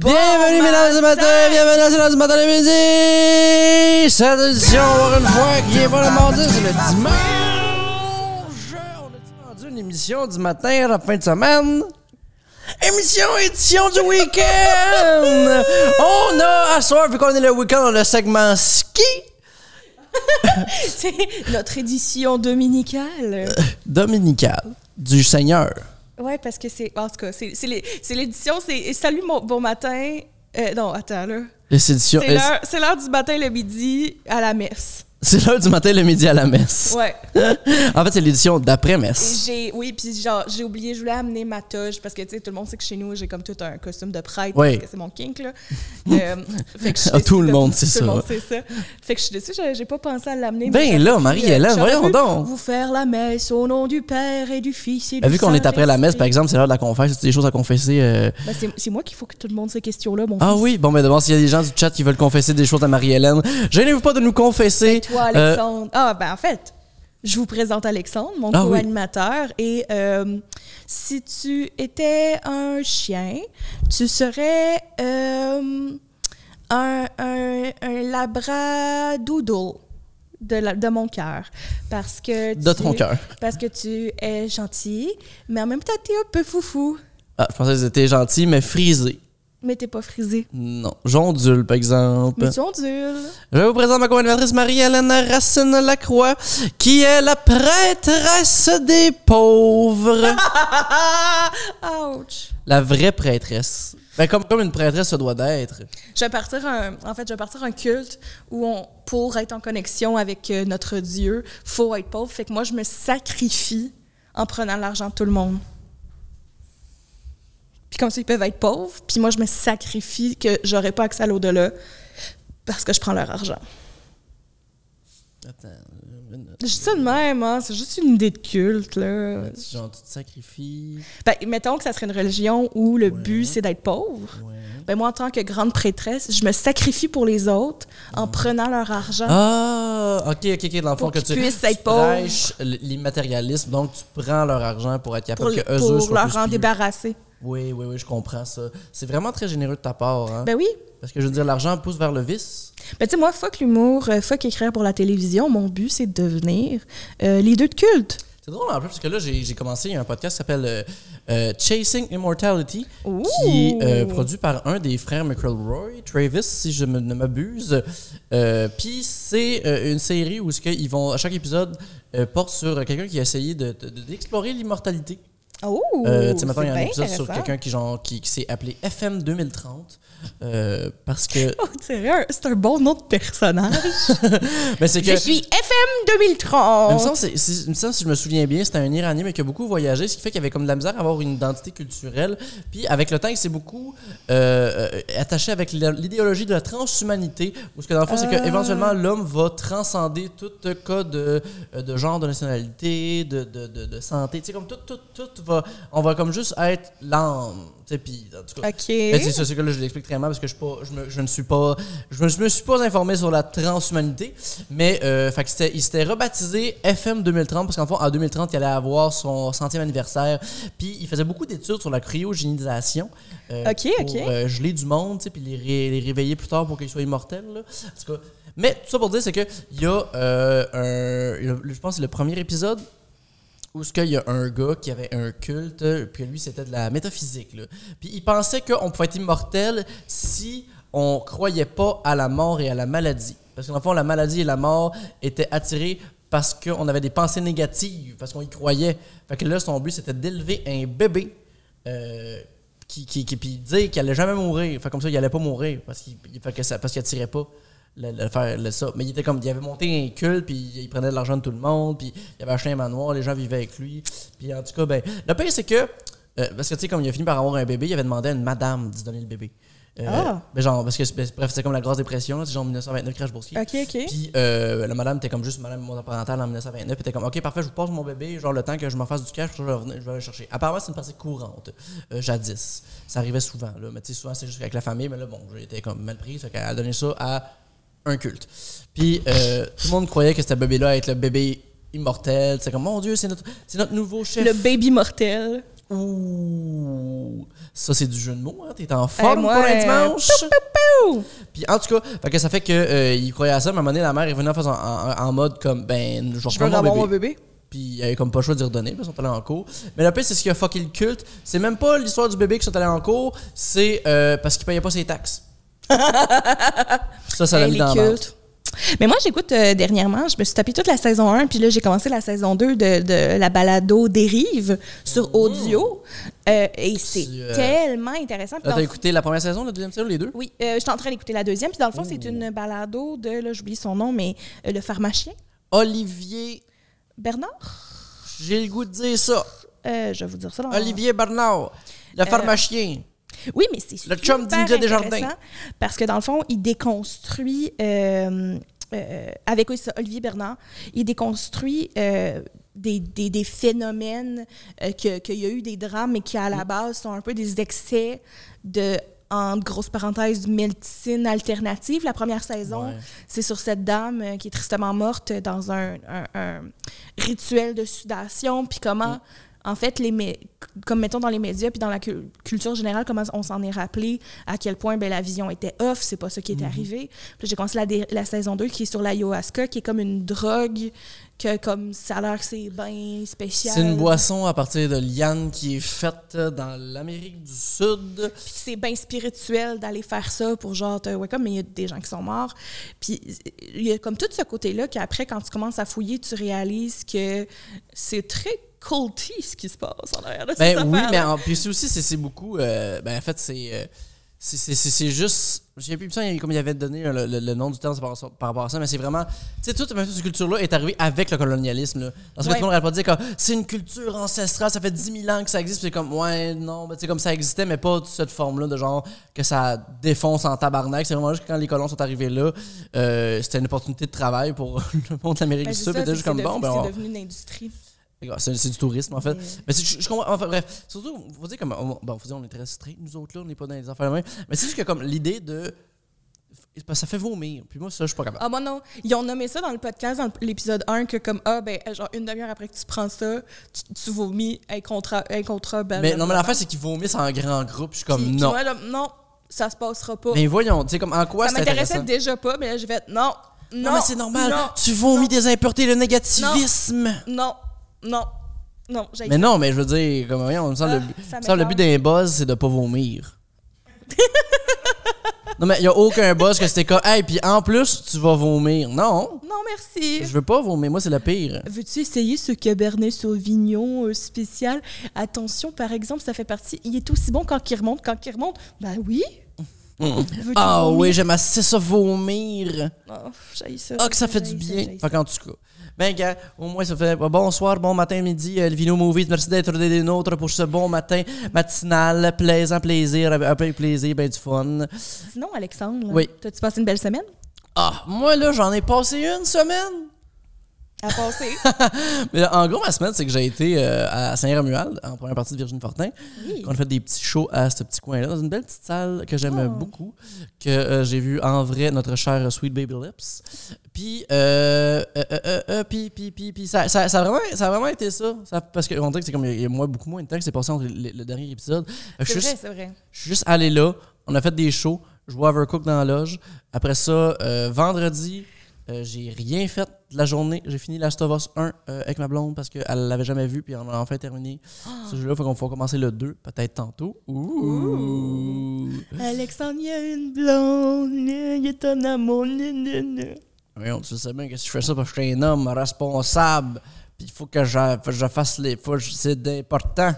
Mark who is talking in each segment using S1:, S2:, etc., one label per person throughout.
S1: Salut mesdames et messieurs, bienvenue sur le matin de musique! Cette édition, encore une fois, qui est pas le mardi, c'est le dimanche! On a rendu une émission du matin à la fin de semaine? Émission édition du week-end! On a, à soir, vu qu'on est le week-end, on a le segment ski
S2: C'est notre édition
S1: Euh.
S2: dominicale.
S1: dominical du Seigneur.
S2: Ouais, parce que c'est. En tout cas, c'est c'est les- c'est l'édition, c'est Salut mon, bon matin. Euh, non, attends, là.
S1: Et C'est édition-
S2: C'est l'heure- c'est l'heure du matin, le midi, à la messe.
S1: c'est l'heure du matin, le midi à la messe.
S2: Ouais.
S1: en fait, c'est l'édition
S2: Et
S1: d'après-messe.
S2: j'ai. Oui, puis genre, j'ai oublié, je voulais amener ma toge, parce que, tu sais, tout le monde sait que chez nous, j'ai comme tout un costume de prêtre,
S1: Ouais.
S2: parce que c'est mon kink, là. Euh, fait que je suis
S1: Ah, tout
S2: déçue
S1: le
S2: de-
S1: monde sait ça.
S2: Tout le monde sait ça. Fait que je suis déçue, j'ai- j'ai pas pensé à l'amener.
S1: Ben
S2: mais
S1: là,
S2: j'aurais pu,
S1: Marie-Hélène,
S2: euh, j'aurais
S1: voyons
S2: pu
S1: donc.
S2: Vous faire la messe au nom du Père et du Fils et
S1: Ben,
S2: du
S1: vu qu'on est après la messe, par
S2: Saint-Esprit.
S1: exemple, c'est l'heure de la confesse, c'est des choses à confesser. euh,
S2: Ben, c'est- c'est moi qu'il faut que tout le monde ces questions-là, mon
S1: Ah
S2: fils.
S1: oui, bon, ben d'abord, s'il y a des gens du chat qui veulent confesser des choses à Marie-Hélène, gênez-vous pas de nous confesser.
S2: Toi,
S1: Euh,
S2: Alexandre. Ah, ben en fait, je vous présente Alexandre, mon
S1: Ah oui.
S2: co-animateur. Et euh, si tu étais un chien, tu serais euh, un, un, un labradoodle de, la- de mon cœur. Parce que
S1: De
S2: tu-
S1: ton cœur.
S2: Parce que tu es gentil, mais en même temps, t'es un peu foufou.
S1: ah, je pensais que c'était gentil, mais frisé.
S2: Mais t'es pas frisé.
S1: Non, j'ondule, par exemple.
S2: Mais tu ondules.
S1: Je vous présente ma co-animatrice Marie-Hélène Racine Lacroix, qui est la prêtresse des pauvres.
S2: Ah! Ouch!
S1: la vraie prêtresse. Ben, comme, comme une prêtresse se doit d'être.
S2: Je vais partir un, en fait, je vais partir un culte où on, pour être en connexion avec euh, notre Dieu, faut être pauvre. Fait que moi, je me sacrifie en prenant l'argent de tout le monde. Puis comme ça, ils peuvent être pauvres. Puis moi, je me sacrifie que j'aurai pas accès à l'au-delà parce que je prends leur argent.
S1: Attends,
S2: Je dis ça de même, hein, c'est juste une idée de culte, là.
S1: genre, tu te sacrifies.
S2: Ben, mettons que ça serait une religion où le but, c'est d'être pauvre. Ben, moi, en tant que grande prêtresse, je me sacrifie pour les autres en prenant leur argent.
S1: Ah, ok, ok, ok. Dans le fond,
S2: Pour
S1: que tu,
S2: qu'ils puissent être
S1: tu
S2: pauvres.
S1: prêches l- l'immatérialisme, donc tu prends leur argent pour être
S2: pour,
S1: capable que eux
S2: pour
S1: eux soient
S2: leur
S1: plus
S2: en
S1: pieux.
S2: débarrasser.
S1: Oui, oui, oui, je comprends ça. C'est vraiment très généreux de ta part, hein?
S2: Ben oui.
S1: Parce que je veux dire, l'argent pousse vers le vice.
S2: Ben tu sais, moi, fuck l'humour, euh, fuck écrire pour la télévision, mon but, c'est de devenir euh, leader de culte.
S1: C'est drôle en plus, parce que là, j'ai j'ai commencé un podcast qui s'appelle euh, euh, Chasing Immortality,
S2: Ouh!
S1: qui est euh, produit par un des frères McElroy, Travis, si je me- ne m'abuse. Euh, Puis c'est euh, une série où ce que ils vont, à chaque épisode euh, porte sur quelqu'un qui a essayé de- de- de- d'explorer l'immortalité.
S2: Oh!
S1: Euh, tu sais, maintenant, il y a un épisode sur quelqu'un qui, genre, qui, qui s'est appelé FM 2030. euh, parce que.
S2: Oh, c'est un, c'est un bon nom de personnage.
S1: Mais c'est que.
S2: Je suis
S1: Mais il me semble
S2: FM 2030.
S1: que c'est- c'est- il me semble, si je me souviens bien, c'était un Iranien, mais qui a beaucoup voyagé, ce qui fait qu'il avait comme de la misère à avoir une identité culturelle. Puis avec le temps, il s'est beaucoup euh, euh, attaché avec la- l'idéologie de la transhumanité, où ce que dans le fond, c'est
S2: Ah.
S1: qu'éventuellement, l'homme va transcender tout euh, cas de, euh, de genre, de nationalité, de, de, de, de santé. Tu sais, comme tout, tout, tout va. On va comme juste être l'âme. Tu sais, puis en tout cas.
S2: OK.
S1: Mais c'est ça, c'est que là, je l'explique très mal parce que je, suis pas, je, me, je ne suis pas, je me, je me suis pas informé sur la transhumanité, mais euh, fait que c'était- il s'était rebaptisé FM 2030 parce qu'en fond, en 2030, il allait avoir son centième anniversaire. Puis il faisait beaucoup d'études sur la cryogénisation euh,
S2: Ok,
S1: pour
S2: ok.
S1: euh, geler du monde, tu sais, puis les, ré- les réveiller plus tard pour qu'ils soient immortels. là. En tout cas, mais tout ça pour dire, c'est que il y a euh, un, le- je pense que c'est le premier épisode où ce qu'il y a un gars qui avait un culte, euh, puis lui c'était de la métaphysique. là. Puis il pensait qu'on pouvait être immortel si on croyait pas à la mort et à la maladie. Parce qu'en fond, la maladie et la mort étaient attirées parce qu'on avait des pensées négatives, parce qu'on y croyait. Fait que là, son but c'était d'élever un bébé. euh, qui, qui, qui- puis dire qu'il allait jamais mourir. Fait comme ça, il allait pas mourir parce qu'il il- fait que ça- parce qu'il attirait pas le, le faire le ça. Mais il était comme il avait monté un culte puis il prenait de l'argent de tout le monde puis il avait acheté un manoir, les gens vivaient avec lui. Puis en tout cas, ben le pire c'est que euh, parce que tu sais comme il a fini par avoir un bébé, il avait demandé à une madame d'y donner le bébé. Euh,
S2: Ah.
S1: ben, genre parce que c'est- ben, bref, c'est comme la grosse dépression, là, c'est genre 1929 crash boursier.
S2: OK, OK.
S1: Puis euh, la madame était comme juste madame monoparentale en 1929. Puis était comme, OK, parfait, je vous passe mon bébé, genre le temps que je m'en fasse du cash, je vais, revenir- je vais aller chercher. Apparemment, c'est une pratique courante, euh, jadis. Ça arrivait souvent, là. Mais tu sais, souvent, c'est juste avec la famille. Mais là, bon, j'étais comme mal prise. Fait qu'elle a donné ça à un culte. Puis euh, tout le monde croyait que ce bébé-là allait être le bébé immortel. C'est comme, mon Dieu, c'est notre, c'est notre nouveau chef.
S2: Le baby mortel.
S1: Ouh! Ça, c'est du jeu de mots, hein? T'es en forme
S2: moi,
S1: pour un
S2: euh,
S1: dimanche!
S2: pou.
S1: Puis en tout cas, fait que ça fait que euh, il croyait à ça, mais à un moment donné, la mère est venue en, faisant, en, en mode comme ben je
S2: Je veux
S1: reprends mon
S2: avoir
S1: bébé.
S2: mon bébé.
S1: Puis il avait comme pas le choix d'y redonner, puis ils sont allés en cours. Mais le pire, c'est ce qui a fucké le culte. C'est même pas l'histoire du bébé qui sont allés en cours, c'est euh, parce qu'il payait pas ses taxes. ça, ça l'a
S2: Hey,
S1: mis
S2: les
S1: dans la merde.
S2: cultes. Mais moi, j'écoute euh, dernièrement, je me suis tapé toute la saison 1, puis là, j'ai commencé la saison 2 de, de la balado Dérive sur audio. Euh, et c'est
S1: Tu, Mmh. euh,
S2: tellement intéressant. Puis
S1: Là,
S2: dans
S1: t'as
S2: le-
S1: écouté la première saison, la deuxième saison, les deux?
S2: Oui, euh, j'étais en train d'écouter la deuxième. Puis dans le fond,
S1: Mmh.
S2: c'est une balado de, là, j'oublie son nom, mais euh, le pharmacien
S1: Olivier,
S2: Bernard.
S1: j'ai le goût de dire ça.
S2: Euh, je vais vous dire ça. Dans
S1: Olivier Bernard,
S2: Euh,
S1: le pharmacien.
S2: Oui, mais c'est
S1: Le chum
S2: super
S1: d'India Desjardins.
S2: intéressant Parce que dans le fond, il déconstruit, euh, euh, avec oui, c'est ça, Olivier Bernard, il déconstruit euh, des, des- des phénomènes euh, que- qu'il y a eu des drames, mais qui à
S1: Mm.
S2: la base sont un peu des excès de entre grosses parenthèses, médecine alternative. La première saison,
S1: Ouais.
S2: c'est sur cette dame euh, qui est tristement morte dans un, un- un rituel de sudation, puis comment,
S1: Mm.
S2: en fait, les mé- comme mettons dans les médias, puis dans la cul- culture générale, comment on s'en est rappelé, à quel point ben, la vision était off, c'est pas ça qui est
S1: Mhm.
S2: arrivé. Puis j'ai commencé la, dé- la saison 2 qui est sur l'ayahuasca, qui est comme une drogue, que comme ça a l'air que c'est bien spécial.
S1: C'est une boisson à partir de liane qui est faite dans l'Amérique du Sud.
S2: Puis c'est bien spirituel d'aller faire ça pour genre te wake up, mais il y a des gens qui sont morts. Puis il y a comme tout ce côté-là qu'après, quand tu commences à fouiller, tu réalises que c'est très culty ce qui se passe en arrière de ces
S1: Ben oui,
S2: affaires-là.
S1: mais en, puis c'est aussi, c'est c'est beaucoup. euh, ben en fait, c'est. euh, c'est- c'est c'est- c'est juste. J'ai plus ça, comme il avait donné euh, le, le- le nom du terme par, rapport à ça- par rapport à ça, mais c'est vraiment. Tu sais, toute même cette culture-là est arrivée avec le colonialisme. Là. Parce que
S2: Ouais.
S1: tout le monde n'aurait pas dit comme c'est une culture ancestrale, ça fait 10 000 ans que ça existe, puis c'est comme ouais, non, mais tu sais, comme ça existait, mais pas de cette forme-là, de genre que ça défonce en tabarnak. C'est vraiment juste que quand les colons sont arrivés là, euh, c'était une opportunité de travail pour le monde de l'Amérique
S2: Ben,
S1: du
S2: c'est
S1: Sud,
S2: ça,
S1: puis
S2: c'est
S1: juste comme
S2: c'est
S1: bon,
S2: devenu-
S1: ben
S2: c'est
S1: on-
S2: devenu une industrie.
S1: D'accord, C'est c'est du tourisme, en fait.
S2: Mais-
S1: Mais c'est- je, je comprends. Enfin, bref. Surtout, faut dire, comme, on, bon, faut dire, on est très straight, nous autres, là, on n'est pas dans les affaires de même. Mais c'est juste que, comme, l'idée de. c'est parce que Ça fait vomir. Puis moi, ça, je suis pas capable.
S2: Ah, moi non. Ils ont nommé ça dans le podcast, dans l'épisode 1, que comme, ah, ben, genre une demi-heure après que tu prends ça, tu, tu vomis, incontra, incontra,
S1: mais non, mais l'affaire, c'est qu'ils vomissent en grand groupe. Je suis comme,
S2: ben, Puis- puis
S1: non.
S2: moi, là, non, ça se passera pas.
S1: Mais voyons, tu sais, comme, en quoi
S2: ça
S1: c'est
S2: m'intéressait
S1: intéressant?
S2: déjà pas, mais là, j'ai fait, non, non.
S1: Non, mais c'est normal.
S2: non,
S1: tu vomis des impuretés, le négativisme.
S2: Non, non, non, j'ai
S1: Mais non, mais je veux dire, comme, voyons, il me semble,
S2: Ah,
S1: le, but-
S2: ça
S1: il me semble le but
S2: m'écoeure.
S1: d'un buzz, c'est de pas vomir. non, mais il y a aucun buzz que c'était comme, hey, puis en plus, tu vas vomir. Non.
S2: Non, merci.
S1: Je veux pas vomir, moi c'est le pire.
S2: Veux-tu essayer ce Cabernet Sauvignon euh, spécial Attention, par exemple, ça fait partie. Il est aussi bon quand il remonte. Quand il remonte, bah oui. Veux-tu
S1: Ah
S2: vomir?
S1: oui, j'aime assez ça vomir.
S2: Oh, j'haïs ça.
S1: Ah que ça fait du
S2: j'haïs
S1: bien.
S2: j'haïs ça.
S1: Fait qu'en tout cas. Ben gars, au moins ça fait bonsoir, bon matin, midi, euh, le Vino Movies. Merci d'être des des nôtres pour ce bon matin matinal, plaisant plaisir, un peu de plaisir, ben du fun.
S2: Sinon, Alexandre,
S1: Oui.
S2: as-tu passé une belle semaine
S1: Ah, moi là, j'en ai passé une semaine.
S2: à passer?
S1: Ah, Mais là, en gros, ma semaine, c'est que j'ai été euh, à Saint-Romuald, en première partie de Virginie Fortin.
S2: Oui.
S1: On a fait des petits shows à ce petit coin-là, dans une belle petite salle que j'aime
S2: Oh.
S1: beaucoup, que euh, j'ai vu en vrai notre chère Sweet Baby Lips. Puis, euh, euh, euh, euh, euh, puis, puis, puis, puis, ça, ça, ça a vraiment, ça a vraiment été ça. Ça- parce qu'on dirait que c'est comme il y a moins, beaucoup moins de temps que c'est passé entre le, le dernier épisode. Euh, Je
S2: C'est
S1: suis
S2: vrai,
S1: juste,
S2: c'est vrai.
S1: je suis juste allé là, on a fait des shows, je vois Overcook dans la loge. Après ça, euh, vendredi, euh, j'ai rien fait de la journée. J'ai fini Last of Us 1 euh, avec ma blonde parce qu'elle l'avait jamais vu, puis on a enfin terminé ce jeu-là. Faut qu'on va commencer le 2, peut-être tantôt. Ouh!
S2: Alexandre, il y a une blonde, il est un amour.
S1: Voyons, tu sais bien que si je fais ça parce que je suis un homme responsable, puis il faut que je, je fasse les. faut que je- C'est important.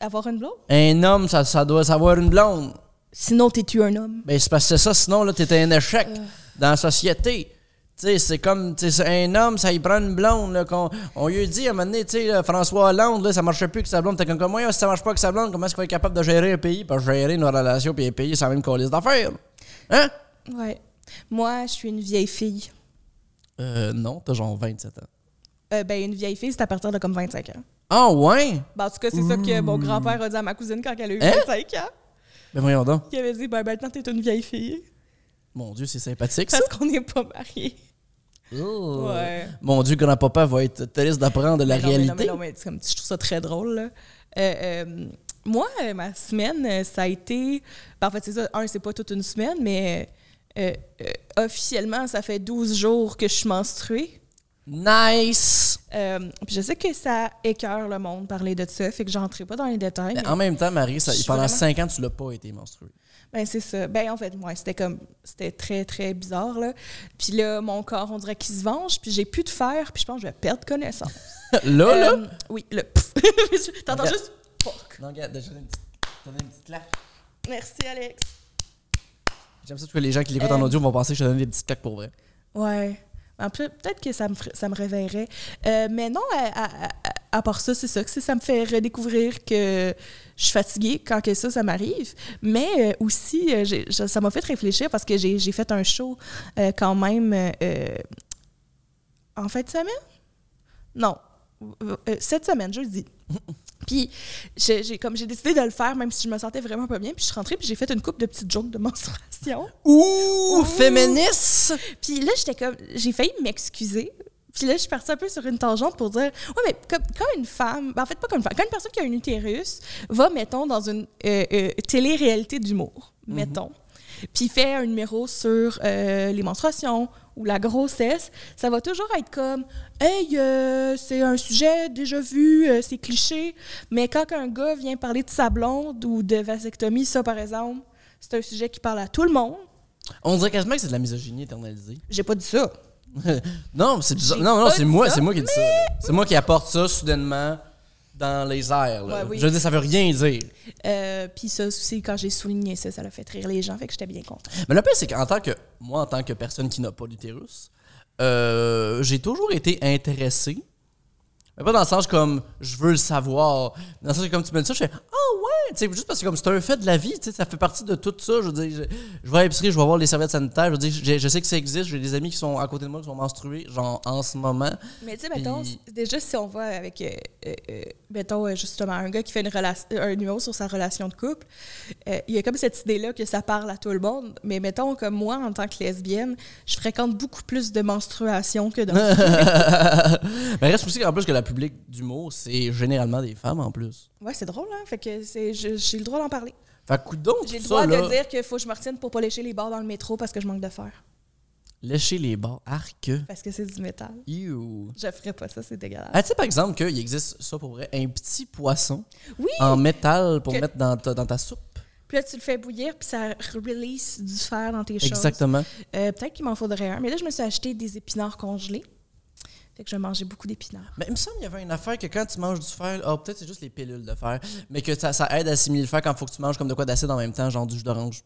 S2: Avoir une blonde
S1: Un homme, ça, ça doit savoir une blonde.
S2: Sinon, t'es-tu un homme?
S1: Ben, c'est parce que c'est ça, sinon, là, t'es un échec
S2: Euh.
S1: dans la société. Tu sais, c'est comme, tu sais, c'est un homme, ça y prend une blonde, là, qu'on, on lui a dit, à un moment donné, tu sais, là, François Hollande, là, ça marchait plus que sa blonde. T'es comme, moi, si ça marche pas que sa blonde, comment est-ce qu'on est capable de gérer un pays? Parce que gérer nos relations puis un pays, c'est la même liste d'affaires. Hein?
S2: Ouais. Moi, je suis une vieille fille.
S1: Euh, non, t'as genre 27 ans.
S2: Euh, ben, une vieille fille, c'est à partir de comme 25 ans.
S1: Ah, ouais?
S2: Ben, en tout cas, c'est ça que mon grand-père a dit à ma cousine quand elle a eu
S1: Mmh. Hein?
S2: 25 ans.
S1: Ben, voyons donc.
S2: Il avait dit, ben, maintenant, t'es une vieille fille.
S1: Mon Dieu, c'est sympathique, ça.
S2: Parce qu'on n'est pas mariés.
S1: Oh.
S2: Ouais.
S1: Mon Dieu, grand-papa va être triste d'apprendre la
S2: Mais Ah, ben non, mais non,
S1: réalité.
S2: mais non, mais c'est comme, je trouve ça très drôle, là. Euh, euh, moi, euh, ma semaine, euh, ça a été. ben, en fait, c'est ça. Un, c'est pas toute une semaine, mais euh, euh, officiellement, ça fait 12 jours que je suis menstruée.
S1: Nice!
S2: Euh, puis je sais que ça écœure le monde parler de ça, fait que j'entrerai pas dans les détails.
S1: Mais
S2: mais-
S1: Ben, en même temps, Marie, ça-
S2: Je suis
S1: pendant
S2: vraiment-
S1: 5 ans, tu l'as pas été menstruée.
S2: Ben, c'est ça. Ben, en fait, moi, c'était comme. C'était très, très bizarre, là. Puis là, mon corps, on dirait qu'il se venge, puis j'ai plus de fer, puis je pense que je vais perdre connaissance.
S1: là, là! Ben.
S2: Euh, oui, le pff. T'entends
S1: Regarde.
S2: juste. Fuck.
S1: Non, regarde, déjà, une petite- t'as donné une petite claque.
S2: Merci, Alex.
S1: J'aime ça parce que les gens qui l'écoutent en
S2: Euh,
S1: audio vont penser que je te donne des petites claques pour vrai.
S2: Ouais. En plus, Peut-être que ça me, ferait- ça me réveillerait. Euh, mais non, à, à- à- à part ça, c'est ça. que c'est- Ça me fait redécouvrir que je suis fatiguée quand que ça, ça m'arrive. Mais euh, aussi, euh, j'ai- je- ça m'a fait réfléchir parce que j'ai j'ai fait un show euh, quand même euh, en fin de semaine? Non. Euh, euh, Cette semaine, jeudi. Puis, j'ai j'ai- comme j'ai décidé de le faire, même si je me sentais vraiment pas bien, puis je suis rentrée, puis j'ai fait une coupe de petites jokes de menstruation.
S1: Ouh!
S2: Ouh!
S1: Féministe!
S2: Puis là, j'étais comme, j'ai failli m'excuser. Puis là, je suis partie un peu sur une tangente pour dire, ouais, mais comme- quand une femme, ben, en fait, pas comme une femme, quand une personne qui a un utérus va, mettons, dans une euh, euh, télé-réalité d'humour, mettons, puis fait un numéro sur euh, les menstruations ou la grossesse, ça va toujours être comme, hey, euh, c'est un sujet déjà vu, euh, c'est cliché, mais quand un gars vient parler de sa blonde ou de vasectomie, ça, par exemple, c'est un sujet qui parle à tout le monde.
S1: On dirait quasiment que c'est de la misogynie éternalisée.
S2: J'ai pas dit ça.
S1: non, mais c'est bizarre.
S2: J'ai
S1: Non, non,
S2: pas
S1: c'est
S2: dit
S1: moi,
S2: ça,
S1: c'est moi qui dis ça. là. C'est moi qui apporte ça soudainement dans les airs. là.
S2: Ouais, oui.
S1: Je veux dire, ça veut rien dire.
S2: Euh, puis ça aussi, quand j'ai souligné ça, ça l'a fait rire les gens, fait que j'étais bien contente.
S1: Mais le pire, c'est qu'en tant que moi, en tant que personne qui n'a pas d'utérus, euh, j'ai toujours été intéressé. Mais pas dans le sens comme je veux le savoir. Dans le sens que comme tu me dis ça, je fais Ah ouais! Tu sais, juste parce que comme c'est un fait de la vie, tu sais, ça fait partie de tout ça. Je veux dire, je, je vais à l'épicerie, je vais voir les serviettes sanitaires. Je veux dire, je, je sais que ça existe. J'ai des amis qui sont à côté de moi qui sont menstrués, genre en ce moment.
S2: Mais tu sais, mettons,
S1: Puis-
S2: c'est déjà si on va avec, euh, euh, euh, mettons, euh, justement, un gars qui fait une relation un numéro sur sa relation de couple, euh, il y a comme cette idée-là que ça parle à tout le monde. Mais mettons, comme moi, en tant que lesbienne, je fréquente beaucoup plus de menstruations que de
S1: Mais reste aussi qu'en plus que la public d'humour, c'est généralement des femmes en plus.
S2: Ouais, c'est drôle, hein? Fait que c'est- je- j'ai le droit d'en parler.
S1: Fait que coudonc,
S2: J'ai le
S1: tout
S2: droit
S1: ça, là,
S2: de dire qu'il faut que je me retienne pour pas lécher les bords dans le métro parce que je manque de fer.
S1: lécher les bords, arc.
S2: Parce que c'est du métal.
S1: Ew.
S2: Je ferais pas ça, c'est dégueulasse.
S1: Ah, tu sais, par exemple, qu'il existe ça pour vrai, un petit poisson
S2: Oui!
S1: en métal pour
S2: Que-
S1: mettre dans ta, dans ta soupe.
S2: Puis là, tu le fais bouillir, puis ça release du fer dans tes choses.
S1: Exactement.
S2: Euh, Peut-être qu'il m'en faudrait un. Mais là, je me suis acheté des épinards congelés. Fait que je mangeais beaucoup d'épinards.
S1: Mais il me semble qu'il y avait une affaire que quand tu manges du fer, ah, peut-être c'est juste les pilules de fer, mais que ça, ça aide à assimiler le fer quand il faut que tu manges comme de quoi d'acide en même temps, genre du jus d'orange.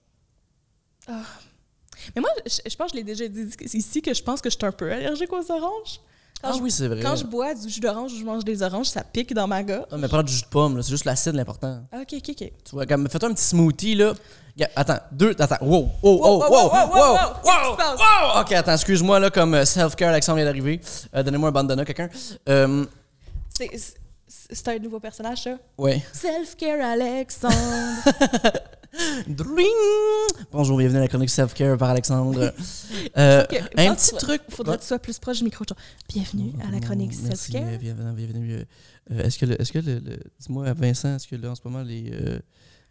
S2: Mais moi, je, je pense que je l'ai déjà dit ici que je pense que je suis un peu allergique aux oranges. Quand,
S1: Ah
S2: je,
S1: oui, c'est vrai.
S2: quand je bois du jus d'orange ou je mange des oranges, ça pique dans ma gorge.
S1: Ah, mais prends du jus de pomme, là, c'est juste l'acide l'important.
S2: Ah, OK, OK, OK.
S1: Tu vois, comme, fais-toi un petit smoothie, là. Gars, Attends, deux, attends, wow, oh, oh, wow,
S2: wow,
S1: wow, wow,
S2: wow, wow, qu'est-ce qui se passe?
S1: wow. Ok, attends, excuse-moi, là, comme euh, self-care, l'accent vient d'arriver. Euh, Donnez-moi un bandana, quelqu'un. Euh,
S2: C'est- c'est- C'est un nouveau personnage, ça.
S1: ouais.
S2: Self-care Alexandre.
S1: Dring! Bonjour, bienvenue à la chronique self-care par Alexandre. Euh,
S2: Ok, je
S1: un
S2: pense
S1: petit
S2: que-
S1: truc. Mm,
S2: Faudrait que tu sois plus proche du micro. genre, Bienvenue à la chronique
S1: Merci,
S2: self-care.
S1: euh, bienvenue, bienvenue. euh, euh, est-ce que, le, est-ce que le, le- dis-moi, Vincent, est-ce que là, en ce moment, les, euh,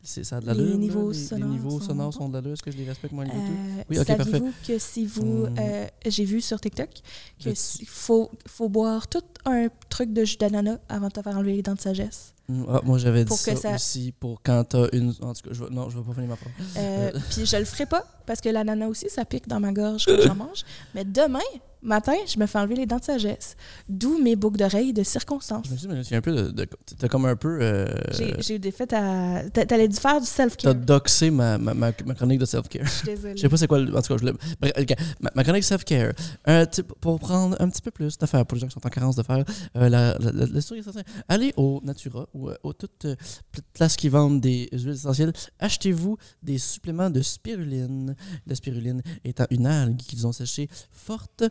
S1: c'est, ça a de la
S2: Les
S1: lune,
S2: niveaux
S1: les,
S2: sonores
S1: niveaux
S2: sont
S1: sonores
S2: bons.
S1: sont de la lune. Est-ce que je les respecte, moi, au niveau tout?
S2: Euh,
S1: Oui, ok, parfait.
S2: Saviez-vous que si vous.
S1: Hmm.
S2: euh, J'ai vu sur TikTok
S1: Le
S2: qu'il
S1: petit-
S2: faut, faut boire tout un truc de jus d'ananas avant de te faire enlever les dents de sagesse.
S1: Mm, ah, moi, j'avais dit
S2: Pour
S1: ça,
S2: que ça-
S1: aussi pour quand t'as une. En tout cas, je vais- non, je vais pas finir ma phrase.
S2: Euh, Puis je le ferai pas parce que l'ananas aussi, ça pique dans ma gorge quand j'en mange. Mais demain matin, je me fais enlever les dents de sagesse. D'où mes boucles d'oreilles de circonstance.
S1: Je me suis dit, mais c'est un peu. de- de- T'as comme un peu. euh,
S2: J'ai- J'ai des faits à. t'a- T'allais dû faire du
S1: T'as
S2: self-care.
S1: doxé ma, ma, ma, ma chronique de self-care.
S2: Je suis désolée.
S1: Je sais pas c'est quoi le. En tout cas, je l'ai- Bref, ok, ma, ma chronique self-care. Euh, tu- pour prendre un petit peu plus d'affaires pour les gens qui sont en carence de faire, euh, la, la, la- le sourire est certain. Allez au Natura ou euh, aux toutes euh, pl- places qui vendent des huiles essentielles. Achetez-vous des suppléments de spiruline. La spiruline étant une algue qu'ils ont séchée forte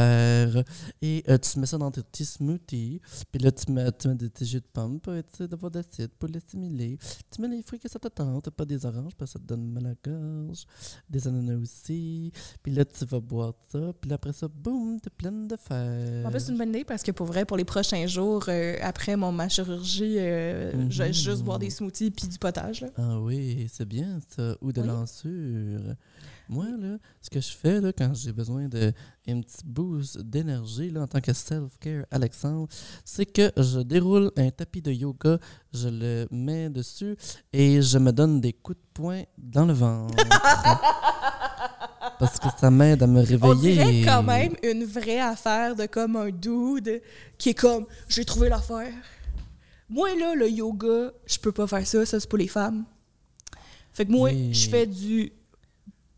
S1: enfer. Et euh, tu mets ça dans tes petits smoothies. Puis là, tu mets, tu mets des petits jus de pomme pour être sûr d'avoir d'acide, pour les stimuler. Tu mets les fruits que ça te tente, pas des oranges, parce que ça te donne mal à la gorge. Des ananas aussi. Puis là, tu vas boire ça. Puis là, après ça, boum, t'es pleine de fer.
S2: En plus, c'est une bonne idée parce que pour vrai, pour les prochains jours, euh, après mon, ma chirurgie, euh,
S1: Mhm.
S2: je vais juste boire des smoothies puis du potage. là.
S1: Ah oui, c'est bien ça. Ou de
S2: Oui.
S1: l'ensure. Moi, là, ce que je fais là, quand j'ai besoin d'un petit boost d'énergie là, en tant que self-care, Alexandre, c'est que je déroule un tapis de yoga, je le mets dessus et je me donne des coups de poing dans le ventre. Parce que ça m'aide à me
S2: On
S1: réveiller.
S2: dirait quand même une vraie affaire de comme un dude qui est comme j'ai trouvé l'affaire. Moi là, le yoga, je peux pas faire ça, ça c'est pour les femmes. Fait que moi,
S1: Oui.
S2: je fais du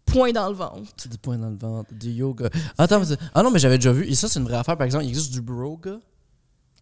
S2: point dans le ventre.
S1: Du poing dans le ventre, du yoga. Attends, mais c'est- ah non, mais j'avais déjà vu. Et ça, c'est une vraie affaire. Par exemple, il existe du broga.
S2: Ah,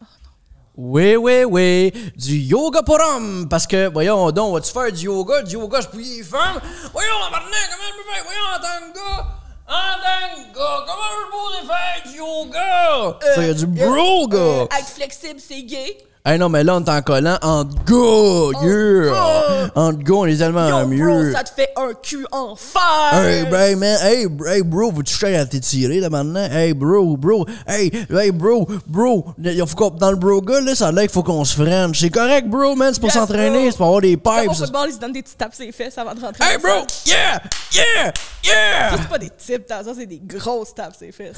S1: Oui, oui, oui. Du yoga pour hommes. Parce que, voyons donc, vas-tu faire du yoga? Du yoga, je peux y faire. Voyons, maintenant, comment je peux faire? Voyons, en tant que gars. En tant que gars, comment je peux faire du yoga? ça, il y a du broga.
S2: Euh, être flexible, c'est gay.
S1: Hey non, mais là, on est en collant entre gars, yeah! Entre gars, on est tellement
S2: Yo,
S1: mieux.
S2: bro, ça te fait un cul en fer.
S1: Ah, Hey, bro, man. Hey, bro, hey, bro, faut-tu que je t'aille à t'étirer, là, maintenant? Hey, bro, bro. Hey, hey, bro, bro. Il faut qu'on- dans le bro gars, là, ça a l'air qu'il faut qu'on se freine. C'est correct, bro, man. C'est pour
S2: Yes,
S1: s'entraîner,
S2: bro.
S1: c'est pour avoir des
S2: Comme
S1: pipes.
S2: au
S1: ça.
S2: football, ils se donnent des petites tapes sur les fesses avant de rentrer.
S1: Hey,
S2: dans
S1: bro,
S2: le sac.
S1: yeah, yeah, yeah.
S2: Ça, c'est pas des types dans ça, c'est des grosses tapes sur les fesses.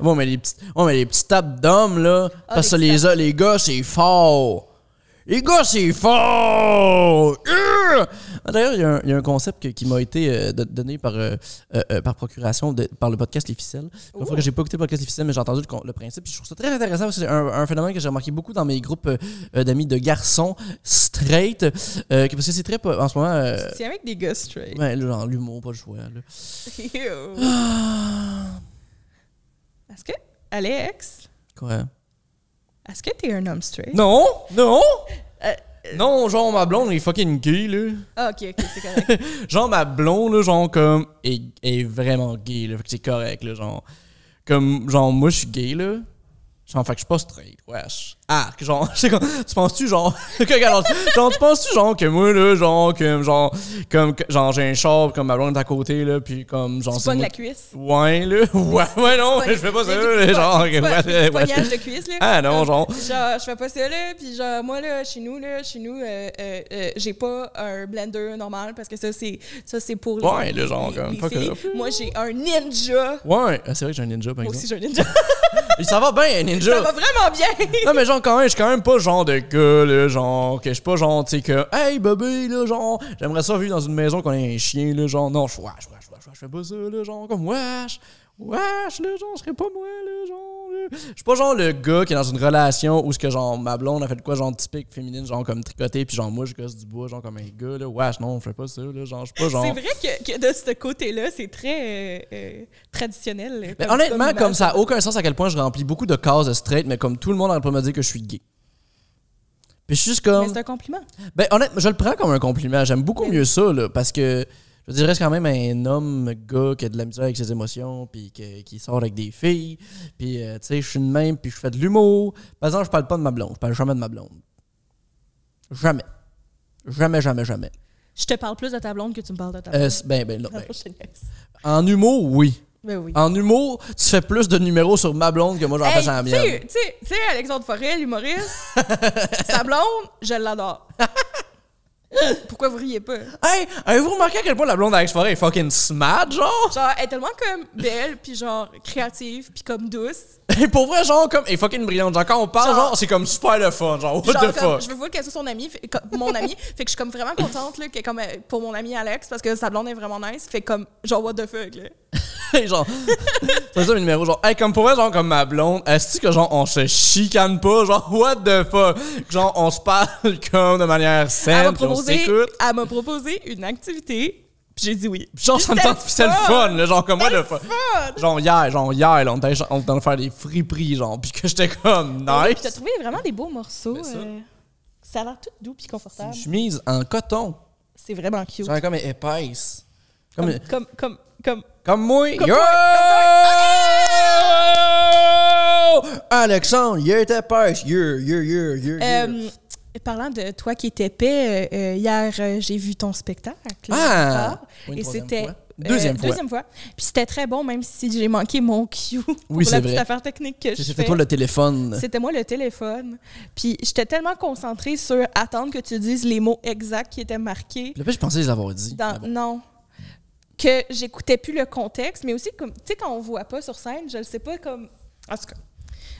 S1: Bon, mais les petites, bon, mais les petites tapes d'hommes, là.
S2: Ah,
S1: parce que
S2: les
S1: les, les gars, c'est fort. Les gars, c'est fort! Urgh! Ah, D'ailleurs, il y a un- il y, a un concept que- qui m'a été euh, don- donné par, euh, euh, euh, par procuration de- par le podcast Les Ficelles. Une fois que j'ai pas écouté le podcast Les Ficelles, mais j'ai entendu le, con- le principe. puis Je trouve ça très intéressant parce que c'est un, un phénomène que j'ai remarqué beaucoup dans mes groupes euh, euh, d'amis de garçons straight. euh, que- parce que c'est très. po- En ce moment. euh,
S2: C'est avec des gars straight.
S1: ouais, le- genre, l'humour, pas le choix. là.
S2: Ew. Est-ce que, Alex,
S1: Quoi?
S2: est-ce que t'es un homme straight?
S1: Non! Non!
S2: Euh,
S1: Non, genre, ma blonde est fucking gay, là.
S2: ah, ok, ok, c'est correct.
S1: genre ma blonde là, genre comme est, est vraiment gay là, fait que c'est correct là, genre comme genre moi je suis gay là. Genre, fait que je suis pas straight, wesh. Ah, que genre, je sais comme, tu penses-tu, genre, que, alors, genre, tu penses-tu, genre, que moi, là, genre, que, genre, comme, que- genre, j'ai un char, comme ma blonde est à côté, là, puis comme, genre,
S2: tu
S1: c'est
S2: pognes
S1: moi-
S2: la cuisse.
S1: Ouais, là, ouais, ouais, non, je fais pas ça, là, genre,
S2: Tu
S1: que- ouais, ouais,
S2: pognage de cuisse, là.
S1: Ah, non, genre,
S2: Genre, je fais pas ça, là. Puis, genre, moi, là, chez nous, là, chez nous, euh, euh, euh, j'ai pas un blender normal parce que ça, c'est, ça, c'est pour. les-
S1: Ouais, le genre,
S2: les-
S1: comme,
S2: les
S1: fuck
S2: filles.
S1: off.
S2: Moi, j'ai un ninja.
S1: ouais, Ah, c'est vrai que j'ai un ninja, par
S2: Moi
S1: exemple.
S2: aussi, j'ai un ninja.
S1: Et ça va bien, un ninja!
S2: ça va vraiment bien.
S1: Non, mais genre, quand même, je suis quand même pas genre de gars, là, genre, que je suis pas genre, tu sais, que, hey, bébé, là, genre, j'aimerais ça vivre dans une maison qu'on ait un chien, là, genre, non, je wesh, wesh, wesh, wesh, je fais pas ça, là, genre, comme, wesh, wesh, là, genre, je serais pas moi, là, genre, là. je suis pas genre le gars qui est dans une relation où ce que, genre, ma blonde a fait de quoi, genre, typique féminine, genre, comme tricoter, puis genre, moi, je gosse du bois, genre, comme un gars, là, wesh, non, je fais pas ça, là, genre, je suis pas genre.
S2: C'est vrai que, que de ce côté-là, c'est très euh, euh, traditionnel.
S1: Mais
S2: comme-
S1: honnêtement,
S2: image.
S1: comme ça, a aucun sens à quel point je remplis beaucoup de cases de straight, mais comme tout le monde, on pas me dire que je suis gay. Puis je suis juste
S2: Mais
S1: comme.
S2: c'est un compliment.
S1: Ben honnêtement, je le prends comme un compliment. J'aime beaucoup mieux ça, là, parce que je dirais quand même un homme gars qui a de la misère avec ses émotions, puis que- qui sort avec des filles. Puis euh, tu sais, je suis de même, puis je fais de l'humour. Par exemple, je parle pas de ma blonde. Je parle jamais de ma blonde. Jamais. Jamais, jamais, jamais.
S2: Je te parle plus de ta blonde que tu me parles de ta blonde.
S1: Euh, c'est- ben, ben, non, ben, Ah,
S2: Non, je te niaise.
S1: En humour, oui.
S2: Ben oui.
S1: En humour, tu fais plus de numéros sur ma blonde que moi j'en fais
S2: Hey,
S1: sur la
S2: tu
S1: ben, mienne.
S2: sais- tu sais- tu sais, Alexandre Forêt, l'humoriste, sa blonde, je l'adore. Pourquoi vous riez pas?
S1: Hey, avez-vous remarqué à quel point la blonde d'Alex Forêt est fucking smart, genre?
S2: Genre, elle est tellement comme belle, puis genre créative, puis comme douce.
S1: Et pour vrai, genre, comme, elle est fucking brillante. Genre, quand on parle,
S2: Genre-
S1: genre, c'est comme super le fun, genre, what
S2: Genre,
S1: the
S2: comme,
S1: fuck?
S2: je veux voir qu'elle soit son amie, fait- comme mon amie. Fait que je suis comme vraiment contente là, que, comme, euh, pour mon amie Alex, parce que sa blonde est vraiment nice. Fait comme, genre, what the fuck, là.
S1: Et genre, c'est ça mes numéros, genre, hey, comme pour vrai, genre, comme ma blonde, est-ce que, genre, on se chicane pas, genre, what the fuck? Genre, on se parle comme de manière
S2: Elle
S1: saine,
S2: m'a
S1: puis on
S2: proposé,
S1: s'écoute.
S2: elle m'a proposé une activité, puis j'ai dit oui.
S1: Genre, ça me
S2: C'était
S1: tente, c'est le
S2: fun. Ben,
S1: fun, là, genre, comme moi,
S2: C'était
S1: le fun.
S2: fun.
S1: Genre, hier, genre, hier, là, on était on était en train de faire des friperies, genre, puis que j'étais comme,
S2: Ouais, Puis t'as
S1: nice.
S2: trouvé vraiment des beaux morceaux.
S1: Ben ça.
S2: euh, ça a l'air tout doux puis confortable.
S1: Une chemise en coton,
S2: C'est vraiment cute.
S1: genre, comme épaisse.
S2: Comme,
S1: Comme,
S2: comme, comme, comme-
S1: comme moi,
S2: Comme
S1: yo!
S2: toi, comme toi.
S1: Oh, Alexandre, il était pêche. Yeah, yeah, yeah, yeah, yeah.
S2: Euh, parlant de toi qui étais paix, euh, hier, euh, j'ai vu ton spectacle.
S1: Ah!
S2: Ah!
S1: Pour une
S2: et
S1: troisième
S2: c'était. euh,
S1: fois. Deuxième fois.
S2: Deuxième fois. Puis c'était très bon, même si j'ai manqué mon cue pour
S1: Oui, c'est
S2: la petite
S1: vrai.
S2: affaire technique que je
S1: C'était
S2: fais.
S1: toi le téléphone.
S2: C'était moi le téléphone. Puis j'étais tellement concentrée sur attendre que tu dises les mots exacts qui étaient marqués.
S1: Puis Là, je pensais les avoir dit.
S2: dans-
S1: Ah bon.
S2: Non. Que j'écoutais plus le contexte, mais aussi, comme tu sais, quand on voit pas sur scène, je ne sais pas comme. En tout cas.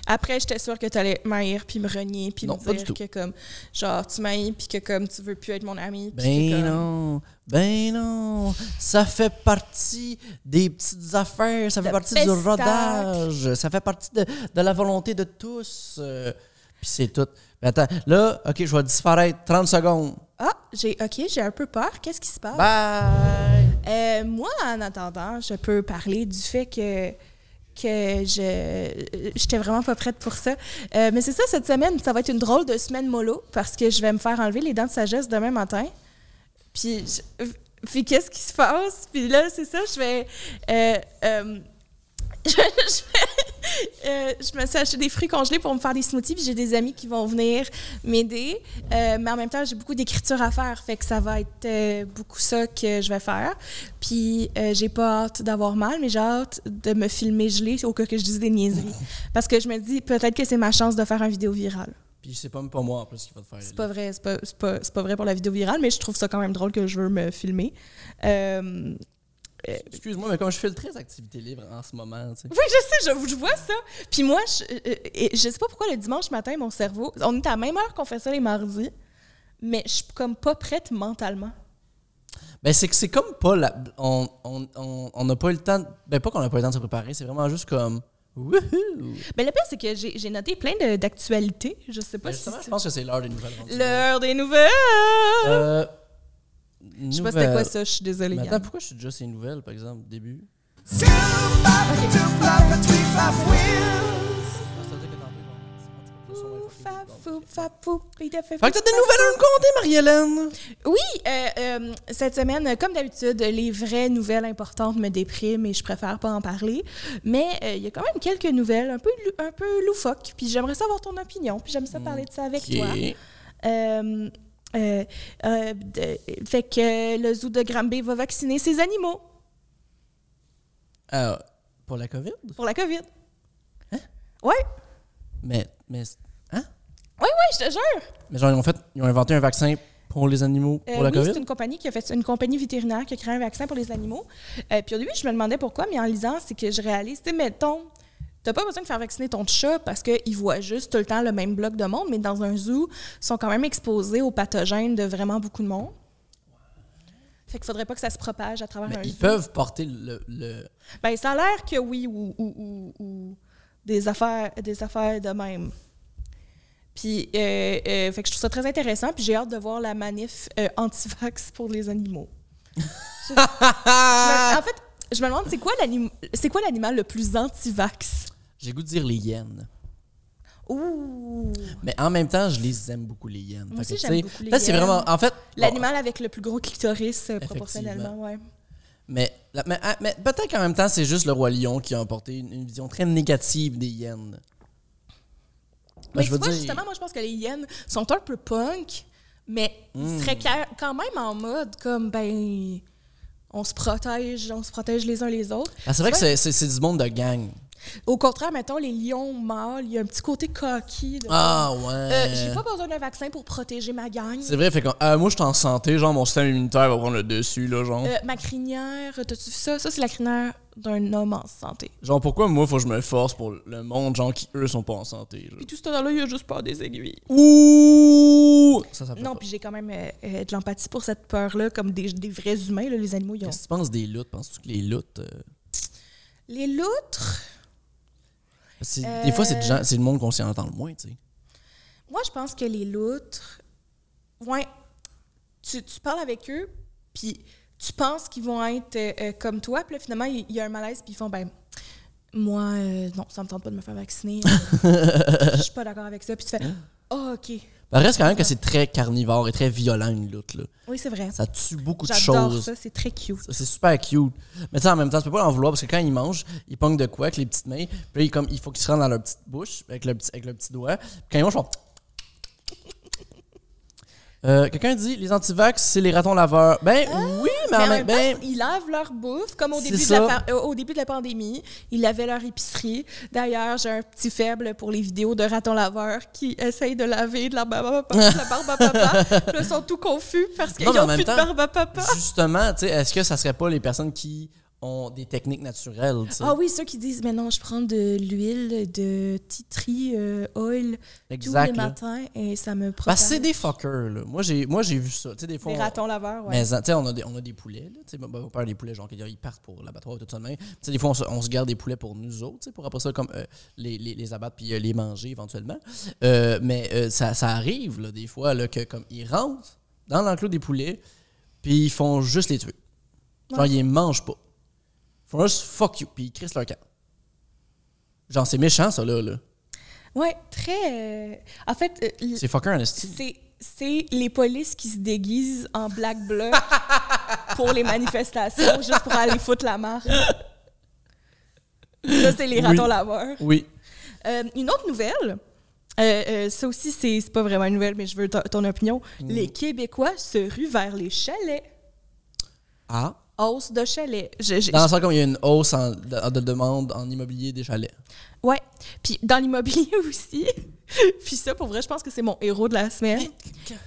S2: Après, j'étais sûre que tu allais m'haïr, puis me renier, puis
S1: Non,
S2: me
S1: pas du
S2: dire
S1: tout.
S2: que, comme, genre, tu m'haïs, puis que, comme, tu veux plus être mon ami. puis que,
S1: Ben
S2: comme-
S1: non, ben non, ça fait partie des petites affaires, ça fait
S2: Le
S1: partie du
S2: pestacle.
S1: rodage, ça fait partie de, de la volonté de tous. euh, Puis c'est tout. Mais attends, là, ok, je vais disparaître 30 secondes.
S2: Ah, j'ai, OK, j'ai un peu peur. Qu'est-ce qui se passe?
S1: Bye!
S2: Euh, moi, en attendant, je peux parler du fait que que je j'étais vraiment pas prête pour ça. Euh, mais c'est ça, cette semaine, ça va être une drôle de semaine mollo parce que je vais me faire enlever les dents de sagesse demain matin. Puis, je- puis qu'est-ce qui se passe? Puis là, c'est ça, je vais... euh, euh, je, je- euh, je me suis acheté des fruits congelés pour me faire des smoothies, puis j'ai des amis qui vont venir m'aider. Euh, mais en même temps, j'ai beaucoup d'écriture à faire, fait que ça va être euh, beaucoup ça que je vais faire. Puis euh, j'ai pas hâte d'avoir mal, mais j'ai hâte de me filmer gelée au cas que je dise des niaiseries. Parce que je me dis, peut-être que c'est ma chance de faire une vidéo virale.
S1: Puis c'est pas même pas moi en plus qui va te faire.
S2: C'est pas vrai, c'est pas, c'est pas- c'est pas vrai pour la vidéo virale, mais je trouve ça quand même drôle que je veux me filmer. Euh,
S1: Excuse-moi, mais comme je fais le très activité libre en ce moment, tu sais.
S2: Oui, je sais, je, je vois ça. Puis moi, je, euh, euh, je sais pas pourquoi le dimanche matin, mon cerveau, on est à la même heure qu'on fait ça les mardis, mais je suis comme pas prête mentalement.
S1: Ben c'est que c'est comme pas la. On on- on- on n'a pas eu le temps. de- Ben pas qu'on n'a pas eu le temps de se préparer, c'est vraiment juste comme. Wouhou!
S2: Mais le pire, c'est que j'ai j'ai noté plein de- d'actualités. Je sais pas
S1: Ben,
S2: si
S1: justement, je
S2: c'est
S1: pense que c'est l'heure des nouvelles. rendues.
S2: l'heure des nouvelles.
S1: Euh,
S2: Je sais pas c'était quoi
S1: nouvelles.
S2: ça, je suis désolée.
S1: Mais
S2: Yann.
S1: attends, pourquoi je suis déjà ces nouvelles, par exemple, début?
S2: Fou, fa, fou, fa, fou, et de
S1: Fait
S2: fait-
S1: que t'as des nouvelles à me conter, Marie-Hélène!
S2: Oui, euh, euh, cette semaine, euh, comme d'habitude, les vraies nouvelles importantes me dépriment et je préfère pas en parler. Mais euh, il y a quand même quelques nouvelles un peu, lou- un peu loufoques. Puis j'aimerais savoir ton opinion. Puis j'aime ça parler de ça avec
S1: Ok.
S2: toi. Euh, euh, euh, de- fait que le zoo de Granby va vacciner ses animaux
S1: Ah, pour la COVID?
S2: pour la COVID. Ouais,
S1: Mais, mais, hein?
S2: ouais, ouais, je te jure.
S1: Mais genre, ils ont fait, ils ont inventé un vaccin pour les animaux,
S2: Euh,
S1: pour la
S2: oui,
S1: COVID?
S2: c'est une compagnie qui a fait une compagnie vétérinaire qui a créé un vaccin pour les animaux. Euh, puis au début, je me demandais pourquoi, mais en lisant, c'est que je réalise, tu sais, mettons, t'as pas besoin de faire vacciner ton chat parce qu'il voit juste tout le temps le même bloc de monde, mais dans un zoo, ils sont quand même exposés aux pathogènes de vraiment beaucoup de monde. Fait qu'il faudrait pas que ça se propage à travers
S1: Mais
S2: un
S1: ils
S2: zoo.
S1: peuvent porter le. le-
S2: Ben, ça a l'air que oui, ou, ou- ou- ou des, affaires, des affaires de même. Puis, euh, euh, fait que je trouve ça très intéressant, puis j'ai hâte de voir la manif euh, anti-vax pour les animaux. Je- je me- en fait, je me demande, c'est quoi l'anim- c'est quoi l'animal le plus anti-vax?
S1: J'ai goût de dire les hyènes.
S2: Ouh!
S1: Mais en même temps, je les aime beaucoup, les hyènes.
S2: Moi
S1: Fait que,
S2: aussi,
S1: tu
S2: j'aime
S1: sais,
S2: beaucoup les
S1: peut-être c'est
S2: hyènes.
S1: vraiment. En fait. bon,
S2: L'animal avec le plus gros clitoris, euh, proportionnellement, ouais.
S1: Mais, la- mais, ah, mais peut-être qu'en même temps, c'est juste le roi lion qui a emporté une, une vision très négative des hyènes. Ben,
S2: Mais
S1: je
S2: tu
S1: veux
S2: vois,
S1: dire-
S2: justement, moi, je pense que les hyènes sont un peu punk, mais
S1: Hmm.
S2: ils seraient ca- quand même en mode comme, ben, on se protège, on se protège les uns les autres.
S1: Ah, c'est vrai que
S2: Tu
S1: c'est, c'est, c'est du monde de gang.
S2: Au contraire, mettons, les lions mâles, il y a un petit côté coquille. de-
S1: Ah
S2: Euh,
S1: ouais.
S2: J'ai pas besoin d'un vaccin pour protéger ma gang.
S1: C'est vrai, fait que euh, moi je suis en santé, genre mon système immunitaire va prendre le dessus, là, genre.
S2: Euh, ma crinière, t'as-tu vu ça? Ça, c'est la crinière d'un homme en santé.
S1: Genre pourquoi moi faut que je me force pour le monde, genre qui eux sont pas en santé. genre.
S2: Puis tout ce temps-là, il y a juste peur des aiguilles.
S1: Ouh! Ça, ça peut
S2: Non,
S1: pas.
S2: puis j'ai quand même euh, euh, de l'empathie pour cette peur-là, comme des, des vrais humains, là, les animaux, ils ont.
S1: Qu'est-ce que tu penses des luttes? Penses-tu que les luttes. euh,
S2: Les loutres,
S1: c'est- Des fois, c'est, des
S2: Euh.
S1: gens- c'est le monde qu'on s'y entend le moins, tu sais.
S2: Moi, je pense que les loutres, ouais, tu, tu parles avec eux, puis tu penses qu'ils vont être euh, euh, comme toi, puis là, finalement, il il y, a un malaise, puis ils font, ben, moi, euh, non, ça me tente pas de me faire vacciner. Je suis pas d'accord avec ça. Puis tu fais, ah, OK.
S1: Mais reste quand même que c'est très carnivore et très violent, une lutte. Là.
S2: Oui, c'est vrai.
S1: Ça tue beaucoup de
S2: J'adore
S1: choses.
S2: ça, c'est très cute.
S1: Ça, C'est super cute. Mais tu sais, en même temps, tu peux pas en vouloir parce que quand ils mangent, ils pognent de quoi avec les petites mains. Puis là, ils, comme, il faut qu'ils se rendent dans leur petite bouche avec le petit, avec le petit doigt. Puis quand ils mangent, ils font. Euh, Quelqu'un dit les antivax, c'est les ratons laveurs. Ben oui, mais, en
S2: Ah, Mais en
S1: même
S2: même
S1: ben,
S2: temps, ils lavent leur bouffe, comme au
S1: C'est
S2: début, de
S1: ça.
S2: la, fa- euh, au début de la pandémie. Ils lavaient leur épicerie. D'ailleurs, j'ai un petit faible pour les vidéos de ratons laveurs qui essayent de laver de la barbe à papa. de la barbe à papa. Puis là, ils sont tout confus parce qu'ils
S1: Non, mais en
S2: n'ont
S1: même
S2: plus
S1: temps,
S2: de barbe à papa.
S1: justement, tu sais, est-ce que ça serait pas les personnes qui ont des techniques naturelles, tu sais,
S2: Ah oui, ceux qui disent, mais non, je prends de l'huile de tea tree euh, oil tous
S1: Exact.
S2: les
S1: là.
S2: matins et ça me protège.
S1: Parce que c'est des fuckers, là. Moi, j'ai, moi, j'ai vu ça. Tu sais, des fois.
S2: Des
S1: on-
S2: ratons laveurs, ouais.
S1: Mais tu sais, on a des, on a des poulets. Là, tu sais, ben, mon- mon père a des poulets, genre, ils partent pour l'abattoir et tout ça de même. Tu sais, des fois, on se, on se garde des poulets pour nous autres, tu sais, pour après ça, comme euh, les, les, les abattre puis euh, les manger éventuellement. Euh, mais euh, ça, ça arrive, là, des fois, là, que comme ils rentrent dans l'enclos des poulets, puis ils font juste les tuer. Genre, ils les mangent pas. Ils font juste fuck you, puis ils crissent leur camp. Genre, c'est méchant, ça, là. là.
S2: Ouais, très. euh, En fait, euh, l-
S1: C'est fucker en esti.
S2: c'est c'est les polices qui se déguisent en black bloc pour les manifestations, juste pour aller foutre la marque. Ça, c'est les
S1: Oui.
S2: ratons laveurs.
S1: Oui.
S2: Euh, une autre nouvelle. euh, euh, ça aussi, c'est c'est pas vraiment une nouvelle, mais je veux ton, ton opinion.
S1: Mm.
S2: Les Québécois se ruent vers les chalets.
S1: Ah.
S2: Hausse de chalets. Je- je-
S1: Dans le sens comme il y a une hausse en- de, de demande en immobilier des chalets.
S2: Ouais. Puis dans l'immobilier aussi. Puis ça, pour vrai, je pense que c'est mon héros de la semaine.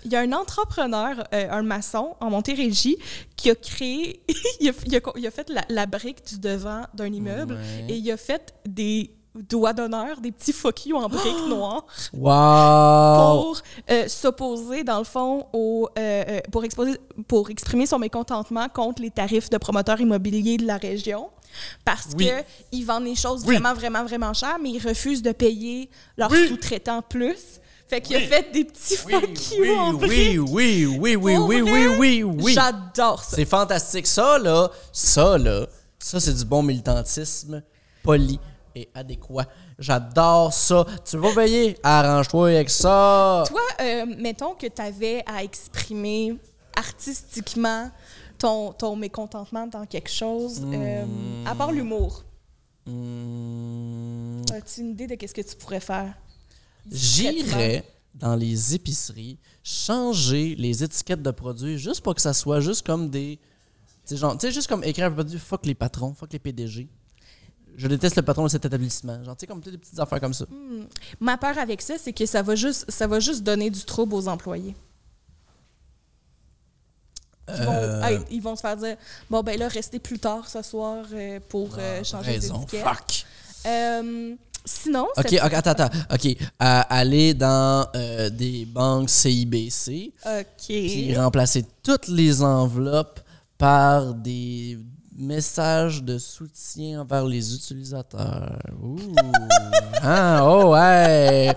S2: Il y a un entrepreneur, euh, un maçon en Montérégie, qui a créé, il, a, il a co- il a fait la, la brique du devant d'un immeuble
S1: Ouais.
S2: et il a fait des doigts d'honneur, des petits fuck you en brique noire
S1: Wow!
S2: pour euh, s'opposer, dans le fond, au, euh, euh, pour, exposer, pour exprimer son mécontentement contre les tarifs de promoteurs immobiliers de la région. Parce
S1: Oui.
S2: que qu'ils vendent les choses
S1: Oui.
S2: vraiment, vraiment, vraiment chères, mais ils refusent de payer leurs
S1: Oui.
S2: sous-traitants plus. Fait qu'il a fait des petits fuck you en
S1: oui,
S2: briques.
S1: oui, oui, oui,
S2: Pour
S1: oui, oui,
S2: vrai,
S1: oui, oui.
S2: J'adore ça.
S1: C'est fantastique. Ça, là, ça, là, ça, c'est du bon militantisme poli et adéquat. J'adore ça. Tu veux pas payer? Arrange-toi avec ça.
S2: Toi, euh, mettons que tu avais à exprimer artistiquement ton, ton mécontentement dans quelque chose, euh, à part l'humour.
S1: Hmm.
S2: As-tu une idée de qu'est-ce que tu pourrais faire?
S1: J'irais dans les épiceries changer les étiquettes de produits juste pour que ça soit juste comme des. Tu sais, genre, tu sais, juste comme écrire un produit, fuck les patrons, fuck les PDG. Je déteste le patron de cet établissement. Genre, tu sais, comme toutes des petites affaires comme ça.
S2: Ma peur avec ça, c'est que ça va juste, ça va juste donner du trouble aux employés. Ils vont,
S1: Euh.
S2: hey, ils vont se faire dire Bon, ben là, restez plus tard ce soir euh, pour euh, changer les
S1: Ah, Raison,
S2: étiquettes.
S1: fuck.
S2: Euh, sinon,
S1: Ok,
S2: cette-
S1: ok, attends, attends. Ok, euh, aller dans euh, des banques CIBC,
S2: OK.
S1: puis remplacer toutes les enveloppes par des messages de soutien envers les utilisateurs. Ouh. ah, oh, ouais.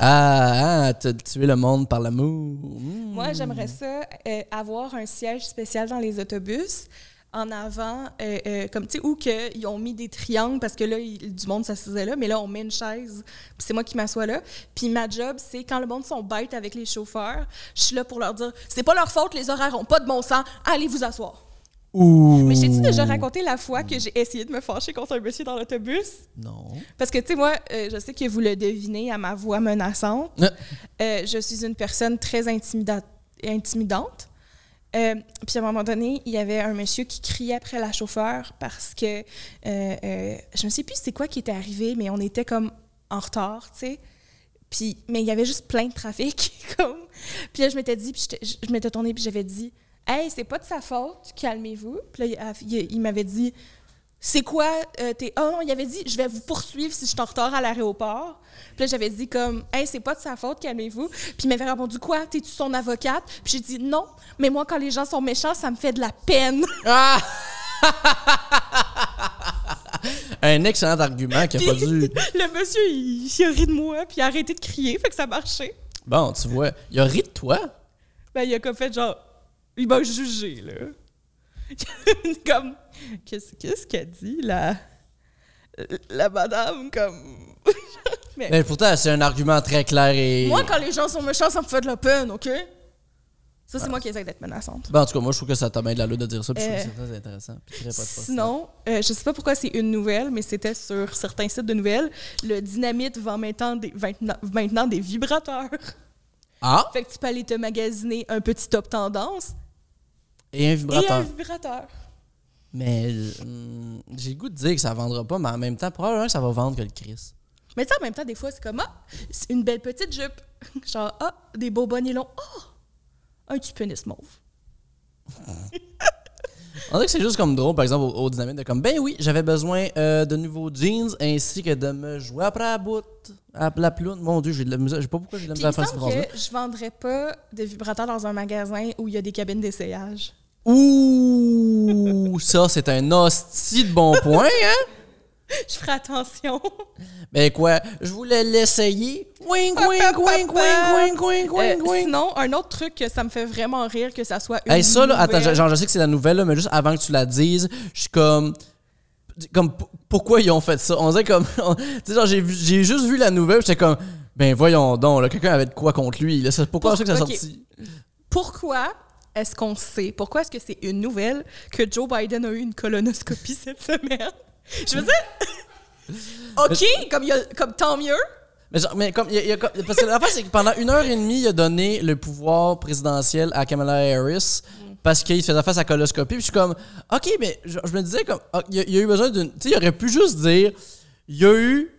S1: Ah, ah, tu- tuer le monde par l'amour. Hmm.
S2: Moi, j'aimerais ça euh, avoir un siège spécial dans les autobus en avant, euh, euh, comme tu sais, où que ils ont mis des triangles parce que là, il- du monde s'assisait là, mais là, on met une chaise, puis c'est moi qui m'assois là. Puis ma job, c'est quand le monde sont bêtes avec les chauffeurs, je suis là pour leur dire c'est pas leur faute, les horaires ont pas de bon sens, allez vous asseoir.
S1: Ouh.
S2: Mais je t'ai-tu déjà raconté la fois que j'ai essayé de me fâcher contre un monsieur dans l'autobus?
S1: Non.
S2: Parce que, tu sais, moi, euh, je sais que vous le devinez à ma voix menaçante.
S1: Ah.
S2: Euh, je suis une personne très intimida- intimidante. Euh, puis à un moment donné, il y avait un monsieur qui criait après la chauffeur parce que euh, euh, je ne sais plus c'est quoi qui était arrivé, mais on était comme en retard, tu sais. Puis, mais il y avait juste plein de trafic. comme. Puis là, je m'étais dit, puis j'étais- je, je m'étais tournée, puis j'avais dit Hey, c'est pas de sa faute, calmez-vous. Puis là, il, il- il m'avait dit c'est quoi euh, tes. Oh non, il avait dit, je vais vous poursuivre si je suis en retard à l'aéroport. Puis là, j'avais dit, comme, hey, c'est pas de sa faute, calmez-vous. Puis il m'avait répondu, quoi, t'es-tu son avocate? Puis j'ai dit, non, mais moi, quand les gens sont méchants, ça me fait de la peine.
S1: Ah! Un excellent argument qui a
S2: Puis
S1: pas dû.
S2: le monsieur, il, il a ri de moi, puis il a arrêté de crier, fait que ça marchait.
S1: Bon, tu vois, il a ri de toi.
S2: Ben, il a comme fait, genre, il m'a jugé, là. comme, qu'est-ce qu'est-ce qu'elle dit, la. La madame, comme. Mais
S1: Mais pourtant, c'est un argument très clair et.
S2: moi, quand les gens sont méchants, ça me fait de la peine, OK? Ça,
S1: Ah.
S2: c'est moi qui essaie d'être menaçante.
S1: Ben, en tout cas, moi, je trouve que ça t'a bien de la lutte de dire ça, puis je trouve
S2: Euh,
S1: que c'est très intéressant. Puis très pas de poste.
S2: Sinon, euh, je sais pas pourquoi c'est une nouvelle, mais c'était sur certains sites de nouvelles. Le dynamite vend maintenant des, vingtena- maintenant des vibrateurs.
S1: Ah!
S2: Fait que tu peux aller te magasiner un petit top tendance
S1: Et un
S2: et un
S1: vibrateur.
S2: vibrateur.
S1: Mais hum, j'ai le goût de dire que ça vendra pas, mais en même temps, probablement que ça va vendre que le Chris.
S2: Mais tu sais, en même temps, des fois, c'est comme Ah, c'est une belle petite jupe. Genre, ah, des beaux bonnets longs. Ah, un petit pénis mauve.
S1: On dirait que c'est juste comme drôle, par exemple, au, au dynamite, de comme, ben oui, j'avais besoin euh, de nouveaux jeans ainsi que de me jouer après la bout, à la ploune. Mon Dieu, j'ai de la misère. Je sais pas pourquoi j'ai de la
S2: Puis
S1: misère
S2: il
S1: à faire cette
S2: me semble
S1: phrase-là.
S2: que je vendrais pas de vibrateurs dans un magasin où il y a des cabines d'essayage.
S1: Ouh, ça, c'est un hostie de bon point, hein?
S2: Je ferai attention.
S1: Ben quoi, je voulais l'essayer. Wink, wink, wink, wink, wink, wink, wink,
S2: Euh,
S1: wink.
S2: sinon, un autre truc que ça me fait vraiment rire que ça soit une
S1: Hey, ça, là, attends,
S2: nouvelle.
S1: genre, je sais que c'est la nouvelle, là, mais juste avant que tu la dises, je suis comme. Comme, p- pourquoi ils ont fait ça? On dirait comme. on- tu sais, genre, j'ai vu- j'ai juste vu la nouvelle, j'étais comme. Ben voyons donc, là, quelqu'un avait de quoi contre lui. Là, ça- pourquoi c'est que ça
S2: Ok.
S1: sorti?
S2: Pourquoi est-ce qu'on sait, pourquoi est-ce que c'est une nouvelle que Joe Biden a eu une colonoscopie cette semaine? Je veux dire, OK, comme, il y a- comme tant mieux.
S1: Mais, genre, mais comme, il y a- il y a comme- parce que l'affaire, c'est que pendant une heure et demie, il a donné le pouvoir présidentiel à Kamala Harris parce qu'il se faisait face à coloscopie. Puis je suis comme, OK, mais je, je me disais, comme, ah, il y a- il y, a eu besoin d'une. Tu sais, il aurait pu juste dire, il y a eu.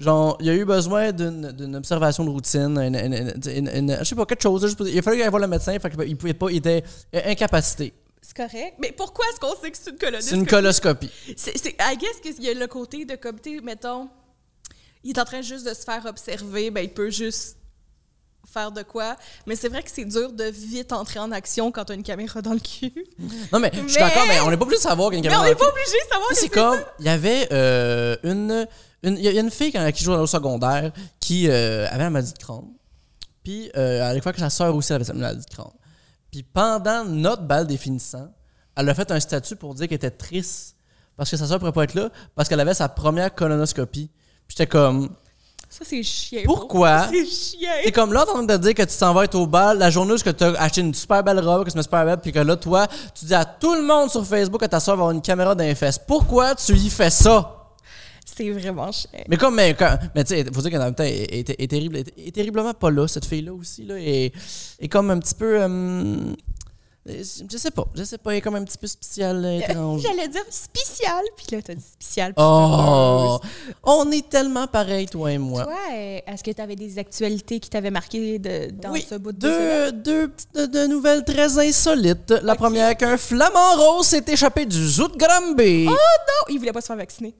S1: Genre, il y a eu besoin d'une d'une observation de routine, une, une- une- une- une- je sais pas, quelque chose. là, je sais pas, il a fallu aller voir le médecin, fait qu'il pouvait pas, il était incapacité.
S2: C'est correct. Mais pourquoi est-ce qu'on sait que c'est une
S1: C'est une
S2: colonoscopie?
S1: coloscopie.
S2: C'est, c'est- I guess qu'il y a le côté de comme, tu sais, mettons, il est en train juste de se faire observer, ben, il peut juste faire de quoi. Mais c'est vrai que c'est dur de vite entrer en action quand t'as une caméra dans le cul.
S1: Non, mais, je suis
S2: Mais-
S1: d'accord, mais on n'est pas obligé de savoir qu'il y a une
S2: Mais on
S1: caméra
S2: n'est
S1: dans le
S2: pas obligé de savoir
S1: Tu
S2: que
S1: sais, c'est comme, il y avait euh, une, une- il y a une fille quand, qui jouait au secondaire qui euh, avait la maladie de Crohn. Puis, euh, à l'époque, sa sœur aussi avait cette maladie de Crohn. Puis, pendant notre bal définissant, elle a fait un statut pour dire qu'elle était triste parce que sa sœur ne pourrait pas être là parce qu'elle avait sa première colonoscopie. Puis, j'étais comme,
S2: Ça, c'est chiant.
S1: Pourquoi?
S2: C'est chiant.
S1: c'est comme là, t'es en train de dire que tu t'en vas être au bal, la journée où tu as acheté une super belle robe, que tu mets super belle, puis que là, toi, tu dis à tout le monde sur Facebook que ta sœur va avoir une caméra dans les fesses. Pourquoi tu y fais ça?
S2: C'est vraiment chiant.
S1: Mais comme, mais, quand- mais tu sais, faut dire qu'en même temps, elle elle était elle est terrible, elle est terriblement pas là, cette fille-là aussi, là, et, et comme un petit peu, hum, je sais pas, je sais pas, elle est comme un petit peu spéciale, étrange.
S2: J'allais dire spécial, puis là, t'as dit spécial.
S1: Oh, on est tellement pareils, toi et moi.
S2: Toi, euh, est-ce que t'avais des actualités qui t'avaient marqué de- dans
S1: oui,
S2: ce bout de
S1: deux, deux petites deux nouvelles très insolites. La première, qu'un flamand rose s'est échappé du zoo de
S2: Oh!
S1: Granby.
S2: Non, il voulait pas se faire vacciner.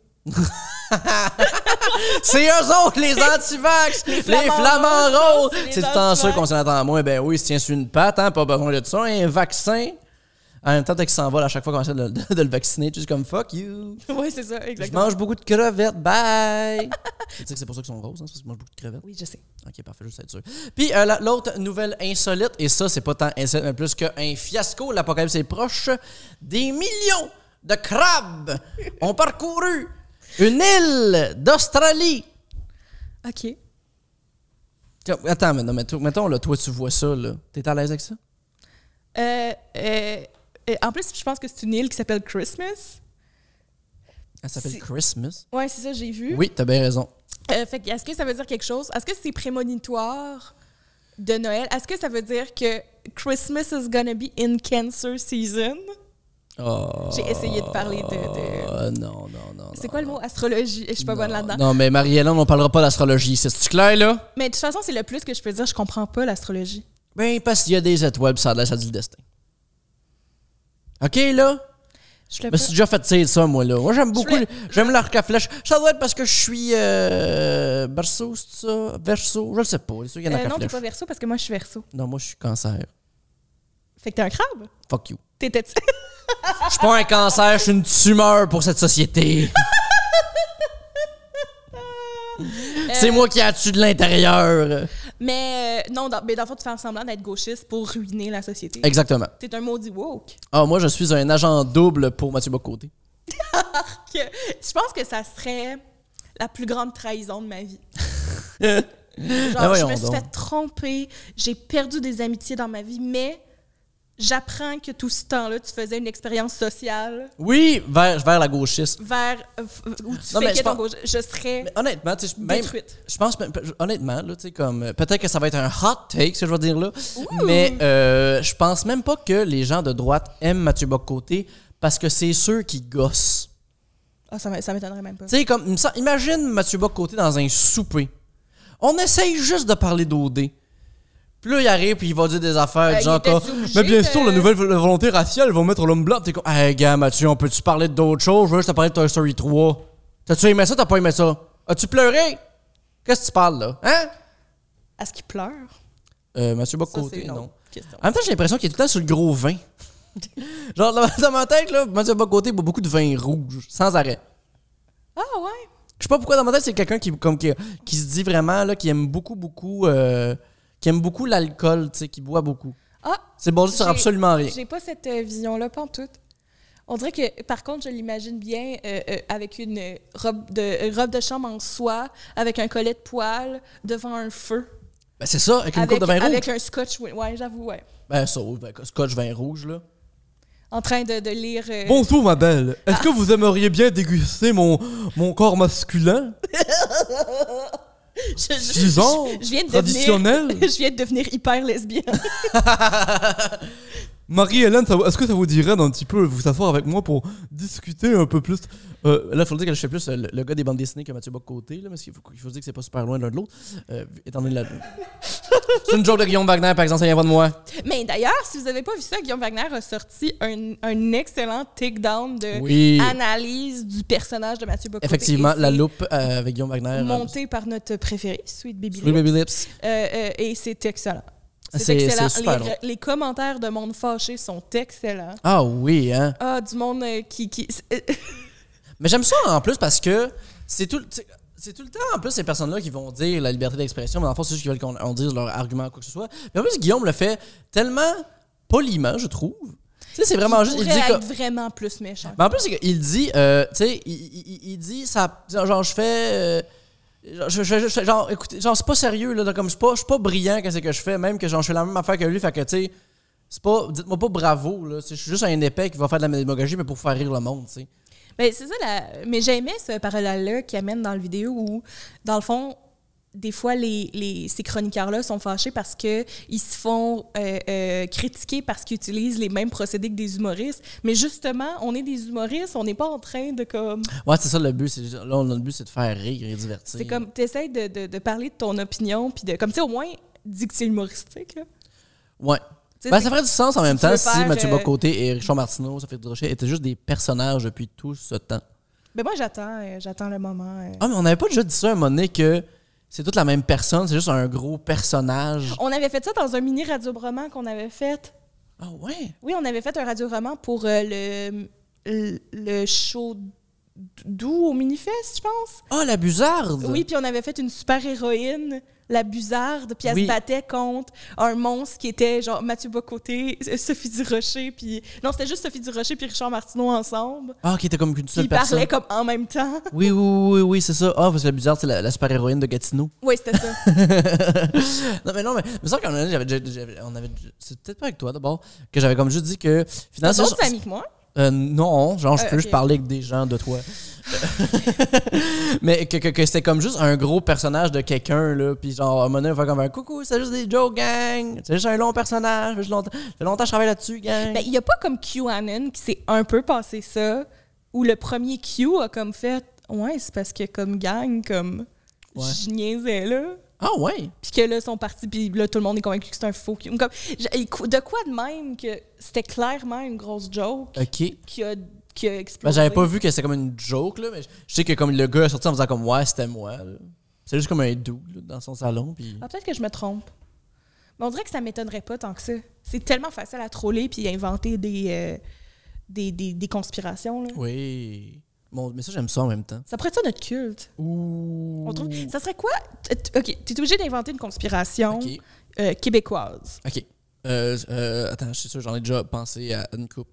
S1: C'est eux autres, les antivax, les
S2: flamands
S1: flamands
S2: roses,
S1: roses.
S2: c'est les
S1: C'est tout le temps
S2: antivax.
S1: sûr qu'on s'en attend moins. Ben oui, il se tient sur une patte, hein, pas besoin de ça. Un vaccin. En même temps, dès qu'il s'envole à chaque fois qu'on essaie de, le- de le vacciner, tu es juste comme fuck you.
S2: oui, c'est ça,
S1: Je
S2: exactement.
S1: mange beaucoup de crevettes, bye. tu sais que c'est pour ça qu'ils sont roses, hein, c'est parce qu'ils mangent beaucoup de crevettes.
S2: Oui, je sais.
S1: Ok, parfait, juste être sûr. Puis euh, la- l'autre nouvelle insolite, et ça, c'est pas tant insolite, mais plus qu'un fiasco, l'apocalypse est proche. Des millions de crabes ont parcouru une île d'Australie.
S2: OK.
S1: Tiens, Attends, mais non, mais toi- mettons, là, toi, tu vois ça, là. T'es à l'aise avec ça?
S2: Euh, euh, euh, en plus, je pense que c'est une île qui s'appelle Christmas.
S1: Elle s'appelle
S2: Si.
S1: Christmas.
S2: Ouais, c'est ça, j'ai vu.
S1: Oui, t'as bien raison.
S2: Euh, fait que, est-ce que ça veut dire quelque chose? Est-ce que c'est prémonitoire de Noël? Est-ce que ça veut dire que Christmas is gonna be in cancer season?
S1: Oh,
S2: J'ai essayé de parler de- de-
S1: Non, non, non.
S2: C'est quoi le mot? Astrologie. Je suis pas bonne là-dedans.
S1: Euh, Non, mais Marie-Hélène, on parlera pas d'astrologie. C'est-tu clair, là?
S2: Mais de toute façon, c'est le plus que je peux dire. Je comprends pas l'astrologie.
S1: Ben, parce qu'il y a des étoiles, puis ça a l'air, ça dit le destin. OK, là?
S2: Je le
S1: Je me suis déjà fait tirer ça, moi, là. Moi, j'aime beaucoup.
S2: l'ai-
S1: le- J'aime l'arc à flèche. Ça doit être parce que je suis. Euh, berceau, c'est ça? Verso? Je le sais pas. C'est sûr qu'il y en a
S2: Euh,
S1: qu'à
S2: non, t'es
S1: flèche.
S2: pas verso parce que moi, je suis verso.
S1: Non, moi, je suis cancer.
S2: Fait que t'es un crabe.
S1: Fuck you.
S2: T'étais.
S1: Je suis pas un cancer, je suis une tumeur pour cette société. C'est moi qui a tué de l'intérieur.
S2: mais euh, non, dans, mais dans le fond, tu fais semblant d'être gauchiste pour ruiner la société.
S1: Exactement.
S2: T'es un maudit woke.
S1: Ah, moi, je suis un agent double pour Mathieu Bocoté.
S2: que je pense que ça serait la plus grande trahison de ma vie. Genre,
S1: Ben
S2: je
S1: voyons
S2: me suis
S1: donc.
S2: fait tromper, j'ai perdu des amitiés dans ma vie, mais j'apprends que tout ce temps-là, tu faisais une expérience sociale
S1: Oui, vers, vers la gauchiste.
S2: vers euh, f- où tu
S1: Non, mais
S2: fais
S1: je
S2: ton
S1: pense-
S2: gauche. Je serais
S1: Mais honnêtement, tu sais, je- même,
S2: détruite.
S1: je pense, même- honnêtement, là, tu sais, comme, euh, peut-être que ça va être un hot take, ce que je vais dire là,
S2: Ouh!
S1: mais euh, je pense même pas que les gens de droite aiment Mathieu Bocoté parce que c'est ceux qui gossent.
S2: Ah, ça m'é- ça m'étonnerait même pas.
S1: Tu sais, comme, il me semble- imagine Mathieu Bocoté dans un souper. On essaye juste de parler d'OD. Puis là, il arrive, puis il va dire des affaires,
S2: Euh,
S1: du genre,
S2: il était
S1: comme,
S2: obligé
S1: mais bien
S2: de-
S1: sûr, la nouvelle vo- volonté raciale, ils vont mettre l'homme blanc. Puis T'es comme, hey, gars, Mathieu, on peut-tu parler d'autre chose? Je veux juste te parler de Toy Story 3. T'as-tu aimé ça? T'as pas aimé ça? As-tu pleuré? Qu'est-ce que tu parles, là? Hein?
S2: Est-ce qu'il pleure?
S1: Euh, Mathieu
S2: Ça, c'est
S1: Bocoté,
S2: une
S1: non.
S2: autre question.
S1: En même temps, j'ai l'impression qu'il est tout le temps sur le gros vin. genre, dans ma- dans ma tête, là, Mathieu Bocoté boit beaucoup de vin rouge, sans arrêt.
S2: Ah ouais?
S1: Je sais pas pourquoi dans ma tête c'est quelqu'un qui comme qui, qui se dit vraiment là qui aime beaucoup beaucoup euh, qui aime beaucoup l'alcool, tu sais, qui boit beaucoup.
S2: Ah,
S1: C'est basé sur
S2: J'ai-
S1: absolument rien.
S2: J'ai pas cette euh, vision-là, pas en tout. On dirait que, par contre, je l'imagine bien euh, euh, avec une euh, robe de, euh, robe de chambre en soie, avec un collet de poil, devant un feu.
S1: Ben, c'est ça avec une coupe
S2: avec,
S1: de vin
S2: avec
S1: rouge.
S2: un scotch, oui, ouais, j'avoue, ouais.
S1: Ben ça ben, scotch vin rouge là.
S2: Euh, En train de, de lire. euh,
S1: Bonjour ma belle. Est-ce que vous aimeriez bien déguster mon mon corps masculin
S2: je, je-
S1: disons,
S2: je- je viens de
S1: traditionnel.
S2: devenir- je viens de devenir hyper lesbienne.
S1: Marie-Hélène, ça vous- est-ce que ça vous dirait d'un petit peu vous s'asseoir avec moi pour discuter un peu plus Euh, Là, il faut le dire que je fais plus euh, le, le gars des bandes dessinées que Mathieu Bocoté, là, parce qu'il faut, il faut se dire que c'est pas super loin l'un de l'autre, euh, étant donné la. c'est une joke de Guillaume Wagner, par exemple, ça vient pas de moi.
S2: Mais d'ailleurs, si vous n'avez pas vu ça, Guillaume Wagner a sorti un, un excellent takedown de
S1: Oui.
S2: analyse du personnage de Mathieu Bocoté.
S1: Effectivement,
S2: Et
S1: la
S2: c'est
S1: loupe euh, avec Guillaume Wagner.
S2: Monté par notre préféré, Sweet Baby.
S1: Oui,
S2: Lip.
S1: Baby Lips.
S2: Euh, euh, et c'est excellent.
S1: C'est-
S2: C'est excellent.
S1: c'est super
S2: les,
S1: drôle.
S2: les commentaires de monde fâché sont excellents.
S1: Ah oui, hein.
S2: Ah, du monde euh, qui. qui c'est-
S1: Mais j'aime ça en plus parce que c'est tout. c'est- C'est tout le temps, en plus, ces personnes-là qui vont dire la liberté d'expression, mais en fait, c'est juste qu'ils veulent qu'on on dise leur argument, quoi que ce soit. Mais en plus, Guillaume le fait tellement poliment, je trouve. Tu sais, c'est vraiment
S2: qui
S1: juste.
S2: pourrait
S1: que-
S2: être vraiment plus méchant.
S1: Mais en plus, c'est qu'il dit, euh, tu sais, il, il- il- il dit, ça, genre, je fais. euh, genre, je, je- je- genre, écoutez, genre, c'est pas sérieux, là. Comme, je suis pas, je suis pas brillant, qu'est-ce que je fais, même que genre, je fais la même affaire que lui, fait que, tu sais, c'est pas. Dites-moi pas bravo, là. Je suis juste un épais qui va faire de la démagogie, mais pour faire rire le monde, tu sais.
S2: Mais Ben, c'est ça, la- mais j'aimais ce parallèle-là qui amène dans le vidéo où, dans le fond, des fois, les, les- ces chroniqueurs-là sont fâchés parce que ils se font euh, euh, critiquer parce qu'ils utilisent les mêmes procédés que des humoristes. Mais justement, on est des humoristes, on n'est pas en train de comme.
S1: Ouais, c'est ça le but. c'est juste- Là, on a le but, c'est de faire rire et divertir.
S2: C'est comme, t'essayes de, de, de parler de ton opinion, puis de. Comme, tu sais, au moins, dis que c'est humoristique, là.
S1: Ouais.
S2: Tu sais,
S1: Ben,
S2: c'est-
S1: ça ferait du sens en
S2: si
S1: même
S2: tu
S1: temps
S2: veux
S1: si
S2: faire,
S1: Mathieu
S2: euh,
S1: Bocoté et Richard Martineau, ça fait Durocher, étaient juste des personnages depuis tout ce temps.
S2: Ben moi, j'attends, euh, j'attends le moment. euh.
S1: Ah, mais on n'avait pas déjà dit ça à un moment donné que c'est toute la même personne, c'est juste un gros personnage.
S2: On avait fait ça dans un mini radio-roman qu'on avait fait.
S1: Ah ouais?
S2: Oui, on avait fait un radio-roman pour euh, le, le, le show doux au mini-fest, je pense.
S1: Ah, la buzarde!
S2: Oui, puis on avait fait une super-héroïne, la Buzarde, puis elle
S1: Oui.
S2: se battait contre un monstre qui était genre Mathieu Bocoté, euh, Sophie Durocher, puis... Non, c'était juste Sophie Durocher puis Richard Martineau ensemble.
S1: Ah, qui était comme une
S2: Puis
S1: seule
S2: ils
S1: personne.
S2: parlaient comme en même temps.
S1: Oui, oui, oui, oui, oui, c'est ça. Ah, parce que la buzarde, c'est la, la super-héroïne de Gatineau.
S2: Oui, c'était ça.
S1: non, mais non, mais il me semble qu'on avait, j'avais déjà- j'avais- on avait. C'est peut-être pas avec toi d'abord, que j'avais comme juste dit que
S2: T'as
S1: finalement.
S2: d'autres
S1: c'est-
S2: amis que moi.
S1: Euh, non, genre, je
S2: Euh,
S1: peux juste
S2: ok.
S1: parler avec des gens de toi. mais que, que, que c'était comme juste un gros personnage de quelqu'un, là. Puis genre, à un moment donné, on fait comme un coucou, c'est juste des jokes, gang. C'est juste un long personnage. Ça fait longtemps, ça fait longtemps que je travaille là-dessus, gang.
S2: Ben, il n'y a pas comme QAnon qui s'est un peu passé ça, où le premier Q a comme fait Ouais, c'est parce que comme gang, comme
S1: Ouais.
S2: je niaisais là.
S1: ah ouais.
S2: Puis que là, ils sont partis, puis là, tout le monde est convaincu que c'est un faux Q. Comme, je- et cou- de quoi de même que c'était clairement une grosse joke
S1: Ok.
S2: qui a, qui a
S1: Euh. Ben,
S2: explosé.
S1: j'avais pas vu que c'était comme une joke, là, mais je je sais que comme le gars est sorti en faisant comme ouais, c'était moi. là. C'est juste comme un double dans son salon. Puis...
S2: Ah, peut-être que je me trompe. Mais on dirait que ça m'étonnerait pas tant que ça. C'est tellement facile à troller puis à inventer des, euh, des, des, des conspirations. Là.
S1: Oui. Bon, mais ça, j'aime ça en même temps.
S2: Ça pourrait être ça notre culte.
S1: Ouh.
S2: On trouve- Ça serait quoi? T- t- OK, tu es obligé d'inventer une conspiration
S1: Ok.
S2: euh, québécoise.
S1: Ok. Euh, euh, attends, je suis sûr, j'en ai déjà pensé à une coupe.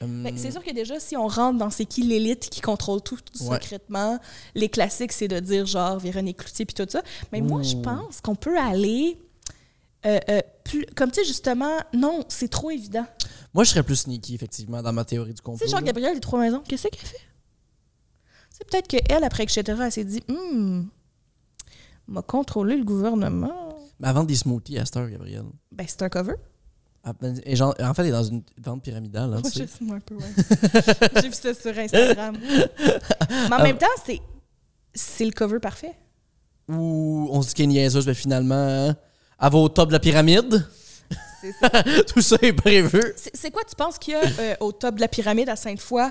S1: Hum,
S2: Ben, c'est sûr que déjà, si on rentre dans c'est qui l'élite qui contrôle tout, tout
S1: Ouais.
S2: secrètement, les classiques, c'est de dire genre Véronique Cloutier puis tout ça. Mais moi, je
S1: Ouh.
S2: pense qu'on peut aller. euh, euh, plus, comme tu sais, justement, non, c'est trop évident.
S1: Moi, je serais plus sneaky, effectivement, dans ma théorie du
S2: Tu
S1: complot.
S2: sais, genre
S1: là.
S2: Gabrielle des Trois Maisons, qu'est-ce qu'elle fait? C'est peut-être qu'elle, après, etc., elle s'est dit Hum, m'a contrôlé le gouvernement.
S1: Mais elle vend des smoothies à cette heure, Gabriel. Ah, ben,
S2: Ben, c'est un cover.
S1: Et genre, en fait, elle est dans une vente pyramidale. hein,
S2: Moi,
S1: tu sais.
S2: je- moi, un peu, ouais. J'ai vu ça sur Instagram. Mais en même
S1: Ah.
S2: temps, c'est, c'est le cover parfait.
S1: Ou on se dit qu'elle est niaiseuse, mais finalement, hein, elle va au top de la pyramide.
S2: C'est ça.
S1: Tout ça est prévu.
S2: C'est, c'est quoi, tu penses qu'il y a euh, au top de la pyramide à Sainte-Foy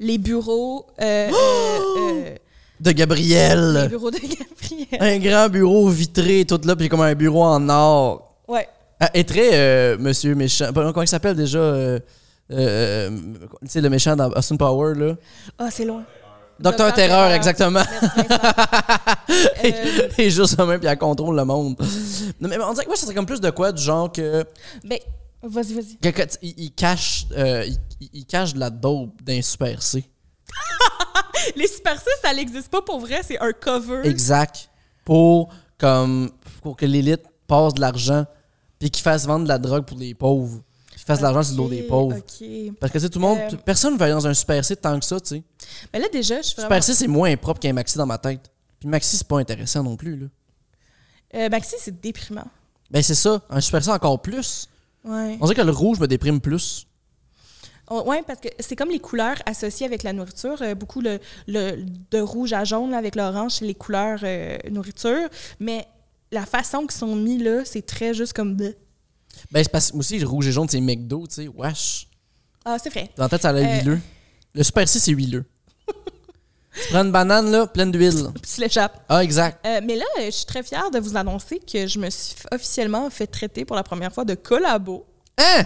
S2: les bureaux, euh, euh,
S1: De
S2: euh, les
S1: Gabriel.
S2: bureaux de Gabriel?
S1: Un grand bureau vitré, tout là, puis comme un bureau en or.
S2: Ouais.
S1: Ah, et très euh, Monsieur Méchant. Pas- Comment il s'appelle déjà euh, euh, euh, Tu sais, le méchant dans Austin Power, là.
S2: Ah, c'est loin.
S1: Docteur
S2: Docteur
S1: Terreur,
S2: Terreur.
S1: exactement.
S2: Merci, Vincent. Euh,
S1: Et juste en même, puis elle contrôle le monde. Non, mais on dirait que moi, ça serait comme plus de quoi, du genre que.
S2: ben, vas-y, vas-y.
S1: que- que- il, il cache, euh, il, il- il cache de la dope d'un Super C.
S2: Hein? Les super six, ça n'existe pas pour vrai, c'est un cover.
S1: Exact. Pour, comme, pour que l'élite passe de l'argent, puis qu'ils fassent vendre de la drogue pour les pauvres. Qu'ils fassent de l'argent sur le dos des
S2: Ok,
S1: pauvres.
S2: OK.
S1: Parce que, tu sais, tout le monde.
S2: Euh.
S1: Personne ne va aller dans un Super C tant que ça, tu sais.
S2: Mais Ben là, déjà, je suis vraiment...
S1: Super C, c'est moins propre qu'un Maxi dans ma tête. Puis Maxi, c'est pas intéressant non plus. Là.
S2: Euh, Maxi, c'est déprimant.
S1: Ben, c'est ça. Un Super C encore plus.
S2: Ouais.
S1: On dirait que le rouge me déprime plus.
S2: On- Oh, ouais, parce que c'est comme les couleurs associées avec la nourriture. Euh, beaucoup le, le- de rouge à jaune là, avec l'orange, c'est les couleurs euh, nourriture. Mais la façon qu'ils sont mis là, c'est très juste comme. bleu.
S1: Ben, c'est parce que aussi, le rouge et jaune, c'est McDo, tu sais. Wesh.
S2: Ah, c'est vrai.
S1: Dans la tête, ça a l'air
S2: Euh.
S1: huileux. Le Super C, c'est huileux. tu prends une banane, là, pleine d'huile.
S2: Puis tu l'échappes.
S1: Ah, exact.
S2: Euh, mais là, euh, je suis très fière de vous annoncer que je me suis f- officiellement fait traiter pour la première fois de collabo.
S1: Hein?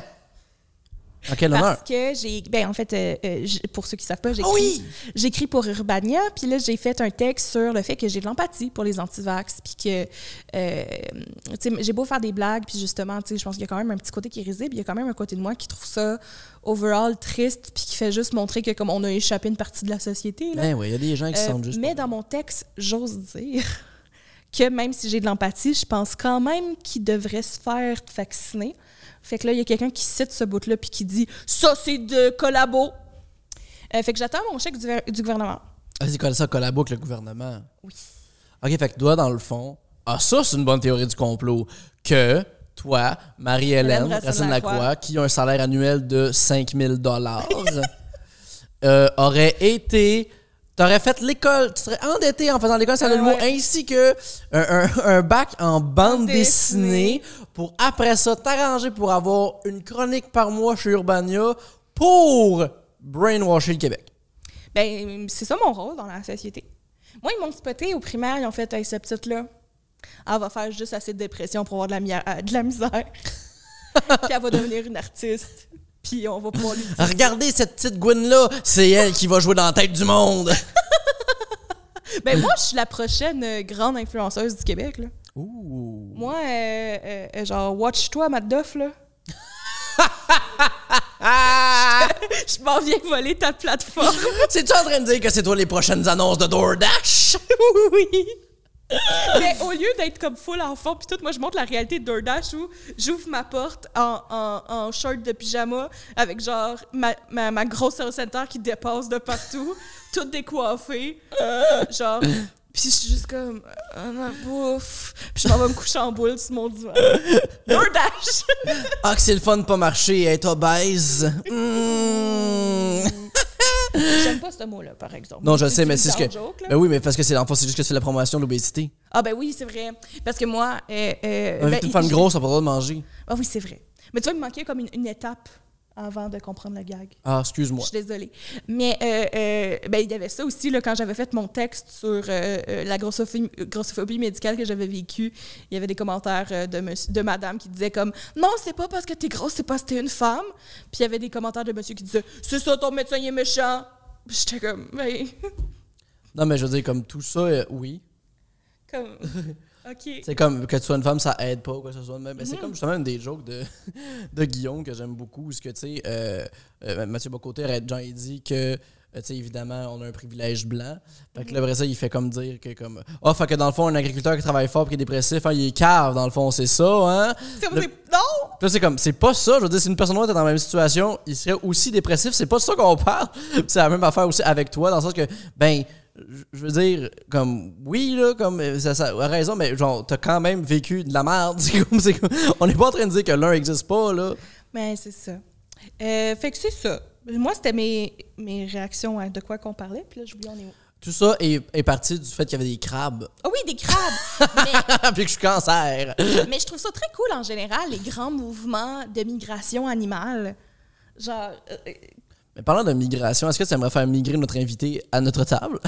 S1: En quel honneur.
S2: Parce que j'ai. Ben, en fait, euh, euh, j- pour ceux qui ne savent pas, j'écris,
S1: Ah oui!
S2: j'écris pour Urbania, puis là, j'ai fait un texte sur le fait que j'ai de l'empathie pour les antivax, puis que. euh, tu sais, j'ai beau faire des blagues, puis justement, tu sais, je pense qu'il y a quand même un petit côté qui est risible, il y a quand même un côté de moi qui trouve ça overall triste, puis qui fait juste montrer que, comme on a échappé une partie de la société, là.
S1: Ben, ouais, il y a des gens qui se
S2: Euh,
S1: sentent juste.
S2: mais dans mon texte, j'ose dire que même si j'ai de l'empathie, je pense quand même qu'il devrait se faire vacciner. Fait que là, il y a quelqu'un qui cite ce bout-là puis qui dit Ça, c'est de collabo. Euh, fait que j'attends mon chèque du, du gouvernement.
S1: Ah, c'est quoi ça, collabo avec le gouvernement?
S2: Oui.
S1: OK, fait que toi, dans le fond, ah, ça, c'est une bonne théorie du complot. Que toi, Marie-Hélène,
S2: Madame
S1: Racine
S2: Racine-Lacroix,
S1: Lacroix, qui a un salaire annuel de 5000 euh, aurait été. T'aurais fait l'école, tu serais endettée en faisant l'école, ça
S2: Ouais,
S1: le mot,
S2: ouais.
S1: ainsi que un, un- un bac en bande dessinée
S2: Dessinée.
S1: pour après ça t'arranger pour avoir une chronique par mois chez Urbania pour brainwasher le Québec.
S2: Ben, c'est ça mon rôle dans la société. Moi, ils m'ont spoté au primaire, ils ont fait Hey, ce petit-là. Elle va faire juste assez de dépression pour avoir de la, mi- euh, de la misère. puis elle va devenir une artiste. Puis on va pouvoir lui dire
S1: Regardez cette petite Gwyn-là, c'est elle qui va jouer dans la tête du monde.
S2: Ben moi, je suis la prochaine euh, grande influenceuse du Québec. Là.
S1: Ouh.
S2: Moi, euh, euh, euh, genre, watch-toi, Matt Duff, là.
S1: Ah!
S2: Je m'en viens voler ta plateforme.
S1: C'est-tu en train de dire que c'est toi les prochaines annonces de DoorDash?
S2: oui. Mais au lieu d'être comme full enfant, puis tout, moi, je montre la réalité de DoorDash où j'ouvre ma porte en, en, en short de pyjama avec, genre, ma, ma, ma grosse center qui dépasse de partout, toute décoiffée. genre, puis je suis juste comme, ah, ma bouffe. Puis je m'en vais me coucher en boule sur mon divan. DoorDash!
S1: Ah, que c'est le fun de pas marcher et être obèse. Mm.
S2: J'aime pas ce mot-là, par exemple.
S1: Non, je sais,
S2: une
S1: mais c'est ce
S2: dark
S1: que.
S2: joke, là.
S1: Ben oui, mais parce que c'est en fait, c'est juste que c'est la promotion de l'obésité.
S2: Ah, ben oui, c'est vrai. Parce que moi. Euh, euh,
S1: Avec
S2: ben,
S1: toute
S2: il-
S1: femme
S2: il-
S1: grosse, on pas le droit de manger.
S2: Ah, oui, c'est vrai. Mais tu vois, il me manquait comme une, une étape avant de comprendre le gag.
S1: Ah,
S2: Je
S1: excuse-moi.
S2: suis désolée. Mais euh, euh, ben, il y avait ça aussi, là, quand j'avais fait mon texte sur euh, euh, la grossophobie, grossophobie médicale que j'avais vécue. Il y avait des commentaires euh, de, monsieur- de madame qui disaient comme Non, c'est pas parce que t'es grosse, c'est parce que t'es une femme. Puis il y avait des commentaires de monsieur qui disaient C'est ça, ton médecin, il est méchant. Puis J'étais comme, ben,
S1: Non, mais je veux dire, comme tout ça, euh, oui.
S2: comme. OK.
S1: C'est comme que tu sois une femme, ça aide pas ou quoi que ce soit. Mais mais c'est comme justement une des jokes de, de Guillaume que j'aime beaucoup. où ce que, tu sais, euh, euh, Mathieu Bocoté, Red Jean, il dit que, euh, tu sais, évidemment, on a un privilège blanc. Fait que là, après ça, il fait comme dire que, comme, oh, fait que dans le fond, un agriculteur qui travaille fort et qui est dépressif, hein, il est cave, dans le fond, c'est ça, hein?
S2: C'est comme
S1: Le-
S2: c'est- Non!
S1: Puis là, c'est comme, c'est pas ça. Je veux dire, si une personne noire était dans la même situation, il serait aussi dépressif. C'est pas de ça qu'on parle. Puis c'est la même affaire aussi avec toi, dans le sens que, ben, je- je veux dire, comme, oui, là, comme, euh, ça, ça a raison, mais genre, t'as quand même vécu de la merde. C'est comme, c'est comme- on n'est pas en train de dire que l'un n'existe pas, là.
S2: Mais Ben, c'est ça. Euh, fait que c'est ça. Moi, c'était mes, mes réactions à de quoi qu'on parlait. Puis là, j'oublie, on est où?
S1: Tout ça est, est parti du fait qu'il y avait des crabes,
S2: Ah oui, des crabes! mais
S1: puis que je suis cancer.
S2: Mais je trouve ça très cool en général, les grands mouvements de migration animale. Genre, euh, euh,
S1: Mais parlant de migration, est-ce que tu aimerais faire migrer notre invité à notre table?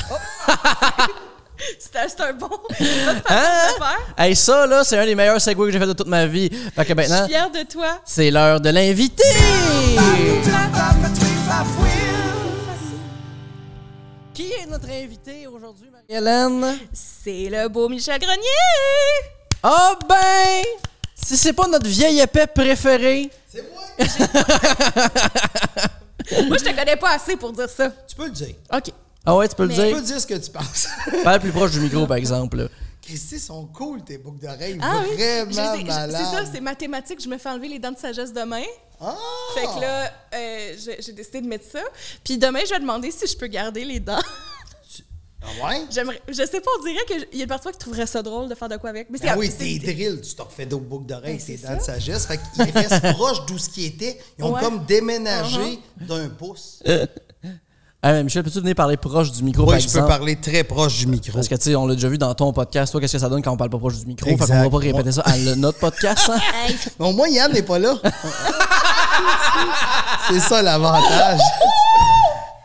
S2: c'est un, c'est un bon une bonne façon
S1: Hein?
S2: de le faire.
S1: Hey, ça, là, c'est un des meilleurs segways que j'ai fait de toute ma vie. Fait que
S2: Je suis
S1: maintenant,
S2: fière de toi.
S1: c'est l'heure de l'invité! Qui est notre invité aujourd'hui, Marie-Hélène?
S2: C'est le beau Michel Grenier!
S1: Ah ben! Si c'est pas notre vieille épée préférée,
S2: Moi, je te connais pas assez pour dire ça.
S3: Tu peux le dire.
S2: OK.
S1: ah ouais, tu peux
S2: Mais-
S1: le
S3: Tu
S1: dire.
S3: peux dire ce que tu penses.
S1: Parle plus proche du micro, par exemple.
S3: Christy, sont cool tes boucles d'oreilles.
S2: Ah oui. Je les ai-
S3: Vraiment
S2: je-
S3: malades.
S2: C'est ça, c'est mathématique. Je me fais enlever les dents de sagesse demain.
S3: Ah!
S2: Fait que là, euh, j'ai j'ai décidé de mettre ça. Puis demain, je vais demander si je peux garder les dents.
S3: Ah ouais?
S2: J'aimerais, je sais pas, on dirait qu'il y a une partie de moi qui trouverait ça drôle de faire de quoi avec. Mais c'est
S3: Ben oui,
S2: c'est-
S3: tes drills, tu te refais d'autres boucles
S2: Ben,
S3: d'oreilles,
S2: c'est
S3: tes dents de
S2: ça.
S3: sagesse. Fait qu'ils restent proches d'où ce qui était. Ils ont
S2: Ouais. Uh-huh.
S3: comme déménagé d'un pouce.
S1: Ah mais Michel, peux-tu venir parler proche du micro, Euh, par
S3: Oui, je
S1: exemple?
S3: peux parler très proche du micro.
S1: Parce que, tu sais, on l'a déjà vu dans ton podcast. Toi, qu'est-ce que ça donne quand on parle pas proche du micro? Fait qu'on
S3: Exact.
S1: va pas répéter ça à le- notre podcast, hein?
S3: Mais au moins, Yann n'est pas là. c'est ça l'avantage.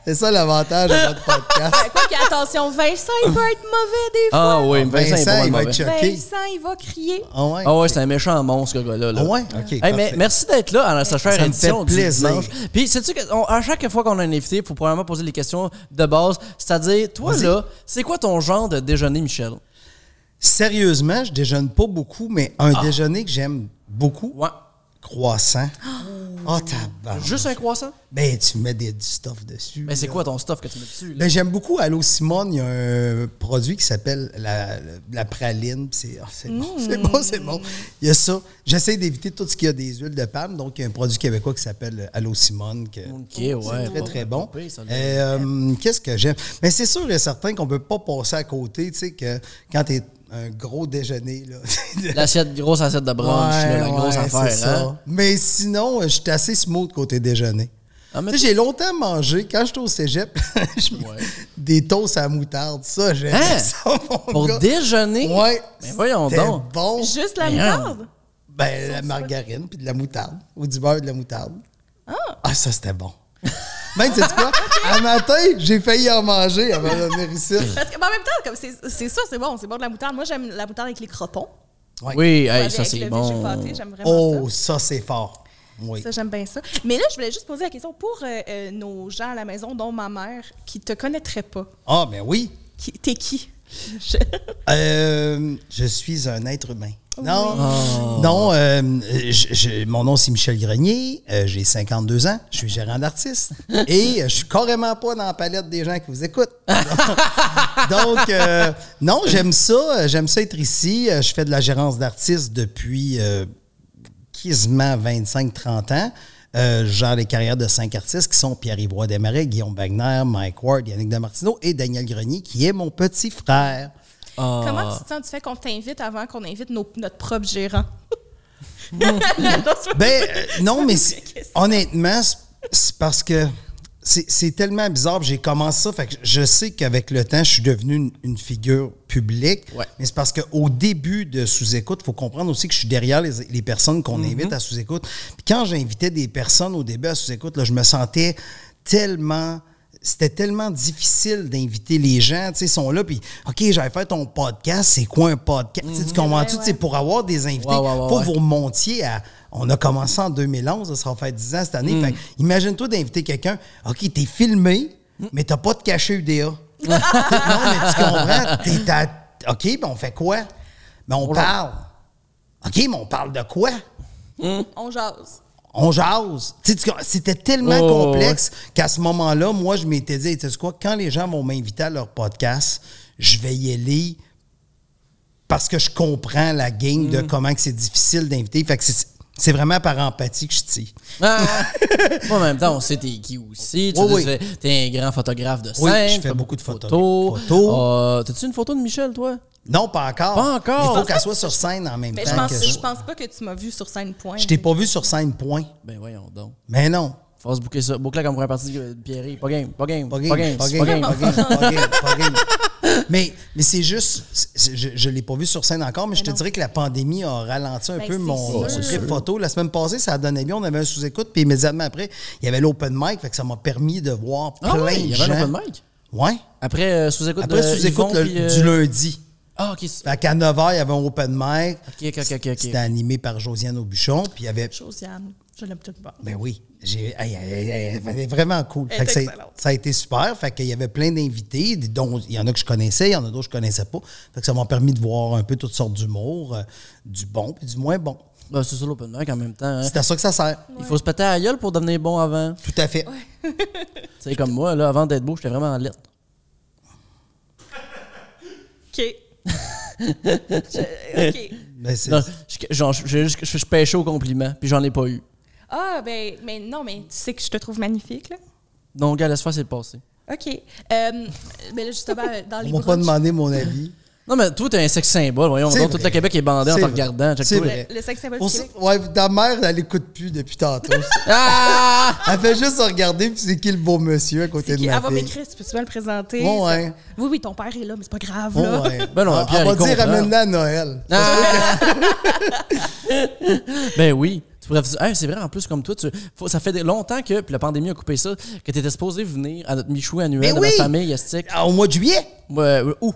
S3: C'est ça l'avantage de notre podcast.
S2: Ben, quoi qu'attention, Vincent, il peut être mauvais des fois.
S1: Ah oui, Vincent, est pas
S3: Vincent,
S1: mal
S3: il va
S1: mauvais.
S3: être choqué.
S2: Vincent, il va crier.
S3: Ah ouais?
S1: Ah ouais, c'est un méchant monstre, ce gars-là. là.
S3: Ah ouais? OK,
S1: Hey,
S3: parfait.
S1: mais merci d'être là à sa chère
S3: me fait
S1: édition du
S3: plaisir.
S1: dimanche. Puis, sais-tu qu'à chaque fois qu'on a un invité, il faut probablement poser les questions de base. C'est-à-dire, toi,
S3: Vas-y.
S1: là, c'est quoi ton genre de déjeuner, Michel?
S3: Sérieusement, je déjeune pas beaucoup, mais un déjeuner que j'aime beaucoup,
S1: Ah. Ouais.
S3: croissant. Oh, tabarnak.
S1: Juste un croissant?
S3: Ben, tu mets des, du stuff dessus.
S1: Mais c'est
S3: là.
S1: quoi ton stuff que tu mets dessus? là?
S3: Ben, j'aime beaucoup à l'eau Simone, il y a un produit qui s'appelle la, la praline. puis C'est oh, c'est bon, c'est bon, c'est bon. Il y a ça. J'essaie d'éviter tout ce qui a des huiles de palme. Donc, il y a un produit québécois qui s'aelle Allo Simone. Que,
S1: Ok, ouais.
S3: Très, très bon.
S1: Coupé, ça, là.
S3: Euh, euh, Qu'est-ce que j'aime? Mais c'est sûr et certain qu'on peut pas passer à côté, tu sais, que quand tu es un gros déjeuner, là.
S1: L'assiette, grosse assiette de brunch,
S3: Ouais,
S1: là, la grosse
S3: ouais, c'est
S1: affaire.
S3: ça.
S1: Hein?
S3: Mais sinon, euh, je suis assez smooth côté déjeuner.
S1: Ah, mais
S3: Tu sais, j'ai longtemps mangé. Quand j'étais au cégep, je me-
S1: Ouais.
S3: des toasts à la moutarde. Ça, j'aimais
S1: Hein?
S3: ça, mon
S1: Pour
S3: gars.
S1: déjeuner?
S3: Ouais.
S1: Mais voyons
S3: c'était
S1: donc.
S3: bon.
S2: Juste la
S1: Mais, hein.
S2: moutarde.
S3: Ben, la margarine puis de la moutarde. Ou du beurre et de la moutarde. Ah! ça, c'était bon. Même, tu sais quoi? Un matin, j'ai failli en manger avant de venir ici.
S2: Parce que, ben, en même temps, comme c'est c'est ça, c'est bon, c'est bon de la moutarde. Moi, j'aime la moutarde avec les crotons.
S3: Ouais.
S1: Oui, hey,
S2: Avec
S1: ça, c'est
S2: le
S1: bon.
S2: végé pâté, j'aime vraiment
S3: Oh, ça, c'est fort. Oui.
S2: ça. Ça, j'aime bien ça. Mais là, je voulais juste poser la question pour euh, euh, nos gens à la maison, dont ma mère, qui te connaîtrait pas.
S3: Ah, ben oui.
S2: Qui- T'es qui? Je-
S3: Euh, je suis un être humain. Non, non euh, je- je- mon nom c'est Michel Grenier, euh, j'ai 52 ans, je suis gérant d'artiste et euh, je suis carrément pas dans la palette des gens qui vous écoutent. Donc, euh, non, j'aime ça, euh, j'aime ça être ici. Euh, Je fais de la gérance d'artiste depuis euh, quasiment 25-30 ans. Euh, je gère les carrières de cinq artistes qui sont Pierre-Yvroy Desmarais, Guillaume Bagner, Mike Ward, Yannick Damartino et Daniel Grenier, qui est mon petit frère.
S1: Ah.
S2: Comment
S3: Ah.
S2: tu te sens du fait qu'on t'invite avant qu'on invite nos- notre propre gérant? Non, c'est pas-
S3: Ben, euh, non, mais c'est-
S2: Qu'est-ce que-
S3: honnêtement, c'est- c'est parce que c'est c'est tellement bizarre. puis J'ai commencé ça, fait que je sais qu'avec le temps, je suis devenu une, une figure publique.
S1: Ouais.
S3: Mais c'est parce qu'au début de Sous-Écoute, il faut comprendre aussi que je suis derrière les, les personnes qu'on invite à Sous-Écoute. Puis quand j'invitais des personnes au début à Sous-Écoute, là, je me sentais tellement. C'était tellement difficile d'inviter les gens. Tu sais, ils sont là, puis OK, j'avais fait ton podcast. C'est quoi un podcast? Tu sais, Tu comprends-tu?
S2: Ouais,
S3: Tu sais,
S2: ouais.
S3: Pour avoir des invités,
S1: Ouais, ouais, ouais,
S3: faut
S1: ouais.
S3: vous vous remontiez à. On a commencé en 2011, ça va faire 10 ans cette année.
S1: Hmm.
S3: Fait que imagine-toi d'inviter quelqu'un. OK, t'es filmé,
S1: Hmm.
S3: mais t'as pas de cachet UDA. non, mais tu comprends? T'es à- OK, ben on fait quoi? Mais on parle. OK, mais on parle de quoi?
S2: On jase.
S3: On jase. Tu sais, tu- C'était tellement
S1: Oh,
S3: complexe qu'à ce moment-là, moi, je m'étais dit, tu sais quoi, quand les gens vont m'inviter à leur podcast, je vais y aller parce que je comprends la game
S1: Mm.
S3: de comment que c'est difficile d'inviter. Fait que c'est- c'est vraiment par empathie que je tire.
S1: Ah! Moi, en même temps, on sait t'es qui aussi. Tu
S3: Oui,
S1: sais,
S3: oui.
S1: tu fais- t'es un grand photographe de scène.
S3: Oui, je
S1: tu
S3: fais beaucoup de photos. Photos.
S1: photos. Euh, T'as-tu une photo de Michel, toi?
S3: Non, pas encore.
S1: Pas encore.
S3: Il faut qu'elle soit sur scène en même
S2: Mais je
S3: temps
S2: pense,
S3: Ben que
S2: je
S3: je.
S2: pense pas que tu m'as vu sur scène point.
S3: Je t'ai pas vu sur scène, point.
S1: Ben voyons donc.
S3: Mais non.
S1: Faut se boucler ça. Boucler comme première partie de Pierre. Pas game, pas game,
S3: Pas game, pas game,
S1: game.
S3: pas game, pas game, pas game. Mais, mais c'est juste, c'est- je, je l'ai pas vu sur scène encore, mais je te dirais que la pandémie a ralenti un
S2: Ben,
S3: peu
S2: c'est
S3: mon,
S2: sûr.
S3: mon trip photo. La semaine passée, ça donnait bien, on avait un sous-écoute, puis immédiatement après, il y avait l'open mic, fait que ça m'a permis de voir
S1: Ah
S3: plein
S1: ouais, il
S3: de
S1: y
S3: gens.
S1: avait un open mic.
S3: Ouais.
S1: Après, euh, sous-écoute
S3: Après,
S1: de
S3: sous-écoute
S1: Yvon,
S3: le-
S1: puis, euh,
S3: du lundi.
S1: Ah, OK. c'est-
S3: Fait qu'à 9h, il y avait un open mic.
S1: OK, OK, OK, OK.
S3: C'était animé par Josiane Aubuchon, puis il y avait
S2: Josiane, je l'aime tout pas.
S3: Ben oui. J'ai, elle, elle- elle- elle est vraiment cool.
S2: Elle
S3: Fait que
S2: est
S3: ça,
S2: excellente.
S3: ça a été super. Fait qu'il y avait plein d'invités, des- dont il y en a que je connaissais, il y en a d'autres que je connaissais pas. Fait que ça m'a permis de voir un peu toutes sortes d'humour, euh, du bon et du moins bon.
S1: Ben, c'est ça l'open mic en même temps. hein.
S3: C'est à ça que ça sert.
S1: Il faut se péter à la gueule pour devenir bon avant. Tu
S3: Tout à fait.
S1: sais, comme moi, là, avant d'être beau, j'étais vraiment lettre.
S2: OK. Je- OK.
S3: Mais Ben, c'est-
S1: Non, je- genre, je, je, je- je pêchais au compliment, puis j'en ai pas eu.
S2: Ah, ben, mais non, mais tu sais que je te trouve magnifique, là.
S1: Donc, gars, laisse faire, c'est passé.
S2: OK. Euh, mais là, justement, euh, dans les
S3: on m'a pas
S2: brunchs,
S3: demandé mon avis.
S1: Non, mais toi, t'es un sexe symbole, voyons.
S3: C'est
S1: donc, tout
S3: vrai.
S1: le Québec est bandé en
S3: C'est
S1: te
S3: vrai.
S1: regardant. check
S3: C'est
S1: toi.
S3: vrai.
S2: le sexe symbole
S3: Pour
S2: du
S3: ça-
S2: Québec.
S3: ouais, ta mère, elle écoute plus depuis tantôt.
S1: Ah!
S3: elle fait juste regarder, puis c'est qui le beau monsieur à
S2: C'est
S3: côté
S2: qui- Ah,
S3: de
S2: Elle
S3: ma
S2: va
S3: fille.
S2: m'écrire, tu peux-tu me le présenter?
S3: Ouais,
S2: Ça-
S3: ouais.
S2: Oui, oui, ton père est là, mais c'est pas grave,
S3: Oh,
S2: là.
S3: ouais.
S1: Ben non,
S3: on,
S1: Pierre,
S3: on va
S1: elle est
S3: dire
S1: contre,
S3: amène-la à Noël.
S1: Ah! ben oui. Tu pourrais- Hey, c'est vrai, en plus, comme toi, tu- faut- ça fait des- longtemps que, puis la pandémie a coupé ça, que t'étais supposé venir à notre Michou annuel
S3: Mais
S1: de
S3: oui!
S1: ma famille, Estic.
S3: Ah, Au mois de juillet.
S1: Ouais, euh, où?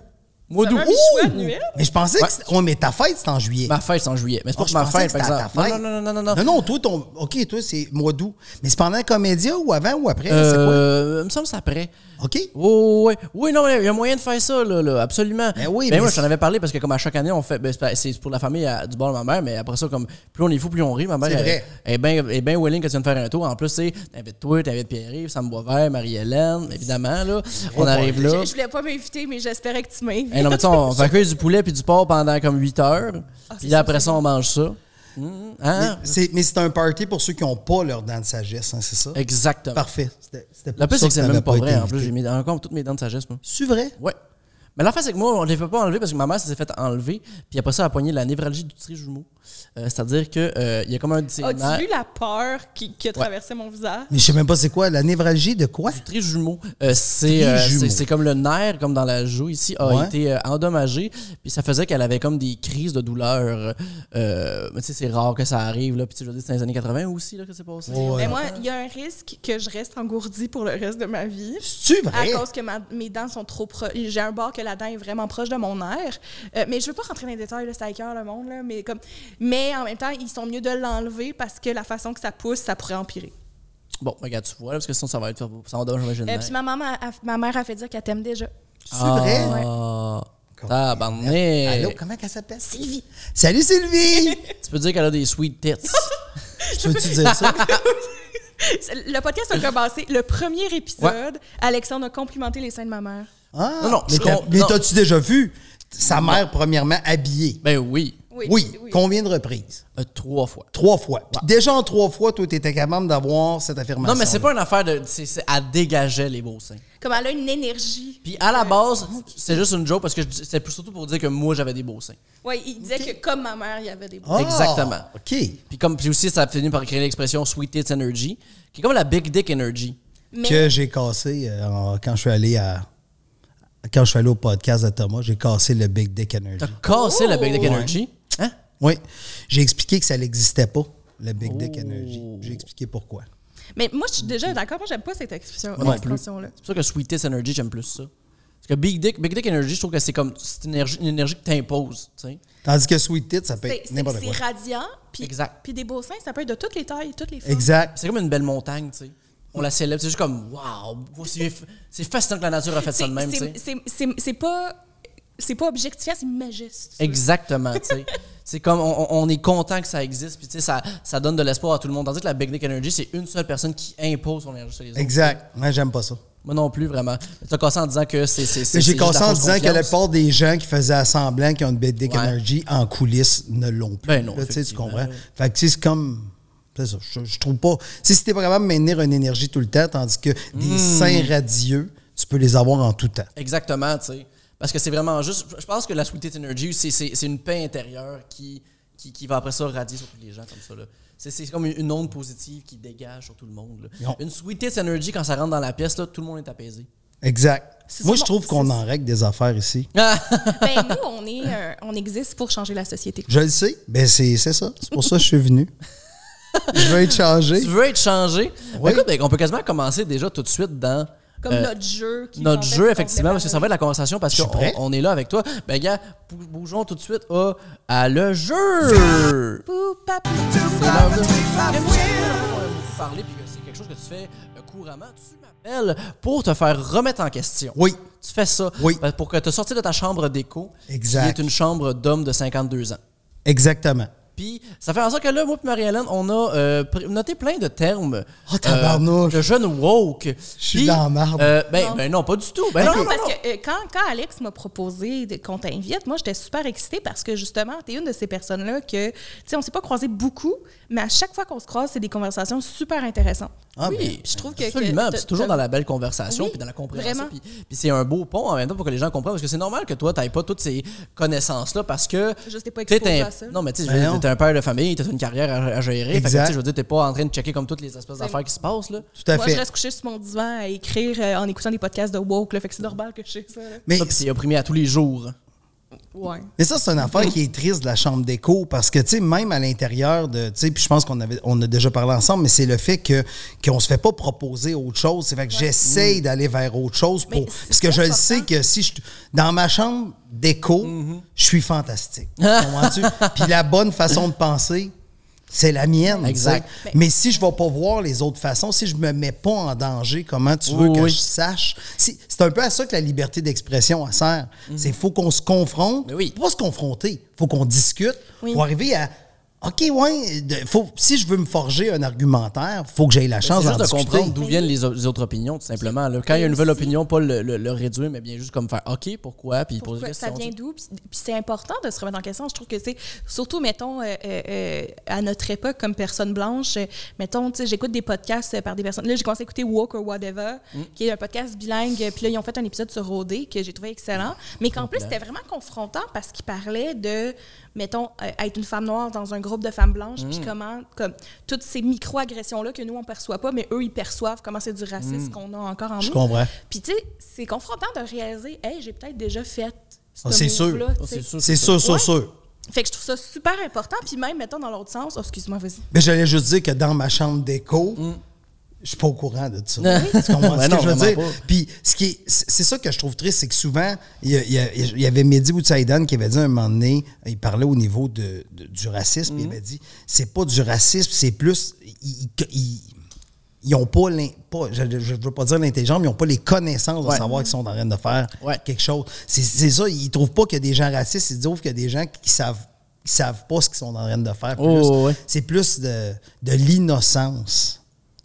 S1: Moi,
S2: Ça
S1: d'où?
S2: va, Michou
S1: Ouh!
S2: annuel?
S3: Mais je pensais
S1: Ouais.
S3: que. c'était- Ouais, mais ta fête, c'est en juillet.
S1: Ma fête, c'est en juillet. Mais c'est pas
S3: Ah, je
S1: pour ma
S3: pensais
S1: fête,
S3: que
S1: par
S3: c'était à
S1: exemple.
S3: ta fête.
S1: Non, non, non, non, non.
S3: Non, non, toi, ton. OK, toi, c'est mois d'août. Mais c'est pendant un comédien ou avant ou après?
S1: Euh, il me semble que c'est après.
S3: C'est quoi? OK?
S1: Oh, ouais. Oui, non, mais il y a moyen de faire ça, là, là, absolument.
S3: Ben oui,
S1: mais
S3: mais
S1: moi, je
S3: c'est-
S1: t'en avais parlé parce que, comme à chaque année, on fait. ben, c'est pas- c'est pour la famille à- du bord de ma mère, mais après ça, comme plus on est fou, plus on rit. Ma mère,
S3: C'est
S1: elle,
S3: vrai.
S1: elle est bien ben willing que tu viennes faire un tour. En plus, c'est t'invites toi, t'invites Pierre-Yves, Sam Boisvert, Marie-Hélène, évidemment, là.
S3: Oh
S1: On arrive là.
S2: Je, je voulais pas m'inviter, mais j'espérais que tu m'invites.
S1: Eh, non, mais tu sais, on va cuire du poulet puis du porc pendant comme 8 heures.
S3: Ah,
S1: puis là, après ça, on mange ça.
S3: Mm-hmm.
S1: Hum, hein?
S3: Mais c'est- Mais c'est un party pour ceux qui n'ont pas leur dent de sagesse, hein, c'est ça?
S1: Exactement.
S3: Parfait. C'était c'était pour
S1: La piste,
S3: ça
S1: c'est que c'est
S3: t'avais
S1: même pas
S3: été
S1: vrai. En
S3: invité.
S1: plus, j'ai mis encore toutes mes dents de sagesse, moi.
S3: C'est vrai?
S1: Ouais. Mais l'affaire, c'est que moi, on ne les fait pas enlever parce que ma mère s'est fait enlever. Puis après ça, elle a poigné la névralgie du trijumeau. Euh, C'est-à-dire que euh, il y a comme un de ses nerfs-
S2: As-tu vu la peur qui, qui a traversé mon visage?
S3: Mais je sais même pas c'est quoi. La névralgie de quoi?
S1: Trijumeau. Euh, c'est euh,
S3: Trijumeau.
S1: c'est- c'est comme le nerf, comme dans la joue ici, a
S3: Ouais.
S1: été euh, endommagé. Puis ça faisait qu'elle avait comme des crises de douleur. Euh, mais tu sais, c'est rare que ça arrive. Là. Puis tu sais, je veux dire, c'est dans les années 80 aussi là, que c'est passé.
S3: Ouais.
S2: Mais Ben, moi, il y a un risque que je reste engourdie pour le reste de ma vie.
S3: C'est
S2: À
S3: vrai?
S2: cause que ma- mes dents sont trop proches. J'ai un bord que la dent est vraiment proche de mon nerf. Euh, mais je veux pas rentrer dans les détails, là, c'est à cœur le monde. Là, mais, comme, mais en même temps, ils sont mieux de l'enlever parce que la façon que ça pousse, ça pourrait empirer.
S1: Bon, ben, regarde, tu vois, là, parce que sinon, ça va être hein. ça va endommager le
S2: Euh,
S1: nerf.
S2: puis ma, maman, a- a- ma mère a fait dire qu'elle t'aime déjà.
S3: C'est vrai?
S1: Ah,
S3: Comme-
S1: tabarnak.
S3: Allô, comment elle s'appelle? Sylvie. Salut Sylvie!
S1: Tu peux dire qu'elle a des sweet tits.
S3: tu veux-tu dire ça?
S2: Le podcast a commencé. Le premier épisode, Alexandre a complimenté les seins de ma mère.
S3: Ah,
S1: Non, non,
S3: mais
S1: je
S3: t'as-
S1: com-
S3: mais
S1: non.
S3: t'as-tu déjà vu sa mère, premièrement, habillée?
S1: ben oui.
S3: oui. Combien de reprises?
S1: Euh, trois fois.
S3: Trois fois. Puis déjà en trois fois, toi, tu étais capable d'avoir cette affirmation.
S1: Non, mais c'est pas une affaire de. C'est, c'est- elle dégageait les beaux seins.
S2: Comme elle a une énergie.
S1: Puis à la base, c'est juste une joke parce que je dis- c'est plus- surtout pour dire que moi j'avais des beaux seins.
S2: Oui, il disait que comme ma mère, il y avait des
S3: Ah,
S2: bras.
S1: Exactement.
S3: OK.
S1: Puis comme puis aussi, ça a fini par créer l'expression Sweet Tits Energy, qui est comme la Big Dick Energy.
S2: Mais
S3: Que j'ai cassé euh, en- quand je suis allé à. Quand je suis allé au podcast de Thomas, j'ai cassé le Big Dick Energy.
S1: T'as cassé la Big Dick
S2: Oh!
S1: Energy. Hein?
S3: Oui. J'ai expliqué que ça n'existait pas, le Big Dick
S1: Oh.
S3: Energy. J'ai expliqué pourquoi.
S2: Mais moi, je suis déjà d'accord. Moi, j'aime pas cette expression-
S1: non plus.
S2: expression-là.
S1: C'est pour ça que Sweet Tits Energy, j'aime plus ça. Parce que Big Dick, Big Dick Energy, je trouve que c'est comme c'est une énergie, une énergie que t'imposes. tu sais.
S3: Tandis que Sweet Tits, ça peut
S2: C'est
S3: être
S2: c'est-
S3: Ben, n'importe
S2: c'est
S3: quoi.
S2: radiant. Puis,
S1: Exact.
S2: Puis des beaux seins, ça peut être de toutes les tailles, toutes les formes.
S3: Exact.
S1: C'est comme une belle montagne, tu sais. On la célèbre, c'est juste comme waouh, c'est, c'est fascinant que la nature a fait ça de même, tu sais.
S2: C'est- c'est- C'est c'est pas c'est pas objectifiant, c'est majestueux.
S1: Exactement, tu sais. C'est comme on, on- on est content que ça existe, puis tu sais, ça, ça donne de l'espoir à tout le monde. Tandis que la Big Dick Energy, c'est une seule personne qui impose son énergie sur les autres.
S3: Exact. Moi, j'aime pas ça.
S1: Moi non plus, vraiment. Tu as cassé en disant que c'est.
S3: J'ai
S1: c'est- c'est- c'est juste
S3: conscience
S1: la
S3: en
S1: fausse
S3: disant que la
S1: confiance.
S3: plupart des gens qui faisaient semblant qu'ils ont une big dick
S1: Ouais.
S3: energy en coulisses ne l'ont plus.
S1: Ben non,
S3: Là, tu sais, tu
S1: effectivement.
S3: comprends? Fait que tu sais, c'est comme. c'est ça, je, je trouve pas. Tu sais, si t'es pas capable de maintenir une énergie tout le temps, tandis que
S1: Hmm.
S3: des saints radieux, tu peux les avoir en tout temps.
S1: Exactement, tu sais. Parce que c'est vraiment juste. Je pense que la Sweet Energy, c'est- c'est c'est une paix intérieure qui, qui, qui va après ça radier sur tous les gens comme ça. là. C'est- C'est comme une une onde positive qui dégage sur tout le monde. là.
S3: Non.
S1: Une Sweet Energy, quand ça rentre dans la pièce, là, tout le monde est apaisé.
S3: Exact.
S2: C'est
S3: Moi,
S2: ça,
S3: je trouve
S2: c'est
S3: qu'on
S2: ça.
S3: en règle des affaires ici.
S2: Ben, nous, on, est, euh, on existe pour changer la société.
S3: Je le sais. Ben, c'est c'est ça. C'est pour ça que je suis venu. je veux être changé.
S1: tu veux être changé? Ben,
S3: Oui.
S1: écoute, ben, on peut quasiment commencer déjà tout de suite dans.
S2: Comme
S1: euh,
S2: notre jeu. Qui
S1: notre
S2: en fait,
S1: jeu,
S2: qu'on
S1: effectivement,
S2: voulait
S1: parce que ça
S2: parler.
S1: va être la conversation, parce
S3: Je suis prêt.
S1: qu'on on est là avec toi. Ben, gars, bou- bougeons tout de suite à, à le jeu!
S2: Pou, pa, pou,
S1: C'est l'heure de- J'aimerais vraiment, euh, vous parler, puis que c'est quelque chose que tu fais euh, couramment. Tu m'appelles pour te faire remettre en question.
S3: Oui.
S1: Tu fais ça
S3: Oui.
S1: pa- pour que tu sortes de ta chambre d'écho,
S3: Exact.
S1: qui est une chambre d'homme de 52 ans.
S3: Exactement.
S1: Puis, ça fait en sorte que là, moi et Marie-Hélène, on a euh, pr- noté plein de termes euh,
S3: Oh, tabarnouche.
S1: de jeunes woke. Je
S3: suis dans la marde.
S1: ben,
S2: Non.
S1: ben non, pas du tout. Ben
S2: non,
S1: non, non,
S2: parce
S1: non.
S2: que euh, quand, quand Alex m'a proposé de- qu'on t'invite, moi, j'étais super excitée parce que justement, t'es une de ces personnes-là que, tu sais, on s'est pas croisé beaucoup, mais à chaque fois qu'on se croise, c'est des conversations super intéressantes.
S3: Ah, ben,
S1: Oui,
S2: je trouve que-
S1: absolument.
S2: que-
S1: Puis c'est toujours dans la belle conversation,
S2: Oui,
S1: puis dans la compréhension.
S2: vraiment.
S1: Puis, puis c'est un beau pont en même temps pour que les gens comprennent, parce que c'est normal que toi, t'aies pas toutes ces connaissances-là, parce que.
S2: Je t'ai pas
S1: t'es
S2: exposé
S1: un-
S2: à ça.
S1: Non, mais tu sais,
S3: Ben
S1: je veux
S3: non.
S1: dire, t'es un père de famille, t'as une carrière à, à gérer. Fait que, tu
S3: Exact.
S1: sais, je veux dire, t'es pas en train de checker comme toutes les espèces d'affaires qui se passent, là.
S3: tout à
S2: Moi,
S3: fait.
S2: je reste couchée sur mon divan à écrire euh, en écoutant des podcasts de woke, là, fait que c'est normal que je sais ça. là.
S3: Mais
S1: Ça, puis c'est opprimé à tous les jours.
S2: Ouais.
S3: Mais ça, c'est une affaire qui est triste de la chambre d'écho parce que, tu sais, même à l'intérieur de. Tu sais, puis je pense qu'on avait, on a déjà parlé ensemble, mais c'est le fait que qu'on se fait pas proposer autre chose. C'est fait que
S1: Mm.
S3: j'essaye d'aller vers autre chose
S2: Mais
S3: pour.
S2: c'est
S3: Parce que je le
S2: important.
S3: sais que si je. Dans ma chambre d'écho,
S1: Mm-hmm.
S3: je suis fantastique. Comprends-tu? Puis la bonne façon de penser. C'est la mienne.
S1: Exact.
S3: tu sais. Mais, si je ne vais pas voir les autres façons, si je me mets pas en danger, comment tu veux
S1: Oui,
S3: que
S1: oui.
S3: je sache? Si- C'est un peu à ça que la liberté d'expression elle sert. C'est faut qu'on se confronte
S1: Mm-hmm. Mais oui.
S3: faut pas se confronter. faut qu'on discute
S2: Oui.
S3: pour arriver à. OK, ouais, de- faut, si je veux me forger un argumentaire, faut que j'aie la chance
S1: Ben,
S3: d'en
S1: C'est juste de
S3: discuter.
S1: comprendre d'où viennent les, au- les autres opinions, tout simplement. là. Quand il y a une nouvelle
S2: Aussi.
S1: opinion, pas le, le- le réduire, mais bien juste comme faire OK, pourquoi, puis poser des questions.
S2: Pourquoi- ça vient d'où? Puis puis c'est important de se remettre en question. Je trouve que, tu sais, surtout, mettons, euh, euh, euh, à notre époque, comme personne blanche, euh, mettons, tu sais, j'écoute des podcasts euh, par des personnes. Là, j'ai commencé à écouter Walk or Whatever,
S3: Mm.
S2: qui est un podcast bilingue. Puis là, ils ont fait un épisode sur Rodé que j'ai trouvé excellent. Mais qu'en plus, c'était vraiment confrontant parce qu'ils parlaient de, mettons, euh, être une femme noire dans un groupe de femmes blanches,
S3: Mm.
S2: puis comment, comme, toutes ces micro-agressions-là que nous, on perçoit pas, mais eux, ils perçoivent comment c'est du racisme qu'on a encore en
S3: Mm. Je
S2: nous.
S3: comprends.
S2: Puis, tu sais, c'est confrontant de réaliser, hey, j'ai peut-être déjà fait ce
S3: Ah, c'est sûr.
S2: move-là,
S1: Ah,
S2: tu sais.
S1: c'est sûr.
S3: C'est sûr, sûr,
S2: Ouais.
S3: sûr.
S2: Fait que je trouve ça super important. Puis même, mettons, dans l'autre sens, oh, excuse-moi, vas-y.
S3: Mais j'allais juste dire que dans ma chambre d'écho, je suis pas au courant de ça. Tu comprends ce que
S1: Ben Mm. non,
S3: je veux
S1: vraiment
S3: dire?
S1: pas.
S3: Puis ce qui est- c'est c'est ça que je trouve triste, c'est que souvent, il y, a- il y a- il y avait Mehdi Boutsaïdan qui avait dit à un moment donné, il parlait au niveau de, de- du racisme,
S1: Mm.
S3: il avait dit c'est pas du racisme, c'est plus. il- il- il- ils n'ont pas, l'in- pas- je ne veux pas dire l'intelligence, mais ils n'ont pas les connaissances de
S1: Ouais.
S3: savoir qu'ils sont en train de faire
S1: Ouais.
S3: quelque chose. C'est- C'est ça, ils ne trouvent pas qu'il y a des gens racistes, ils trouvent qu'il y a des gens qui savent, qui savent pas ce qu'ils sont en train de faire.
S1: Oh,
S3: plus.
S1: ouais.
S3: C'est plus de, de l'innocence.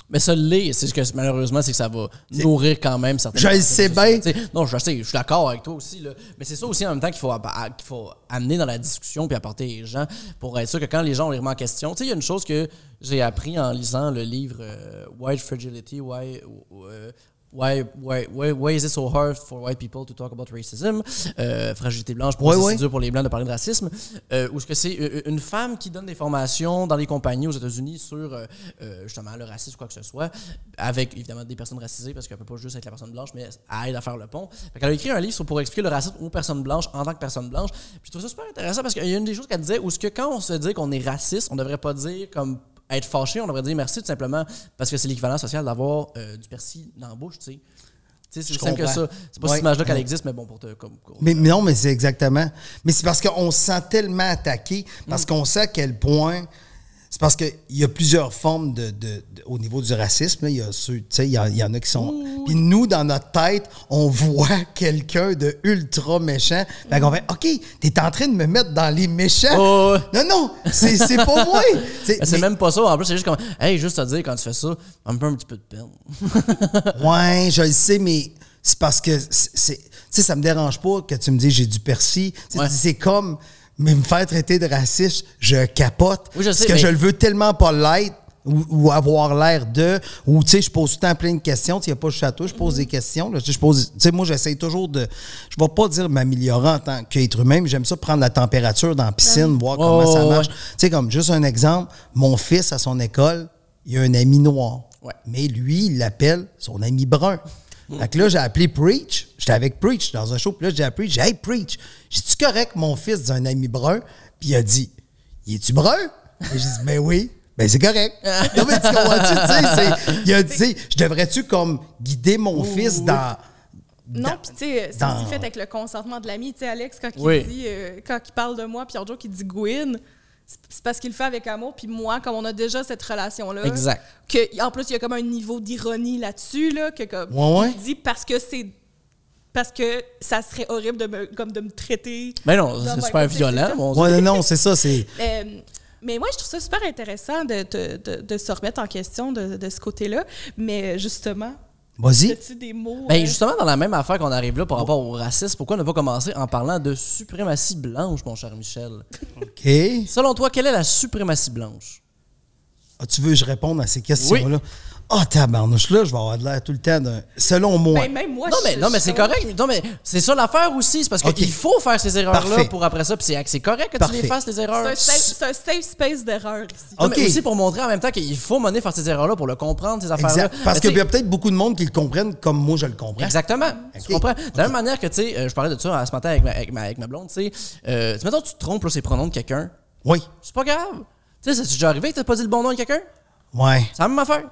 S1: Mais ça l'est, c'est ce que malheureusement, c'est que ça va nourrir quand même certaines
S3: Je le
S1: personnes,
S3: sais
S1: c'est ça.
S3: bien.
S1: Tu sais, Non, je sais, je suis d'accord avec toi aussi. Là. Mais c'est ça aussi en même temps qu'il faut, ab- à- qu'il faut amener dans la discussion puis apporter les gens pour être sûr que quand les gens on les remet en question. Tu sais, il y a une chose que j'ai appris en lisant le livre euh, White Fragility, Why. euh, Why, why, why, why is it so hard for white people to talk about racism? Euh, fragilité blanche, pourquoi
S3: Ouais,
S1: c'est
S3: ouais.
S1: si dur pour les Blancs de parler de racisme? Euh, ou est-ce que c'est euh, une femme qui donne des formations dans les compagnies aux États-Unis sur euh, euh, justement le racisme ou quoi que ce soit, avec évidemment des personnes racisées, parce qu'elle peut pas juste être la personne blanche, mais elle aide à faire le pont. elle a écrit un livre sur- pour expliquer le racisme aux personnes blanches en tant que personne blanche. Puis je trouve ça super intéressant parce qu'il y a une des choses qu'elle disait où ce que quand on se dit qu'on est raciste, on devrait pas dire comme être fâché, on devrait dire merci tout simplement parce que c'est l'équivalent social d'avoir euh, du persil dans la bouche, tu sais. Tu sais, C'est
S3: Je
S1: simple que
S3: comprends.
S1: ça. C'est pas
S3: Ouais.
S1: cette image-là qu'elle existe, mais bon, pour te. Comme, comme-
S3: Mais, mais non, mais c'est
S1: Mm.
S3: exactement. Mais c'est parce qu'on se sent tellement attaqué, parce qu'on sait à quel point C'est parce qu'il y a plusieurs formes de, de- de- au niveau du racisme. là. Il y a ceux, tu sais, il y, en- il y en a qui sont. Puis nous, dans notre tête, on voit quelqu'un de ultra méchant. Fait qu'on fait, OK, t'es en train de me mettre dans les méchants.
S1: Mm. Oh,
S3: Non, non, c'est c'est pas moi.
S1: Mais C'est
S3: mais-
S1: même pas ça. En plus, c'est juste comme, hey, juste à dire, quand tu fais ça, un peu un petit peu de peine.
S3: Ouais, je le sais, mais c'est parce que c'est. c'est- Tu sais, ça me dérange pas que tu me dises j'ai du persil. Tu sais,
S1: Ouais.
S3: tu dis, C'est comme mais me faire traiter de raciste, je capote.
S1: Oui, je sais,
S3: parce que
S1: mais-
S3: je le veux tellement pas l'être. Ou, ou avoir l'air de, ou tu sais, je pose tout le temps plein de questions, tu sais, y a pas juste à toi, je pose des questions, là, tu sais, je pose, tu sais, moi, j'essaie toujours de, je vais pas dire m'améliorer en tant qu'être humain, mais j'aime ça prendre la température dans la
S1: Ben
S3: piscine, voir comment ça
S1: Oh, ouais,
S3: marche. Tu sais, comme juste un exemple, mon fils à son école, il a un ami noir.
S1: Ouais. Hmm.
S3: Mais lui, il l'appelle son ami brun. Fait que là, j'ai appelé Preach. J'étais avec Preach dans un show. Puis là, j'ai appelé, j'ai dit, Hey, Preach, j'ai-tu correct mon fils d'un ami brun? Puis il a dit, Il est-tu brun? Et j'ai dit, Ben oui. Ben c'est correct. non, mais tu comprends-tu? Tu sais, c'est- il a dit, Je devrais-tu comme guider mon fils dans.
S2: Non,
S3: dans-
S2: puis tu sais, c'est
S3: dans-
S2: aussi fait avec le consentement de l'ami. Tu sais, Alex, quand il,
S1: Oui.
S2: dit, euh, quand il parle de moi, puis un jour qu'il dit Gwyn, c'est- c'est parce qu'il le fait avec amour. Puis moi, comme on a déjà cette relation-là.
S1: Exact.
S2: Que, en plus, il y a comme un niveau d'ironie là-dessus, là, que comme.
S3: Ouais, ouais.
S2: Il dit parce que c'est. Parce que ça serait horrible de me, comme de me traiter.
S1: Mais non,
S2: Non, ben,
S1: c'est super
S2: écoute, c'est-
S1: violent,
S2: c'est-
S1: mon Dieu.
S3: Ouais, non, non, c'est ça. C'est.
S2: Euh, mais moi, je trouve ça super intéressant de, de- de- de se remettre en question de, de ce côté-là. Mais euh, justement,
S3: Vas-y.
S2: as-tu des mots.
S1: Ben
S2: euh,
S1: justement, dans la même affaire qu'on arrive là par rapport au racisme, pourquoi ne pas commencer en parlant de suprématie blanche, mon cher Michel?
S3: OK.
S1: Selon toi, quelle est la suprématie blanche?
S3: Ah, tu veux que je réponde à ces questions-là? Ah, tabarnouche, là, je vais avoir de l'air tout le temps d'un. Selon moi.
S2: ben, même moi,
S1: non,
S2: je-
S1: mais, non, mais
S2: je-
S1: c'est correct. Non, mais c'est ça l'affaire aussi. C'est parce qu'il
S3: Ok.
S1: faut faire ces erreurs-là
S3: Parfait.
S1: pour après ça. Puis c'est c'est correct que tu
S3: Parfait.
S1: les fasses, les
S2: C'est
S1: erreurs.
S2: un safe- C'est un safe space d'erreur ici.
S1: Non, mais
S3: Ok.
S1: aussi pour montrer en même temps qu'il faut mener faire ces erreurs-là pour le comprendre, ces affaires-là.
S3: Exact. Parce qu'il
S1: Mais Ben, tu
S3: y
S1: sais,
S3: a peut-être beaucoup de monde qui le comprennent comme moi je le comprends.
S1: Exactement.
S3: Ok.
S1: Tu comprends? De la même manière que, tu sais, euh, je parlais de ça euh, ce matin avec ma, avec ma, avec ma blonde, tu sais. Euh, tu- mettons, tu te trompes, là, c'est le pronom de quelqu'un.
S3: Oui.
S1: C'est pas grave. Tu sais, ça t'est déjà arrivé que t'as pas dit le bon nom de quelqu'un?
S3: Ouais.
S1: C'est la même affaire.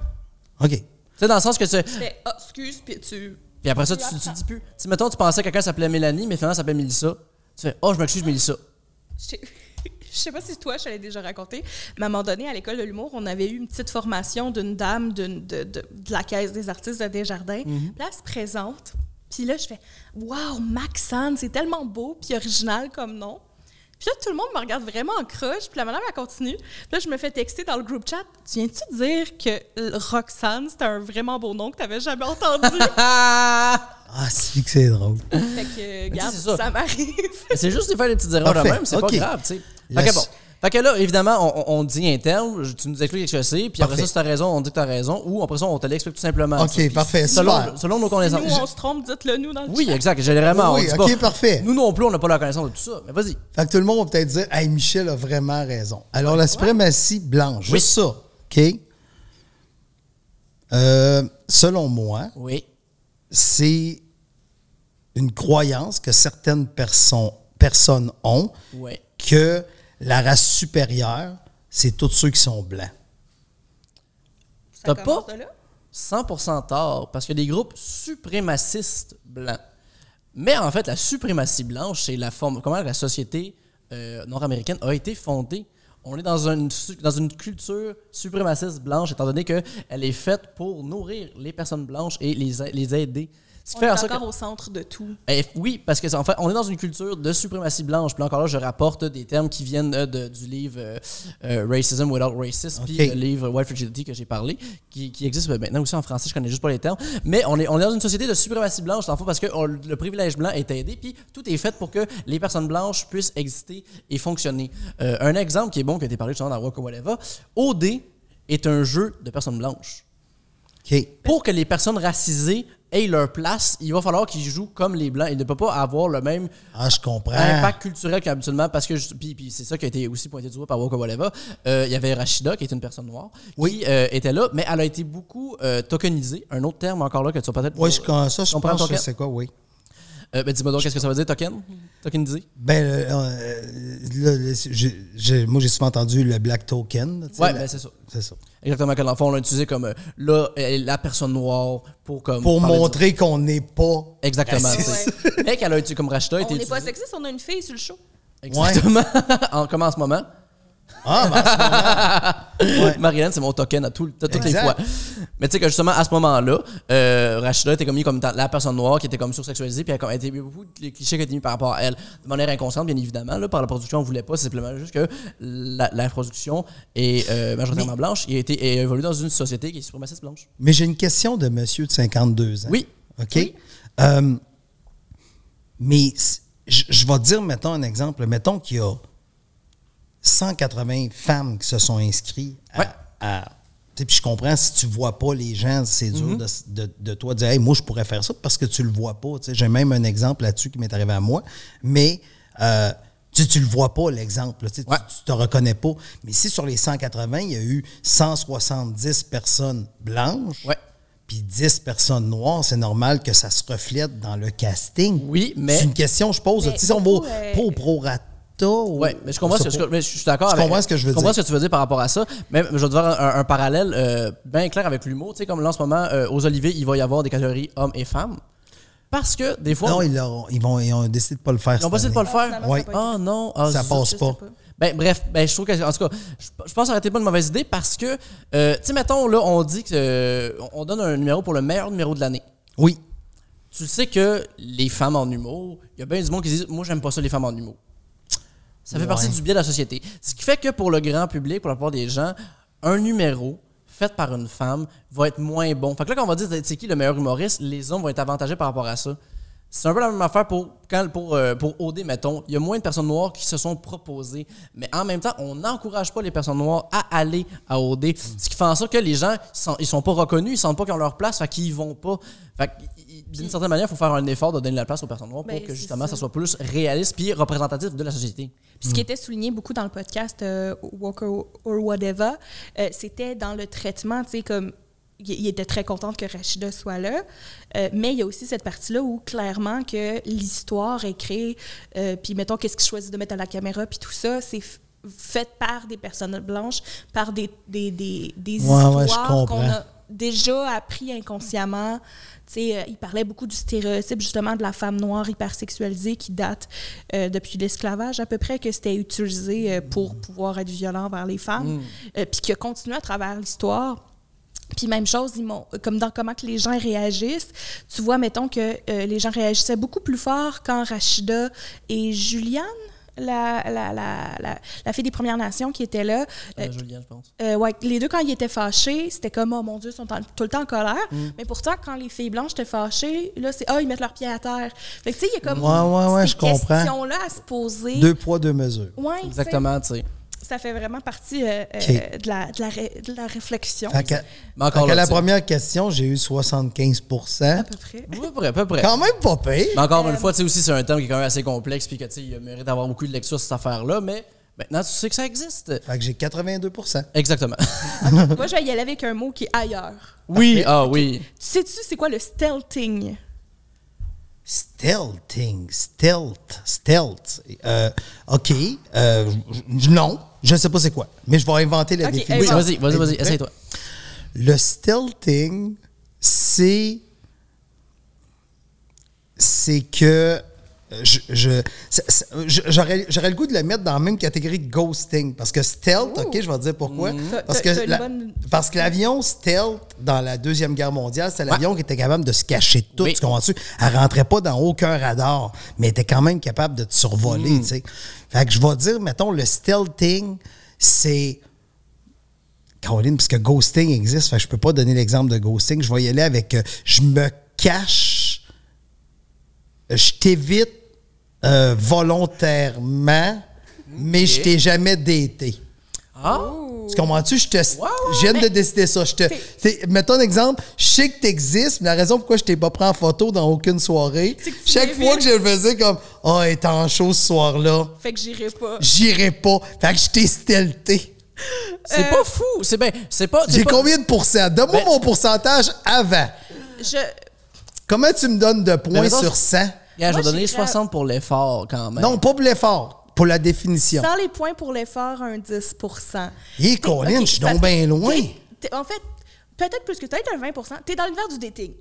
S1: Tu
S3: OK.
S1: sais, dans le sens que tu.
S2: Tu fais, Ah, excuse, puis tu.
S1: Puis après ça, tu, tu dis plus. Tu sais, mettons, tu pensais que quelqu'un s'appelait Mélanie, mais finalement, ça s'appelle Mélissa. Tu fais, oh, je m'excuse, Mélissa.
S2: Je sais- je sais pas si toi, je t'avais déjà raconté, mais à un moment donné, à l'école de l'humour, on avait eu une petite formation d'une dame d'une- de, de- de la caisse des artistes de Desjardins.
S1: Mhm.
S2: Puis là, elle se présente. Puis là, je fais Waouh, Maxane, c'est tellement beau puis original comme nom. Puis là, tout le monde me regarde vraiment en croche. Puis la madame, elle continue. Puis là, je me fais texter dans le group chat Tu viens-tu dire que euh, Roxane, c'était un vraiment beau nom que t'avais jamais entendu
S1: Ah!
S3: Ah, c'est que c'est drôle.
S2: Fait que, euh,
S1: tu sais,
S2: garde,
S1: c'est ça.
S2: ça m'arrive.
S1: Mais c'est juste de faire des petites erreurs de
S3: Parfait.
S1: même, c'est
S3: Ok.
S1: pas grave, tu sais. Fait
S3: La
S1: que
S3: su-
S1: bon. Fait que là, évidemment, on, on- on dit un terme, je- tu nous expliques ce que c'est, puis après
S3: Parfait.
S1: ça, si t'as raison, on dit que t'as raison, ou après ça, on te l'explique tout simplement.
S3: OK,
S1: tu sais. Puis
S3: parfait,
S1: Selon,
S3: super.
S1: selon nos
S2: Si
S1: connaissances.
S2: nous, on se trompe, dites-le nous dans le
S1: Oui,
S2: chat.
S1: exact, généralement.
S3: Oui,
S1: on dit
S3: ok,
S1: pas-
S3: parfait.
S1: Nous non plus, on n'a pas la connaissance de tout ça, mais vas-y.
S3: Fait que tout le monde va peut-être dire Hey, Michel a vraiment raison. Alors, la suprématie blanche, juste ça. OK? Euh, selon moi,
S1: Oui.
S3: c'est une croyance que certaines perso- personnes ont
S1: Ouais.
S3: que la race supérieure, c'est tous ceux qui sont blancs.
S1: T'as
S2: Ça
S1: pas-
S2: commence de là?
S1: 100% tard, parce qu'il y a des groupes suprémacistes blancs. Mais en fait, la suprématie blanche, c'est la forme, comment la société euh, nord-américaine a été fondée. On est dans une, su- dans une culture suprémaciste blanche, étant donné qu'elle est faite pour nourrir les personnes blanches et les, a- les aider. Ce qui
S2: On
S1: fait
S2: est
S1: en sorte
S2: encore
S1: que-
S2: au centre de tout.
S1: Eh, oui, parce que c'est- en fait, on est dans une culture de suprématie blanche. Puis encore là, je rapporte des termes qui viennent euh, de- du livre euh, euh, Racism Without Racism, puis
S3: Ok.
S1: le livre White Fragility que j'ai parlé, qui, qui existe euh, maintenant aussi en français. Je connais juste pas les termes, mais on est, on est dans une société de suprématie blanche, dans le fond, parce que on- le privilège blanc est aidé, puis tout est fait pour que les personnes blanches puissent exister et fonctionner. Euh, un exemple qui est bon que tu parlé justement dans Waka Whatever, OD est un jeu de personnes blanches
S3: OK?
S1: pour que les personnes racisées aient leur place, il va falloir qu'ils jouent comme les Blancs. Ils ne peuvent pas avoir le même
S3: Ah, je comprends.
S1: impact culturel qu'habituellement, parce que, je- puis, puis c'est ça qui a été aussi pointé du doigt par Waka Waleva. Euh, il y avait Rachida, qui est une personne noire,
S3: Oui.
S1: qui euh, était là, mais elle a été beaucoup euh, tokenisée. Un autre terme encore là que tu vas peut-être...
S3: Oui, je, ça, je
S1: Comprends
S3: pense
S1: ton
S3: que c'est quoi, oui.
S1: Euh, ben, dis-moi donc, qu'est-ce que ça veut dire, token? Tokenisé?
S3: Ben, euh, euh, là, là, c'est- j'ai- j'ai- moi, j'ai souvent entendu le black token. tu sais,
S1: Ouais,
S3: la-
S1: ben, c'est ça.
S3: c'est ça.
S1: Exactement, que l'enfant, on l'a utilisé comme euh, là, euh, la personne noire pour comme...
S3: Pour
S1: parler de-
S3: montrer Ah, qu'on n'est pas.
S1: Exactement. tu sais.
S2: Raciste.
S1: Mais qu'elle a été comme Rachida, a été
S2: On n'est pas
S1: utilisée-
S2: sexiste, on a une fille sur le show.
S1: Exactement. en, comme en ce moment.
S3: Ah, ben, Ouais.
S1: Marilyn, c'est mon token à, tout- à toutes les
S3: Exact.
S1: fois. Mais tu sais que justement, à ce moment-là, euh, Rachida était comme mis comme dans- la personne noire qui était comme sursexualisée, puis elle, comme, elle était beaucoup les clichés qui étaient mis par rapport à elle. De manière inconsciente, bien évidemment, là, par la production, on voulait pas, c'est simplement juste que la, la production est euh, majoritairement blanche et, a été, et évolue dans une société qui est suprémaciste blanche.
S3: Mais j'ai une question de monsieur de 52 ans.
S1: Oui.
S3: OK? Euh, mais c- je je vais te dire, mettons un exemple. Mettons qu'il y a 180 femmes qui se sont inscrites à.
S1: Ouais.
S3: à- tu sais, puis je comprends, si tu vois pas les gens, c'est dur
S1: Mhm.
S3: de s- de, de toi de dire, hey, moi, je pourrais faire ça parce que tu le vois pas. Tu sais, J'ai même un exemple là-dessus qui m'est arrivé à moi. Mais. euh, tu, tu le vois pas, l'exemple. là, Tu, sais, tu-
S1: Ouais.
S3: tu te reconnais pas. Mais si sur les 180, il y a eu 170 personnes blanches,
S1: Ouais.
S3: puis 10 personnes noires, c'est normal que ça se reflète dans le casting.
S1: Oui, mais-
S3: C'est une question que je pose.
S2: Mais
S3: Tu sais, si on
S2: beaucoup,
S3: va
S2: euh,
S3: pro prorata. ou-
S1: Oui, mais je comprends ce que, je, mais je suis d'accord
S3: Tu
S1: avec-
S3: comprends ce que je veux
S1: comprends
S3: dire.
S1: ce que tu veux dire par rapport à ça. Mais je vais te faire un, un parallèle euh, bien clair avec l'humour. Tu sais, comme là, en ce moment, euh, aux Oliviers, il va y avoir des catégories hommes et femmes. Parce que, des fois,
S3: Non, ils, l'auront- ils vont, ils ont décidé de pas le faire.
S1: ils ont décidé de pas le
S2: Ah,
S1: faire.
S2: finalement,
S3: Ouais.
S2: ça a pas été
S1: Ah non, ah,
S3: Ça
S1: zut.
S3: passe
S2: Je sais
S3: pas.
S1: Ben, bref, ben, je trouve que, en tout cas, je, je pense que ça aurait été pas une mauvaise idée parce que, euh, tu sais, mettons, là, on dit que, euh, on donne un numéro pour le meilleur numéro de l'année.
S3: Oui.
S1: Tu sais que les femmes en humour, il y a bien du monde qui disent Moi, j'aime pas ça, les femmes en humour. Ça fait
S3: Ouais.
S1: partie du biais de la société. Ce qui fait que pour le grand public, pour la plupart des gens, un numéro fait par une femme va être moins bon. Fait que là, quand on va dire c'est qui le meilleur humoriste, les hommes vont être avantagés par rapport à ça. C'est un peu la même affaire pour, quand, pour, euh, pour OD, mettons. Il y a moins de personnes noires qui se sont proposées. Mais en même temps, on n'encourage pas les personnes noires à aller à OD. Ce qui fait en sorte que les gens, sont, ils sont pas reconnus, ils sentent pas qu'ils ont leur place, fait qu'ils y vont pas. Fait que, y- y- d'une certaine manière, il faut faire un effort de donner la place aux personnes noires
S2: Ben,
S1: pour que
S2: c'est
S1: justement ça
S2: ça.
S1: soit plus réaliste puis représentatif de la société.
S3: Hmm.
S2: Puis ce qui était souligné beaucoup dans le podcast euh, Walker or Whatever, euh, c'était dans le traitement, tu sais, comme il il était très content que Rachida soit là, euh, mais il y a aussi cette partie-là où clairement que l'histoire est créée, euh, puis mettons qu'est-ce qu'ils choisissent de mettre à la caméra, puis tout ça, c'est f- fait par des personnes blanches, par des, des, des, des
S3: Ouais, ouais, je
S2: histoires qu'on
S3: comprends.
S2: a déjà appris inconsciemment. Tu sais, euh, il parlait beaucoup du stéréotype justement de la femme noire hypersexualisée qui date euh, depuis l'esclavage à peu près, que c'était utilisé euh, pour pouvoir être violent vers les femmes, euh, puis qui a continué à travers l'histoire. Puis même chose, ils m'ont- comme dans comment que les gens réagissent, tu vois, mettons que euh, les gens réagissaient beaucoup plus fort quand Rachida et Juliane, la, la, la, la, la fille des Premières Nations qui était là, euh,
S1: Euh, Julien, je pense.
S2: euh, ouais, les deux, quand ils étaient fâchés, c'était comme, oh mon Dieu, ils sont en- tout le temps en colère.
S3: Mm.
S2: Mais pourtant, quand les filles blanches étaient fâchées, là, c'est, ah, ils mettent leurs pieds à terre. Fait que, tu sais, il y a comme
S3: Ouais, ouais, ouais,
S2: ces
S3: je comprends.
S2: questions-là à se poser.
S3: Deux poids, deux mesures.
S2: Ouais, tu sais,
S1: Exactement, tu sais.
S2: Ça fait vraiment partie euh, euh,
S3: OK.
S2: de, la, de, la ré- de la réflexion,
S3: Fait que-
S1: Mais encore
S3: fait que
S1: là,
S3: la
S1: tu sais.
S3: première question, j'ai eu 75
S2: à peu près.
S1: À peu près, à peu près.
S3: Quand même pas pire.
S1: Mais encore une fois, tu sais aussi, c'est un thème qui est quand même assez complexe, puis que tu sais, il mérite d'avoir beaucoup de lecture sur cette affaire-là, mais maintenant, tu sais que ça existe.
S3: Fait que j'ai 82
S1: Exactement.
S2: Moi, je vais y aller avec un mot qui est ailleurs.
S1: Oui, ah oui.
S2: Tu Sais-tu, c'est quoi le stealthing?
S3: Stealthing, stealth, stealth. Euh, OK. euh, j- non, je ne sais pas c'est quoi, mais je vais inventer la
S2: OK,
S1: eh Oui,
S3: définition.
S2: bon.
S1: vas-y, vas-y, vas-y,
S3: Êtes-vous
S1: essaye-toi.
S3: Le stealthing, c'est. C'est que. euh, Je, je- ça- ça- je- j'aurais, j'aurais le goût de le mettre dans la même catégorie que ghosting. Parce que stealth, OK, je vais te dire pourquoi.
S2: T'as-
S3: Parce, que
S2: t'as- t'as une
S3: la-
S2: bonne-
S3: parce que l'avion stealth, dans la Deuxième Guerre mondiale, c'est l'avion qui était capable de se cacher de tout.
S1: Oui.
S3: Tu comprends-tu? Elle rentrait pas dans aucun radar, mais était quand même capable de te survoler. tu sais. Fait que je vais dire, mettons, le stealthing, c'est. Caroline, parce que ghosting existe, fait que je peux pas donner l'exemple de ghosting. Je vais y aller avec euh, je me cache, je t'évite euh, volontairement, mais je t'ai jamais daté.
S1: Ah,
S3: Tu comprends-tu? Je te.
S1: ouais,
S3: je viens de décider ça. Je te. t'es- Mettons un exemple. Je sais que t'existes, mais la raison pourquoi je t'ai pas pris en photo dans aucune soirée,
S2: C'est que tu
S3: chaque fois que je le faisais comme Ah, elle est en chaud ce soir-là,
S2: Fait que j'irai pas.
S3: j'irai pas. Fait que je t'ai stelté.
S1: c'est
S2: Euh,
S1: pas fou. C'est ben, c'est pas. c'est
S3: J'ai
S1: pas-
S3: combien de pourcents? Donne-moi
S1: Ben-
S3: mon pourcentage avant.
S2: Je...
S3: Comment tu me donnes de points
S1: Ben, mettons,
S3: sur 100?
S1: Regarde, je vais
S2: Moi,
S1: donner
S2: j'irais à-
S1: 60 pour l'effort quand même.
S3: Non, pas pour l'effort, pour la définition.
S2: Sans les points pour l'effort, un 10
S3: Hé, Colin, je
S2: ok,
S3: suis
S2: parce
S3: donc
S2: que
S3: bien loin.
S2: t'es- t'es- en fait, peut-être plus que peut-être un 20 T'es dans l'univers du dating.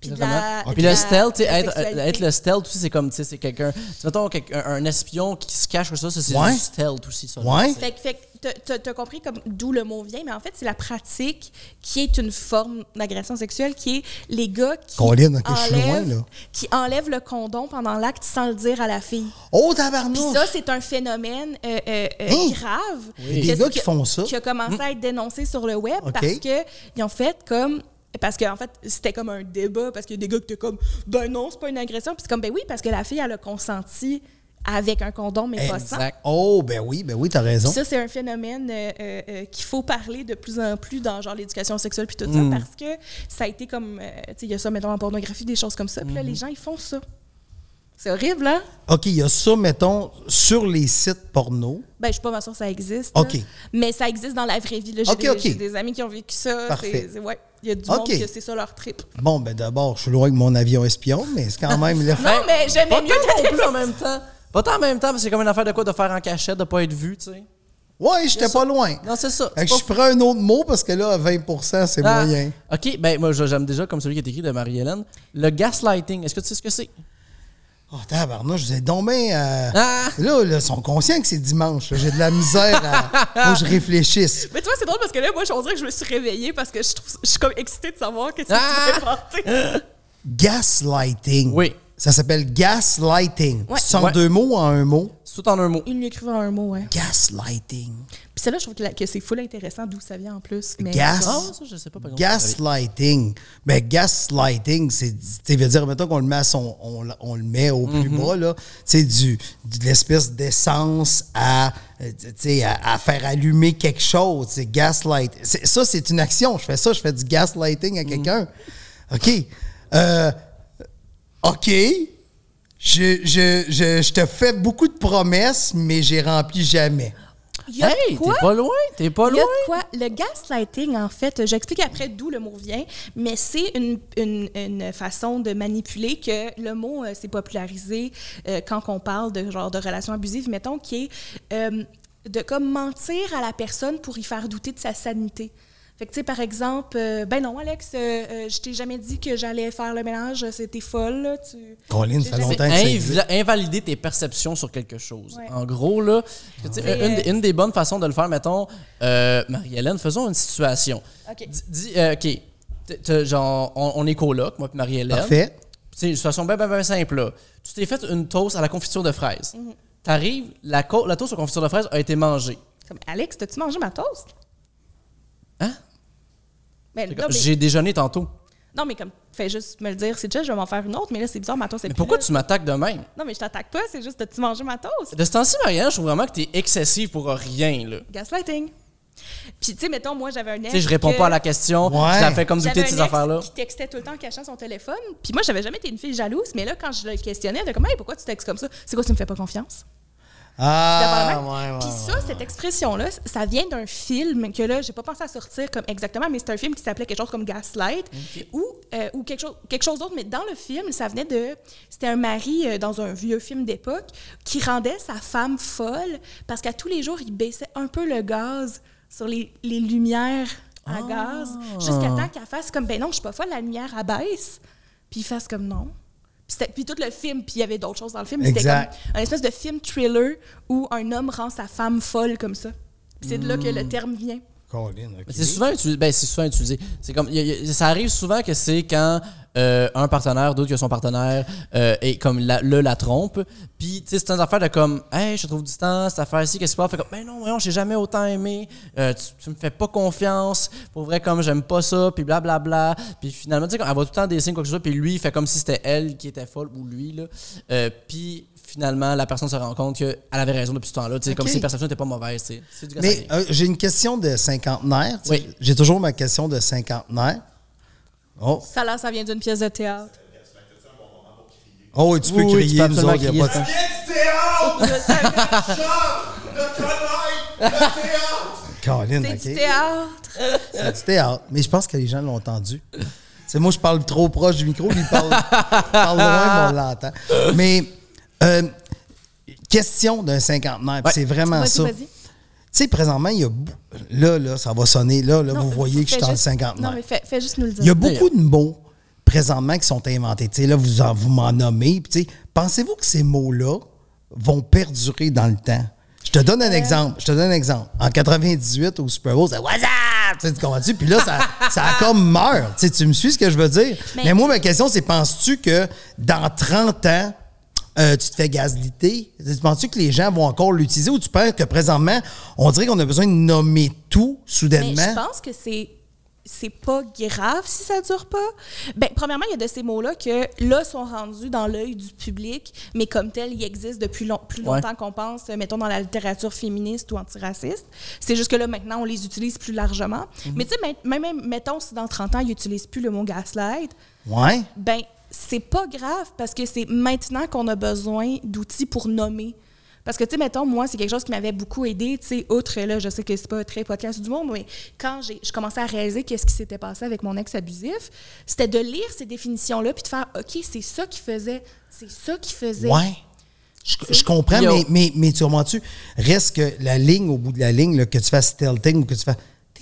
S2: Puis de la.
S1: Ah,
S2: de
S1: Puis
S2: la
S1: le stealth, tu sais, être,
S2: sexualité.
S1: être le stealth aussi, c'est comme, tu sais, c'est quelqu'un. tu sais, Mettons, quelqu'un- un, espion qui se cache comme ça, ça, c'est
S3: Ouais.
S1: du stealth aussi, ça.
S3: Ouais.
S2: Fait que, fait que t'as- t'as- t'as compris comme d'où le mot vient, mais en fait, c'est la pratique qui est une forme d'agression sexuelle, qui est les gars qui,
S3: Colin, ok, je suis loin, là.
S2: enlèvent, qui enlèvent le condom pendant l'acte sans le dire à la fille.
S3: Oh,
S2: Puis
S3: tabarnouche!
S2: ça, c'est un phénomène euh, euh, euh,
S3: Hein?
S2: grave.
S3: Il y a des
S2: Que-
S3: gars qui font ça.
S2: Qui a commencé à être dénoncé sur le web
S3: OK.
S2: parce que ils ont fait comme. Parce que, en fait, c'était comme un débat, parce qu'il y a des gars qui étaient comme, ben non, c'est pas une agression. Puis c'est comme, ben oui, parce que la fille, elle a consenti avec un condom, mais pas sans.
S1: Exact.
S3: Oh, ben oui, ben oui, t'as raison.
S2: Puis ça, c'est un phénomène euh, euh, euh, qu'il faut parler de plus en plus dans genre l'éducation sexuelle puis tout
S3: Hmm.
S2: ça, parce que ça a été comme, euh, tu sais, il y a ça, mettons, en pornographie, des choses comme ça.
S3: Hmm.
S2: Puis là, les gens, ils font ça. C'est horrible, hein?
S3: OK, il y a ça, mettons, sur les sites porno.
S2: Ben, je suis pas sûre que ça existe. là.
S3: OK.
S2: Mais ça existe dans la vraie vie. là. J'ai
S3: OK,
S2: des,
S3: OK.
S2: j'ai des amis qui ont vécu ça.
S3: Parfait.
S2: C'est- c'est- ouais. Il y a du
S3: OK.
S2: monde que c'est ça leur trip.
S3: Bon, ben d'abord, je suis loin avec mon avion espion, mais c'est quand même le
S2: Non, mais j'aimais
S1: Pas tant
S2: Hein? mieux que
S1: non plus en même temps. Pas tant en même temps, parce que c'est comme une affaire de quoi de faire en cachette, de pas être vu, tu sais.
S3: Ouais, j'étais pas loin.
S1: Non, c'est ça.
S3: Fait que
S1: C'est
S3: je prends un autre mot parce que là, à 20 c'est
S1: pas-
S3: moyen.
S1: Ah. OK, ben moi je- j'aime déjà comme celui qui est écrit de Marie-Hélène. Le gaslighting, est-ce que tu sais ce que c'est?
S3: Oh, tabarnouche, je disais, donc ben, euh,
S1: Ah!
S3: Là, là, ils sont conscients que c'est dimanche. là. J'ai de la misère à. Faut que je réfléchisse.
S2: Mais tu vois, c'est drôle parce que là, moi, on dirait que je me suis réveillée parce que je, trouve, je suis comme excitée de savoir qu'est-ce
S1: Ah!
S2: que tu vas inventer.
S3: Gaslighting.
S1: Oui.
S3: Ça s'appelle gaslighting.
S2: Ouais.
S3: Sans
S1: Ouais.
S3: deux mots en un mot.
S1: C'est tout en un mot.
S2: Il l'écrivait en un mot, hein. ouais.
S3: Gaslighting.
S2: Puis celle-là, je trouve que, la- que c'est full intéressant d'où ça vient en plus. Mais
S3: Gas.
S1: Ah, ouais, ça, je sais pas, par exemple.
S3: Gaslighting. Mais gaslighting, c'est. Tu veux dire, mettons qu'on le met, à son, on, le- on le met au
S2: Mhm.
S3: plus bas, là. C'est du, de l'espèce d'essence à, euh, tu sais, à, à faire allumer quelque chose. C'est gaslight. c'est- Ça, c'est une action. Je fais ça, je fais du gaslighting
S2: Mhm.
S3: à quelqu'un. OK. Euh, OK. Je, je, je, je te fais beaucoup de promesses, mais j'ai rempli jamais.
S2: il y a de
S1: Hey,
S2: quoi?
S1: t'es pas loin, t'es pas
S2: Il y a
S1: loin.
S2: de quoi? Le gaslighting, en fait, j'explique après d'où le mot vient, mais c'est une, une- une façon de manipuler que le mot euh, s'est popularisé euh, quand on parle de genre de relations abusives, mettons, qui est euh, de comme mentir à la personne pour y faire douter de sa sanité. Fait que, tu sais, par exemple, euh, ben non, Alex, euh, euh, je t'ai jamais dit que j'allais faire le ménage, c'était folle, là, tu...
S3: Colin,
S2: J'ai
S3: ça fait
S2: jamais-
S3: longtemps que ça existe.
S1: Inv- invalider tes perceptions sur quelque chose.
S2: Ouais.
S1: En gros, là, tu sais,
S2: C'est,
S1: une,
S2: euh,
S1: une des bonnes façons de le faire, mettons, euh, Marie-Hélène, faisons une situation.
S2: OK.
S1: Dis- dis, euh, OK, t'es- t'es- genre, on, on est coloc, moi et Marie-Hélène.
S3: Parfait.
S1: C'est une situation bien, bien, bien simple. là. Tu t'es fait une toast à la confiture de fraises.
S2: Mhm.
S1: T'arrives, la, co- la toast aux confitures de fraises a été mangée.
S2: Comme, Alex, t'as-tu mangé ma toast?
S1: Hein?
S2: Ben, non, mais-
S1: J'ai déjeuné tantôt.
S2: Non, mais comme, fais juste me le dire, c'est déjà, je vais m'en faire une autre, mais là, c'est bizarre, ma toast, c'est
S1: Mais pourquoi tu m'attaques de même?
S2: Non, mais je t'attaque pas, c'est juste, t'as-tu mangé ma toast?
S1: De ce temps-ci, Marianne, je trouve vraiment que t'es excessive pour rien. Là.
S2: Gaslighting. Puis, tu sais, mettons, moi, j'avais un ex.
S1: Tu sais, je réponds
S2: que-
S1: pas à la question.
S3: Ouais.
S1: Je la fais comme douter
S2: j'avais
S1: de
S2: un
S1: ces
S2: ex
S1: affaires-là.
S2: qui textait tout le temps en cachant son téléphone. Puis moi, j'avais jamais été une fille jalouse, mais là, quand je le questionnais, elle était comme, hey, pourquoi tu textes comme ça? C'est quoi, tu me fais pas confiance?
S3: Ah,
S2: Puis
S3: ouais, ouais,
S2: Puis
S3: ouais.
S2: ça, cette expression-là, ça vient d'un film que là, j'ai pas pensé à sortir comme exactement, mais c'est un film qui s'appelait quelque chose comme Gaslight ou, euh, ou quelque chose, quelque chose d'autre. Mais dans le film, ça venait de. C'était un mari euh, dans un vieux film d'époque qui rendait sa femme folle parce qu'à tous les jours, il baissait un peu le gaz sur les, les lumières à
S3: Ah.
S2: gaz jusqu'à temps qu'elle fasse comme ben non, je suis pas folle, la lumière abaisse. Puis il fasse comme non. Puis, c'était- puis tout le film, puis il y avait d'autres choses dans le film. mais C'était comme
S3: Exact.
S2: un espèce de film thriller où un homme rend sa femme folle comme ça. Puis C'est de là que
S3: Hmm.
S2: le terme vient.
S3: Colin, ok.
S1: Mais C'est souvent utilisé. Ben, c'est souvent utilisé. C'est comme, y a- y a- ça arrive souvent que c'est quand euh, un partenaire, d'autre que son partenaire, euh, est comme la, le la trompe. Puis, tu sais, c'est une affaire de comme, hey, je te trouve du temps, cette affaire-ci, qu'est-ce qui se passe? Fait comme, ben non, voyons, j'ai jamais autant aimé. Euh, tu, tu me fais pas confiance. Pour vrai, comme, j'aime pas ça. Puis, blablabla. Puis, finalement, tu sais, comme, elle voit tout le temps des signes, quoi que ce soit. Puis, lui, il fait comme si c'était elle qui était folle ou lui, là. Euh, puis, finalement, la personne se rend compte qu'elle avait raison depuis ce temps-là. Tu sais, comme si les perceptions n'étaient pas mauvaises, tu sais. C'est du
S3: Mais
S1: gaslighting.
S3: euh, j'ai une question de cinquantenaire. tu sais.
S1: Oui.
S3: J'ai toujours ma question de cinquantenaire. Oh,
S2: Ça, là, ça vient d'une pièce de théâtre.
S3: oh et tu peux
S1: Oui, oui, tu
S3: crier,
S1: peux
S3: nous
S1: absolument
S3: autres, il n'y
S1: crier,
S3: a pas de temps.
S1: c'est ça.
S4: Viens du théâtre!
S2: Je savais-
S4: Jacques, le connaître! Le théâtre!
S3: Colin,
S2: C'est
S3: OK.
S2: du théâtre.
S3: C'est du théâtre. Mais je pense que les gens l'ont entendu. C'est moi, je parle trop proche du micro, puis il parle, il parle loin, mais on l'entend. Mais euh, question d'un cinquantenaire, puis c'est vraiment
S2: Vas-y,
S3: ça. Tu
S2: vas-y.
S3: sais, présentement, il y a. bou- Là, là, ça va sonner. Là, là
S2: Non,
S3: vous voyez que je suis
S2: fais
S3: dans le
S2: juste-
S3: cinquantenaire.
S2: Non, mais fais, fais juste nous le dire.
S3: Il y a beaucoup de mots présentement qui sont inventés. Tu sais, là, vous en- vous m'en nommez. Puis, tu sais, Pensez-vous que ces mots-là vont perdurer dans le temps? Je te donne
S2: Euh.
S3: un exemple. Je te donne un exemple. En 98, au Super Bowl, c'est What's up? Tu sais, tu comprends-tu? Puis là, ça, ça a comme meurt. Tu sais, tu me suis ce que je veux dire?
S2: Mais-
S3: Mais, moi, ma question, c'est penses-tu que dans 30 ans, euh, tu te fais gazliter? Tu Penses-tu que les gens vont encore l'utiliser ou tu penses que présentement, on dirait qu'on a besoin de nommer tout soudainement?
S2: Mais je pense que c'est c'est pas grave si ça dure pas. Ben premièrement, il y a de ces mots-là que là sont rendus dans l'œil du public, mais comme tel, ils existent depuis long- plus
S1: Ouais.
S2: longtemps qu'on pense, euh, mettons dans la littérature féministe ou antiraciste. C'est juste que là maintenant, on les utilise plus largement. Mais tu sais même- même, même, mettons si dans 30 ans, ils n'utilisent plus le mot gaslight,
S3: Ouais.
S2: ben c'est pas grave parce que c'est maintenant qu'on a besoin d'outils pour nommer. Parce que, tu sais, mettons, moi, c'est quelque chose qui m'avait beaucoup aidé, tu sais, outre, là, je sais que c'est pas très podcast du monde, mais quand j'ai, je commençais à réaliser qu'est-ce qui s'était passé avec mon ex abusif, c'était de lire ces définitions-là puis de faire, OK, c'est ça qu'il faisait, c'est ça qu'il faisait.
S3: Ouais. Je, je comprends,
S1: Yo.
S3: mais, mais, mais tu comprends-tu? Reste que la ligne, au bout de la ligne, là, que tu fasses stealthing ou que tu fasses.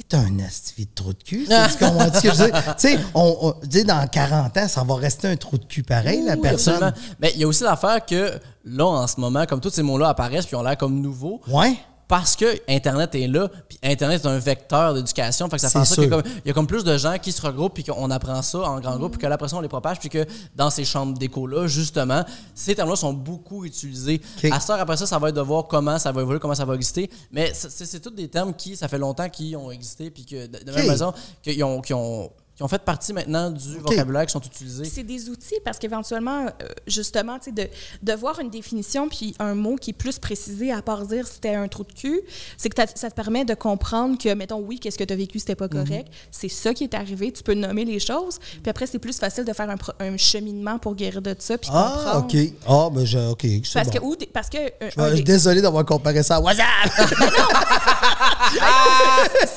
S3: T'es un astifi de trou de cul. tu sais, tu comprends-tu ce que je veux dire? Tu sais, on, on- tu sais, dans 40 ans, ça va rester un trou de cul pareil, la
S1: Oui,
S3: personne.
S1: absolument. Mais il y a aussi l'affaire que là, en ce moment, comme tous ces mots-là apparaissent puis ont l'air comme nouveaux,
S3: Ouais.
S1: parce que Internet est là, puis Internet est un vecteur d'éducation. Fait que ça
S3: C'est
S1: fait en sorte qu'il y a
S3: sûr.
S1: comme- il y a comme plus de gens qui se regroupent, puis qu'on apprend ça en grand groupe, puis que là, après ça, on les propage, puis que dans ces chambres d'écho-là, justement, ces termes-là sont beaucoup utilisés.
S3: OK.
S1: À cette heure, après ça, ça va être de voir comment ça va évoluer, comment ça va exister. Mais c'est- c'est c'est tous des termes qui, ça fait longtemps qu'ils ont existé, puis que de, de même
S3: OK.
S1: façon, qu'ils ont, qu'ils ont, qu'ils ont fait partie maintenant du vocabulaire qui sont utilisés.
S2: C'est des outils parce qu'éventuellement, euh, justement, tu sais, de, de voir une définition puis un mot qui est plus précisé à part dire c'était un trou de cul, c'est que t'as- ça te permet de comprendre que, mettons, oui, qu'est-ce que tu as vécu, c'était
S3: Mhm.
S2: pas correct, c'est ça qui est arrivé, tu peux nommer les choses, puis après, c'est plus facile de faire un, pro- un cheminement pour guérir de ça puis
S3: Ah,
S2: comprendre.
S3: OK. Ah, ben, je, OK. c'est
S2: Parce
S3: bon.
S2: que, ou des- parce que euh,
S3: Euh,
S2: un des-
S3: Désolé d'avoir comparé ça à WhatsApp.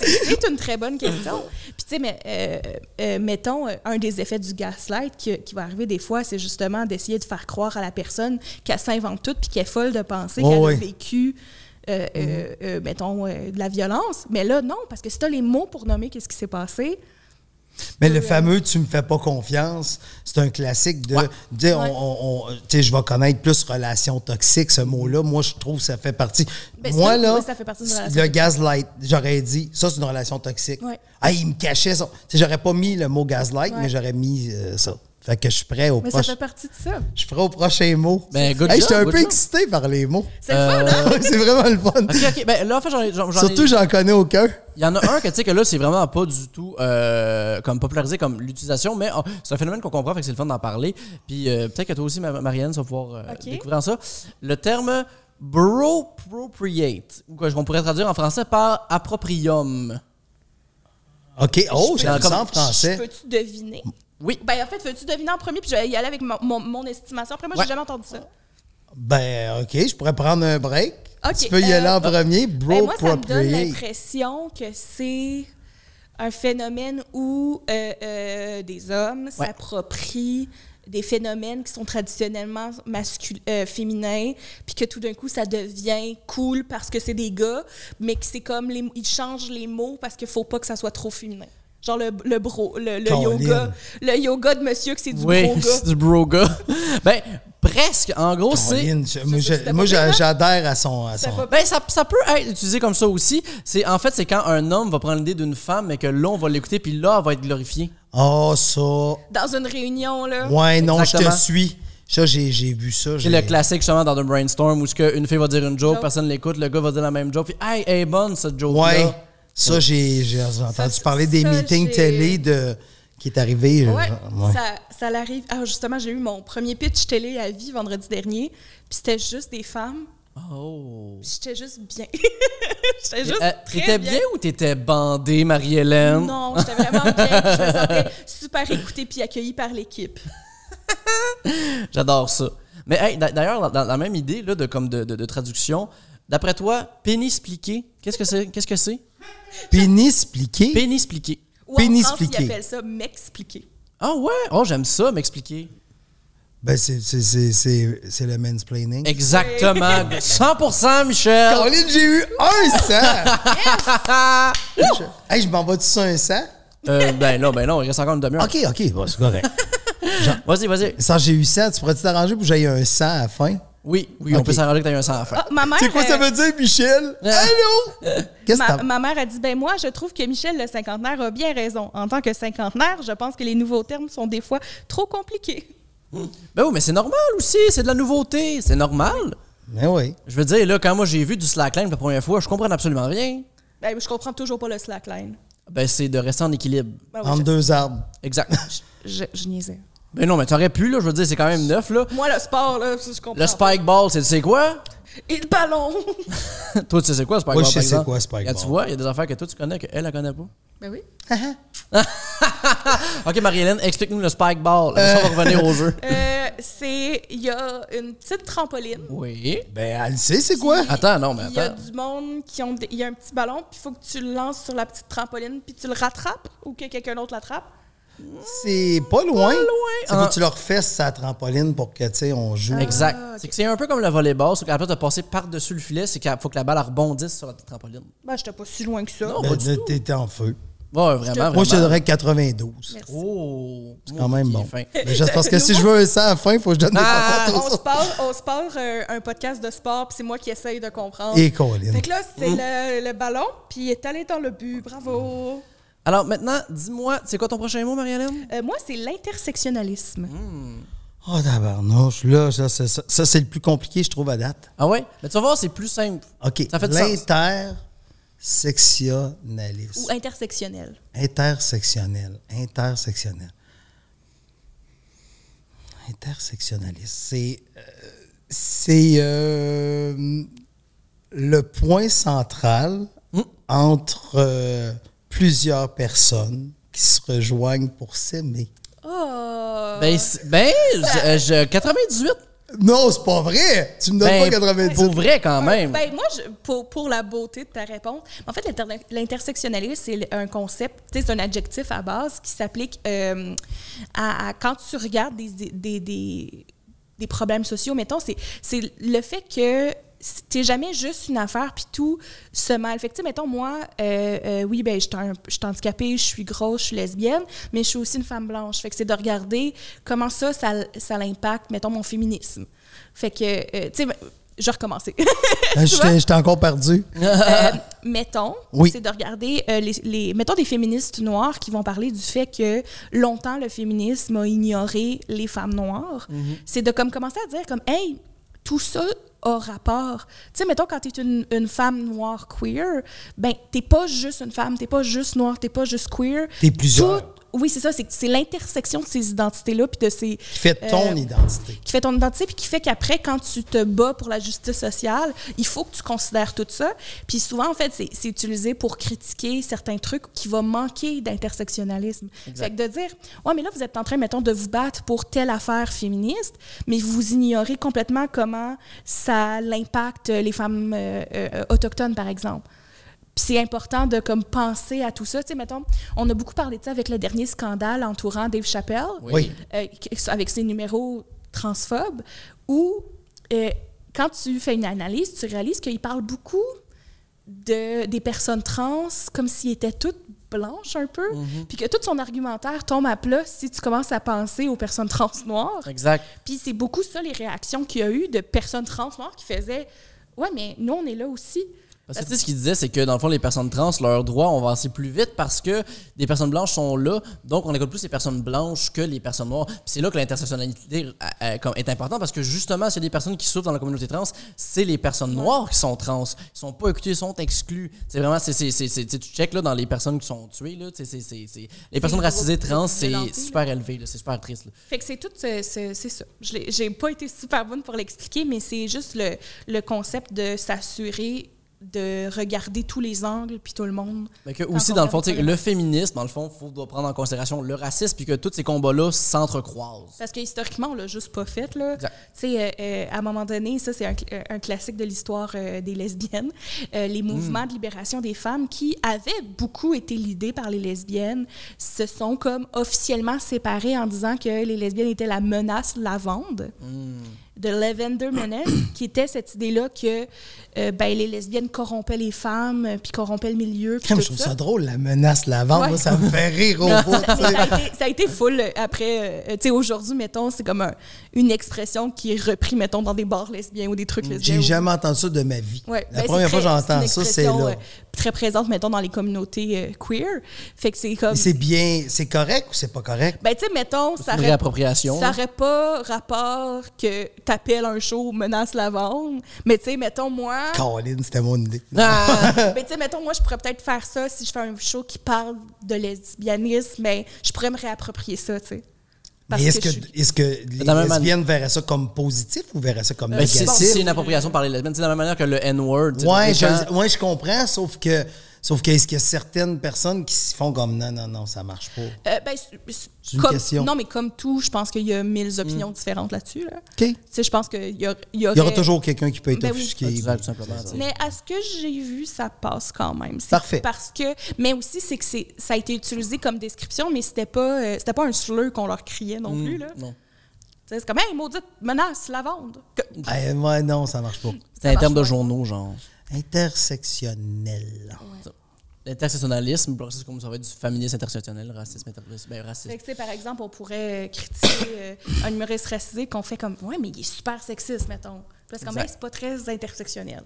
S2: C'est une très bonne question. Puis, tu sais, mais, euh, euh, mettons, euh, un des effets du gaslight qui, qui va arriver des fois, c'est justement d'essayer de faire croire à la personne qu'elle s'invente tout puis qu'elle est folle de penser
S3: Ouais,
S2: qu'elle
S3: ouais. Mhm.
S2: a vécu. euh, euh, euh, mettons, euh, de la violence. Mais là, non, parce que si tu as les mots pour nommer qu'est-ce qui s'est passé,
S3: Mais le fameux tu me fais pas confiance, c'est un classique de. tu sais, on-
S2: Ouais.
S3: on- on- tu sais, je vais connaître plus relation toxique, ce mot-là. Moi, je trouve que ça fait partie.
S2: Ben,
S3: Moi,
S2: c'est-
S3: là,
S2: oui, ça fait partie d'une relation
S3: le gaslight, j'aurais dit, ça, c'est une relation toxique.
S2: Ouais.
S3: Ah, il me cachait ça. Tu sais, j'aurais pas mis le mot gaslight,
S2: Ouais.
S3: mais j'aurais mis euh, ça. Fait que je suis prêt au
S2: mais
S3: proche-
S2: ça fait partie de ça.
S3: Je suis prêt au prochain mot.
S1: Ben, good
S3: Hey,
S1: job,
S3: j'étais un
S1: good
S3: peu
S1: job. Euh,
S3: excité par les mots.
S2: C'est le
S3: Euh,
S2: fun, hein?
S3: c'est vraiment le fun.
S1: OK, OK. Ben, là, en fait, j'en ai- j'en j'en ai-
S3: Surtout, j'en connais aucun.
S1: Il y en a un que tu sais que là, c'est vraiment pas du tout euh, comme popularisé comme l'utilisation, mais oh, c'est un phénomène qu'on comprend, fait que c'est le fun d'en parler. Puis euh, peut-être que toi aussi, Ma- Marianne, tu vas pouvoir euh,
S2: Ok.
S1: découvrir ça. Le terme bropropriate, ou qu'on pourrait traduire en français par approprium.
S3: OK. Oh,
S1: Je
S3: j'ai
S1: peux-
S3: ça en français.
S2: Peux-tu deviner?
S1: Oui.
S2: Ben, en fait, veux-tu deviner en premier, puis je vais y aller avec mon, mon- mon estimation. Après, moi,
S1: Ouais.
S2: j'ai jamais entendu ça.
S3: Ben, OK, je pourrais prendre un break.
S2: OK,
S3: Tu peux y aller
S2: euh,
S3: en premier. Bro,
S2: Ben, moi, ça me donne
S3: appropriate.
S2: l'impression que c'est un phénomène où euh, euh, des hommes s'approprient des phénomènes qui sont traditionnellement masculins, féminins, puis que tout d'un coup, ça devient cool parce que c'est des gars, mais que c'est comme, les, ils changent les mots parce qu'il faut pas que ça soit trop féminin. Genre le, le bro, le, le
S3: Colin.
S2: yoga, le yoga de monsieur que c'est du
S1: oui,
S2: gros gars.
S1: c'est du bro gars. ben, presque. En gros, c'est.
S3: Colin, je- moi,
S2: sais,
S3: je-
S2: c'était
S3: moi,
S2: pas
S3: j'a-
S2: pire, hein?
S3: j'adhère à son. à
S2: Ça
S3: son-
S2: va
S1: Ben, ça, ça peut être utilisé comme ça aussi. C'est En fait, c'est quand un homme va prendre l'idée d'une femme, mais que là, on va l'écouter, puis là, elle va être glorifiée.
S3: Oh, ça.
S2: Dans une réunion, là.
S3: Ouais, non, je te
S1: Exactement.
S3: suis. Ça, j'ai j'ai vu ça.
S1: C'est
S3: j'ai-
S1: le classique justement dans un brainstorm où ce que une fille va dire une joke,
S2: Joke.
S1: personne l'écoute, le gars va dire la même joke, puis hey, elle est bonne cette joke là.
S3: Ouais. Ça, j'ai j'ai entendu
S2: Ça,
S3: parler des
S2: ça,
S3: meetings
S2: j'ai-
S3: télé de qui est arrivé.
S2: Ouais,
S3: genre, ouais.
S2: Ça, ça l'arrive. Ah, justement, j'ai eu mon premier pitch télé à vie vendredi dernier, puis c'était juste des femmes,
S1: Oh.
S2: puis j'étais juste bien. j'étais juste
S1: Euh,
S2: très
S1: T'étais bien ou t'étais bandée, Marie-Hélène?
S2: Non, j'étais vraiment bien. puis Je me sentais super écoutée puis accueillie par l'équipe.
S1: J'adore ça. Mais hey, d'a- d'ailleurs, dans, dans la même idée là, de, comme de, de- de traduction, d'après toi, pénis pliqué, qu'est-ce que c'est? Qu'est-ce que c'est?
S3: Pénis pliqué.
S1: Pénis pliqué.
S2: Ou en France,
S3: Pénispliquer.
S2: ils appellent ça m'expliquer.
S1: Ah ouais? Oh, j'aime ça, m'expliquer.
S3: Ben, c'est- c'est- c'est c'est- c'est le mansplaining.
S1: Exactement. 100% Michel.
S3: Colin, j'ai eu un sang! hey, je m'en vais-tu sur un sang?
S1: Euh, ben non, ben non, il reste encore une demi-heure.
S3: OK, OK, bon, c'est correct.
S1: Vas-y, vas-y.
S3: Ça, j'ai eu 100. Tu pourrais-tu t'arranger pour que j'aille un 100 à la fin?
S1: Oui, oui, on
S3: Ok.
S1: peut s'arranger que t'as eu un sang à la fin.
S2: Ah, ma mère,
S3: C'est quoi ça
S2: euh,
S3: veut dire, Michel?
S1: Ah.
S3: Allô? Qu'est-ce que
S2: Ma,
S3: t'as-
S2: ma mère a dit ben moi je trouve que Michel le cinquantenaire a bien raison. En tant que cinquantenaire, je pense que les nouveaux termes sont des fois trop compliqués.
S1: Ben oui, mais c'est normal aussi, c'est de la nouveauté, c'est normal.
S3: Ben oui.
S1: Je veux dire, là, quand moi j'ai vu du slackline pour la première fois, je comprends absolument rien.
S2: Ben, je comprends toujours pas le slackline.
S1: Ben, c'est de rester en équilibre.
S2: Ben oui,
S3: Entre deux arbres.
S1: Exact.
S2: je, je- je niaisais.
S1: ben non, mais t'aurais pu, là, je veux dire, c'est quand même neuf, là.
S2: Moi le sport là, je comprends.
S1: Le spike ball, c'est tu sais quoi?
S2: pas. Et le ballon.
S1: Toi, tu sais c'est quoi, spike
S3: Moi,
S1: ball?
S3: je sais
S1: par
S3: c'est
S1: exemple?
S3: quoi, spike
S1: Regarde, Tu
S3: ball.
S1: vois, il y a des affaires que toi tu connais que elle, elle connaît pas.
S2: ben oui.
S1: Ok, Marie-Hélène, explique-nous le spike ball. Après ça, on va revenir au jeu.
S2: Euh, c'est il y a une petite trampoline.
S1: Oui.
S3: Ben, elle sait c'est quoi?
S1: Attends, non, mais
S2: Il y a
S1: attends.
S2: du monde qui ont des- il y a un petit ballon puis il faut que tu le lances sur la petite trampoline puis tu le rattrapes ou que quelqu'un d'autre l'attrape.
S3: C'est pas loin. C'est
S1: Ah.
S3: faut que tu leur fesses sa trampoline pour que, tu sais, on joue. Ben,
S1: Exact.
S2: Ah,
S1: C'est que c'est un peu comme le volleyball, sauf qu'à la place de passer par-dessus le filet, c'est qu'il faut que la balle rebondisse sur la petite trampoline.
S2: Ben j'étais pas si loin que ça.
S1: Non.
S3: Ben,
S1: pas du
S3: là,
S1: tout.
S3: T'étais en feu.
S1: Ouais, vraiment, vraiment.
S3: Moi, je te dirais 92.
S2: Merci.
S1: Oh, c'est
S3: Quand même bon.
S1: Fin.
S3: Mais je pense que si je veux un 100 à la fin, il faut que je donne des
S1: Ah,
S3: commentaires
S2: on
S3: sur-
S2: se parle, on se parle euh, un podcast de sport, puis c'est moi qui essaye de comprendre.
S3: Et Colin.
S2: Fait que là,
S1: Mm.
S2: c'est le, le ballon, puis il est allé dans le but. Bravo!
S1: Alors maintenant, dis-moi, c'est quoi ton prochain mot, Marie-Hélène?
S2: Euh, moi, c'est l'intersectionnalisme.
S3: Oh, tabarnouche, là, ça, c'est ça, ça, c'est le plus compliqué, je trouve, à date.
S1: Ah ouais? Mais tu vas voir, c'est plus simple.
S3: OK.
S1: Ça fait du sens.
S3: L'intersectionnalisme.
S2: Ou intersectionnel.
S3: Intersectionnel. Intersectionnel. Intersectionnalisme. C'est. euh, c'est. euh, le point central entre euh, plusieurs personnes qui se rejoignent pour s'aimer.
S2: Oh!
S1: Ben, c'est- ben je- euh, je- 98.
S3: Non, c'est pas vrai! Tu me donnes
S1: Ben,
S3: pas 90.
S1: Pour vrai, quand même.
S2: Ben, moi, je- pour, pour la beauté de ta réponse, en fait, l'inter- l'intersectionnalisme, c'est un concept, tu sais, c'est un adjectif à base qui s'applique euh, à, à quand tu regardes des, des, des- des- des problèmes sociaux. Mettons, c'est- c'est le fait que t'es jamais juste une affaire puis tout se mal. Fait que, tu sais, mettons, moi, euh, euh, oui, ben, je suis un- je suis handicapée, je suis grosse, je suis lesbienne, mais je suis aussi une femme blanche. Fait que c'est de regarder comment ça, ça, ça l'impacte, mettons, mon féminisme. Fait que, euh, tu sais, je vais recommencer.
S3: Ah, J'étais j'étais encore perdu.
S2: Euh, mettons,
S3: Oui.
S2: c'est de regarder euh, les, les- mettons des féministes noires qui vont parler du fait que longtemps le féminisme a ignoré les femmes noires.
S3: Mhm.
S2: C'est de comme commencer à dire comme hey, tout ça a rapport. Tu sais, mettons, quand tu es une, une femme noire queer, ben, t'es pas juste une femme, t'es pas juste noire, t'es pas juste queer.
S3: T'es plusieurs.
S2: Tout- oui, c'est ça, c'est c'est l'intersection de ces identités-là, puis de ces...
S3: Qui fait ton
S2: euh,
S3: identité.
S2: qui fait ton identité, puis qui fait qu'après, quand tu te bats pour la justice sociale, il faut que tu considères tout ça. Puis souvent, en fait, c'est- c'est utilisé pour critiquer certains trucs qui vont manquer d'intersectionnalisme. Fait que de dire, ouais, mais là, vous êtes en train, mettons, de vous battre pour telle affaire féministe, mais vous ignorez complètement comment ça l'impacte les femmes euh, euh, autochtones, par exemple. Puis c'est important de comme penser à tout ça. Tu sais, mettons, on a beaucoup parlé de ça avec le dernier scandale entourant Dave Chappelle
S3: Oui.
S2: euh, qui- avec ses numéros transphobes, où euh, quand tu fais une analyse, tu réalises qu'il parle beaucoup de, des personnes trans comme s'ils étaient toutes blanches un peu, puis que tout son argumentaire tombe à plat si tu commences à penser aux personnes trans noires.
S1: Exact.
S2: Puis c'est beaucoup ça les réactions qu'il y a eu de personnes trans noires qui faisaient « Ouais, mais nous, on est là aussi.
S1: Parce que tu sais, ce qu'il disait, c'est que dans le fond, les personnes trans, leurs droits, on va assez plus vite parce que des personnes blanches sont là, donc on écoute plus les personnes blanches que les personnes noires. Puis c'est là que l'intersectionnalité euh, euh, comme- est importante parce que justement, s'il y a des personnes qui souffrent dans la communauté trans, c'est les personnes noires qui sont trans. Ils sont pas écoutées, ils sont exclus. C'est vraiment, c'est, c'est, c'est, c'est- tu sais, tu check là, dans les personnes qui sont tuées, là, tu sais, c'est, c'est, c'est- les personnes
S2: le
S1: racisées
S2: gros-
S1: trans,
S2: le
S1: c'est
S2: violentées, là.
S1: super élevé, là, c'est super triste. là. »
S2: Fait que c'est tout, ce- ce- c'est ça. Je l'ai- j'ai pas été super bonne pour l'expliquer, mais c'est juste le, le concept de s'assurer de regarder tous les angles puis tout le monde.
S1: Mais que
S2: Quand
S1: aussi,
S2: on
S1: dans le
S2: regarde
S1: fond, tu sais,
S2: le
S1: le féminisme, dans le fond, faut doit prendre en considération le racisme puis que tous ces combats-là s'entrecroisent.
S2: Parce que historiquement, on l'a juste pas fait. Là. Tu
S1: Exact.
S2: sais, euh, euh, à un moment donné, ça, c'est un, cl- euh, un classique de l'histoire euh, des lesbiennes. Euh, les mouvements de libération des femmes qui avaient beaucoup été lidés par les lesbiennes se sont comme officiellement séparés en disant que les lesbiennes étaient la menace lavande. de Lavender Menace, qui était cette idée-là que euh, ben, les lesbiennes corrompaient les femmes, euh, puis corrompaient le milieu. puis
S3: Crème,
S2: tout
S3: je trouve ça drôle, la menace lavante.
S2: Ouais.
S3: Moi, ça me fait rire au bout.
S2: ça,
S3: tu sais.
S2: mais ça a été, ça a été full euh, après. euh, tu sais, aujourd'hui, mettons, c'est comme un- une expression qui est reprise, mettons, dans des bars lesbiens ou des trucs lesbiens.
S3: J'ai
S2: ou-
S3: jamais entendu ça de ma vie.
S2: Ouais,
S3: la
S2: ben,
S3: première
S2: c'est
S3: fois que
S2: très-
S3: j'entends
S2: une
S3: ça, c'est
S2: expression,
S3: là.
S2: euh, très présente, mettons, dans les communautés euh, queer. Fait que c'est comme.
S3: Mais C'est bien, c'est correct ou c'est pas correct?
S2: Ben, tu sais, mettons, ça
S1: une hein.
S2: aurait,
S1: réappropriation,
S2: ça
S1: là.
S2: aurait pas rapport que t'appelles un show menace la vente. Mais tu sais, mettons, moi.
S3: Caroline, c'était mon idée.
S1: Ah!
S2: Mais tu sais, mettons, moi, je pourrais peut-être faire ça si je fais un show qui parle de lesbianisme, mais je pourrais me réapproprier ça, tu sais. Parce
S3: Mais est-ce
S2: que
S3: que,
S2: je suis-
S3: est-ce que les
S1: Dans la même
S3: lesbiennes verraient ça comme positif ou verraient ça comme
S1: Ben, c'est
S3: négatif?
S1: c'est une appropriation par les lesbiennes. C'est de la même manière que le N-word. tu sais,
S3: Ouais,
S1: les gens-
S3: je, ouais, je comprends, sauf que, sauf que est-ce qu'il y a certaines personnes qui se font comme non, non, non, ça marche pas?
S2: Euh, ben, c'est- c'est-
S3: C'est une
S2: comme-
S3: question.
S2: Non, mais comme tout, je pense qu'il y a mille opinions différentes là-dessus. Là.
S3: OK.
S2: Tu sais, je pense qu'il y, a- il y aurait...
S3: Il y aura toujours quelqu'un qui peut être
S2: Ben oui.
S3: offusqué.
S1: Exact, tout simplement, Ah, tu sais.
S2: Mais à ce que j'ai vu, ça passe quand même. C'est
S3: Parfait.
S2: Parce que, mais aussi, c'est que c'est- ça a été utilisé comme description, mais c'était pas, euh, c'était pas un slur qu'on leur criait non
S1: Mm.
S2: plus. Là. Tu
S1: Non.
S2: sais, C'est comme, hey, maudite menace, lavande. Que-
S3: Eh, ouais, non, ça marche pas.
S1: C'est un
S2: marche
S1: terme de
S2: pas.
S1: journaux, genre.
S3: Intersectionnel.
S1: L'intersectionnalisme, bon, c'est comme ça va être du féminisme intersectionnel, racisme intersectionnel. Ben,
S2: Fait
S1: raciste.
S2: que, tu sais, par exemple, on pourrait euh, critiquer euh, un humoriste racisé qu'on fait comme, ouais, mais il est super sexiste, mettons. Parce que, comme,
S1: Exact.
S2: Hey, c'est pas très intersectionnel.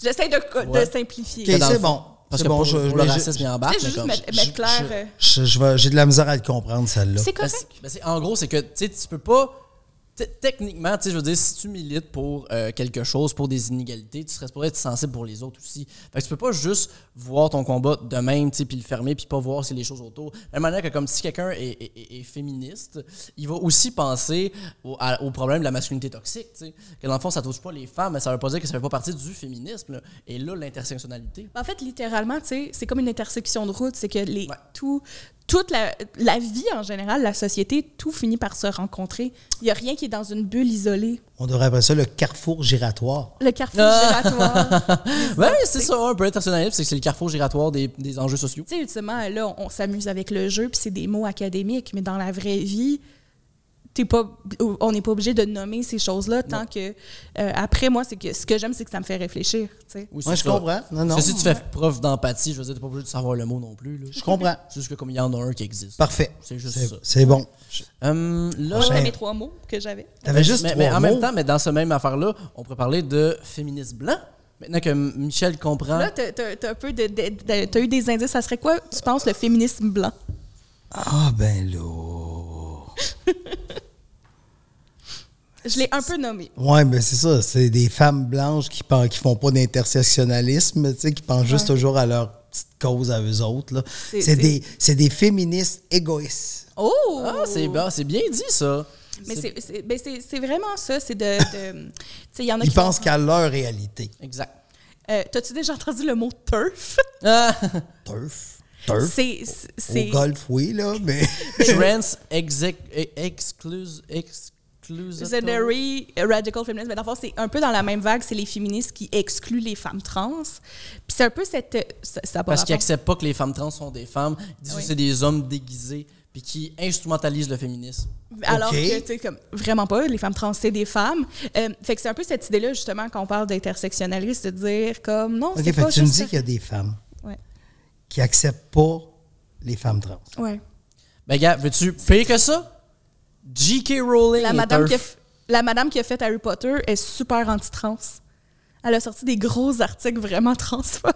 S2: J'essaie de, co-
S1: Ouais.
S2: de simplifier.
S3: Ok,
S1: Dans le
S3: c'est
S1: fond.
S3: bon.
S1: Parce
S3: C'est
S1: que
S3: bon,
S1: pour,
S3: je-
S1: pour le
S3: mais je-
S1: racisme, il
S2: Tu
S1: embarque.
S2: sais,
S1: mais
S2: juste
S1: comme-
S2: mettre, mettre clair. euh,
S3: Je- je- je vais- J'ai de la misère à le comprendre, celle-là.
S2: c'est
S1: Ben,
S2: correct.
S1: c'est- ben, c'est- en gros, c'est que tu sais, tu peux pas. t- Techniquement, tu sais, je veux dire, si tu milites pour euh, quelque chose, pour des inégalités, tu serais supposé être sensible pour les autres aussi. Fait que tu peux pas juste voir ton combat de même, tu sais, puis le fermer, puis pas voir si les choses autour. De la même manière que comme si quelqu'un est, est- est- est féministe, il va aussi penser au, à- au problème de la masculinité toxique, tu sais. Que dans le fond, ça touche pas les femmes, mais ça veut pas dire que ça fait pas partie du féminisme. là. Et là, l'intersectionnalité.
S2: En fait, littéralement, tu sais, c'est comme une intersection de route. C'est que les,
S1: Ouais.
S2: tout, toute la, la vie en général, la société, tout finit par se rencontrer. Il n'y a rien qui est dans une bulle isolée.
S3: On devrait appeler ça le carrefour giratoire.
S2: Le carrefour
S1: Ah!
S2: giratoire.
S1: Ben Oui, c'est ça, un peu intersectionnalisme, c'est que c'est le carrefour giratoire des, des enjeux sociaux.
S2: tu sais, ultimement, là, on, on s'amuse avec le jeu, puis c'est des mots académiques, mais dans la vraie vie, t'es pas, on n'est pas obligé de nommer ces choses-là tant que. euh, après, moi, c'est que ce que j'aime, c'est que ça me fait réfléchir. tu sais.
S1: Oui,
S3: Moi,
S1: c'est
S3: je
S1: ça.
S3: comprends. Non, non.
S1: Parce que si tu fais preuve d'empathie, je veux dire, t'es pas obligé de savoir le mot non plus. Là.
S3: Je comprends.
S1: C'est juste que comme il y en a un qui existe.
S3: Parfait.
S1: C'est juste
S3: C'est-
S1: ça.
S3: C'est bon. Je-
S1: Hum, là,
S2: Moi,
S3: Prochain.
S2: j'avais mes trois mots que j'avais.
S3: T'avais juste
S1: mais,
S3: Ah, trois
S1: mais en même
S3: mots.
S1: temps, mais dans ce même affaire-là, on pourrait parler de féministe blanc. Maintenant que M- Michel comprend.
S2: Là, t'as- t'as t'as un peu de, de- de- t'as eu des indices. Ça serait quoi, tu penses, le féminisme blanc?
S3: Ah, ben là.
S2: Je l'ai un peu nommé.
S3: Ouais, ben c'est ça. C'est des femmes blanches qui pen- qui font pas d'intersectionnalisme, tu sais, qui pensent juste toujours à leur petite cause à eux autres. là.
S2: c'est-
S3: C'est des, c'est des féministes égoïstes.
S2: Oh!
S1: Ah, c'est bien, c'est bien dit, ça.
S2: Mais
S1: C'est-
S2: c'est- c'est ben, c'est- c'est vraiment ça, c'est de... de- tu sais, il y en a
S3: Ils
S2: qui...
S3: pensent qu'à leur réalité.
S1: Exact.
S2: Euh, T'as-tu déjà entendu le mot « turf
S1: Ah,
S3: Turf. » Turf.
S2: C'est... c'est-
S3: Au
S2: c'est-
S3: golf, oui, là, mais.
S1: Trans exec, exclus, exclus.
S2: Visionary uh, Radical Feminist, mais dans le fond, c'est un peu dans la même vague, c'est les féministes qui excluent les femmes trans. Puis c'est un peu cette... euh, Ça, ça a pas
S1: Parce qu'ils
S2: rapport.
S1: acceptent pas que les femmes trans sont des femmes. Ils disent
S2: Oui.
S1: que c'est des hommes déguisés, puis qui instrumentalisent le féminisme.
S2: Alors
S3: Ok.
S2: que, tu sais, comme, vraiment pas, les femmes trans, c'est des femmes. Euh, fait que c'est un peu cette idée-là, justement, quand on parle d'intersectionnalisme, de dire comme, non,
S3: Ok,
S2: c'est
S3: fait
S2: pas
S3: que tu me
S2: juste...
S3: dis qu'il y a des femmes
S2: Ouais.
S3: qui acceptent pas les femmes trans.
S2: Ouais.
S1: Ben, gars, veux-tu payer que ça? J.K. Rowling.
S2: La
S1: est
S2: madame,
S1: un
S2: qui a,
S1: f-
S2: f- la madame qui a fait Harry Potter est super anti-trans. Elle a sorti des gros articles vraiment transphobes.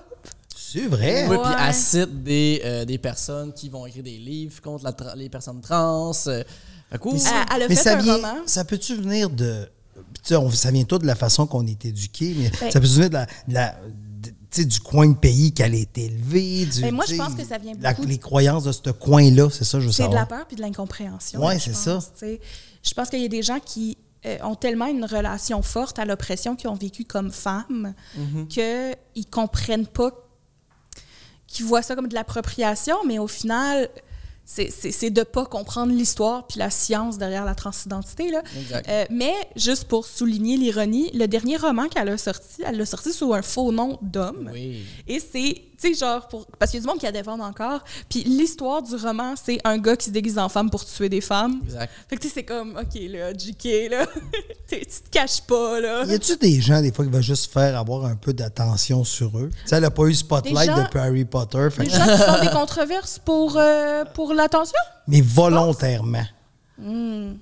S3: C'est vrai.
S1: Oui,
S2: Ouais.
S1: puis elle cite des, euh, des personnes qui vont écrire des livres contre la tra- les personnes trans. Euh, Fait que, ouh,
S2: Elle, elle a
S3: Mais
S2: fait
S3: ça
S2: un
S3: vient,
S2: roman.
S3: ça peut-tu venir de, tu sais, on- ça vient tout de la façon qu'on est éduqué, mais
S2: Ben-
S3: ça peut venir de la, de la- de- tu sais, du coin de pays qu'elle a été élevée, du,
S2: Ben, moi,
S3: tu
S2: je
S3: sais,
S2: pense que ça vient
S3: la-
S2: beaucoup-
S3: les croyances de ce coin-là, c'est ça, je veux
S2: C'est de la
S3: savoir.
S2: peur puis de l'incompréhension.
S3: Ouais,
S2: je
S3: c'est
S2: pense,
S3: ça.
S2: tu sais. Je pense qu'il y a des gens qui euh, ont tellement une relation forte à l'oppression qu'ils ont vécu comme femmes
S3: Mm-hmm.
S2: qu'ils comprennent pas, qu'ils voient ça comme de l'appropriation, mais au final, c'est- c'est c'est de pas comprendre l'histoire puis la science derrière la transidentité. Là.
S1: Exact.
S2: Euh, mais juste pour souligner l'ironie, le dernier roman qu'elle a sorti, elle l'a sorti sous un faux nom d'homme.
S1: Oui.
S2: Et c'est, tu sais, genre, pour, parce qu'il y a du monde qui la défend encore. Puis l'histoire du roman, c'est un gars qui se déguise en femme pour tuer des femmes.
S1: Exact.
S2: Fait que, tu sais, c'est comme, OK, là, JK, là, t'es- tu te caches pas, là.
S3: Y a-tu des gens, des fois, qui veulent juste faire avoir un peu d'attention sur eux? Tu sais, elle a pas eu Spotlight
S2: Des gens-
S3: depuis Harry Potter, fait
S2: Des
S3: que-
S2: gens qui font des controverses pour, euh, pour l'attention?
S3: mais volontairement. Tu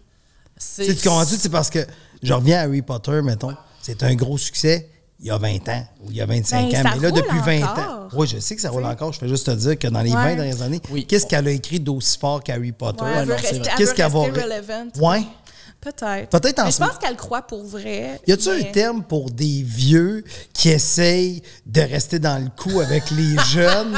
S3: sais, tu comprends-tu? C'est parce que je reviens à Harry Potter, mettons. C'est un gros succès il y a 20 ans ou il y a 25
S2: Ben,
S3: ans.
S2: ça
S3: Mais là,
S2: roule
S3: depuis 20 ans.
S2: encore.
S3: Oui, je sais que ça roule encore. Je fais juste te dire que dans les
S2: Ouais.
S3: 20 dernières années,
S1: Oui.
S3: qu'est-ce qu'elle a écrit d'aussi fort qu'Harry Potter?
S2: Ouais, elle veut
S1: non, c'est
S2: rester,
S1: vrai.
S2: elle
S3: Qu'est-ce
S2: veut
S3: qu'elle va-
S2: rester relevant.
S3: Ouais.
S2: Peut-être.
S3: Peut-être en
S2: Mais
S3: ce
S2: je pense qu'elle croit pour vrai.
S3: Y a-tu
S2: mais-
S3: un terme pour des vieux qui essayent de rester dans le coup avec les jeunes,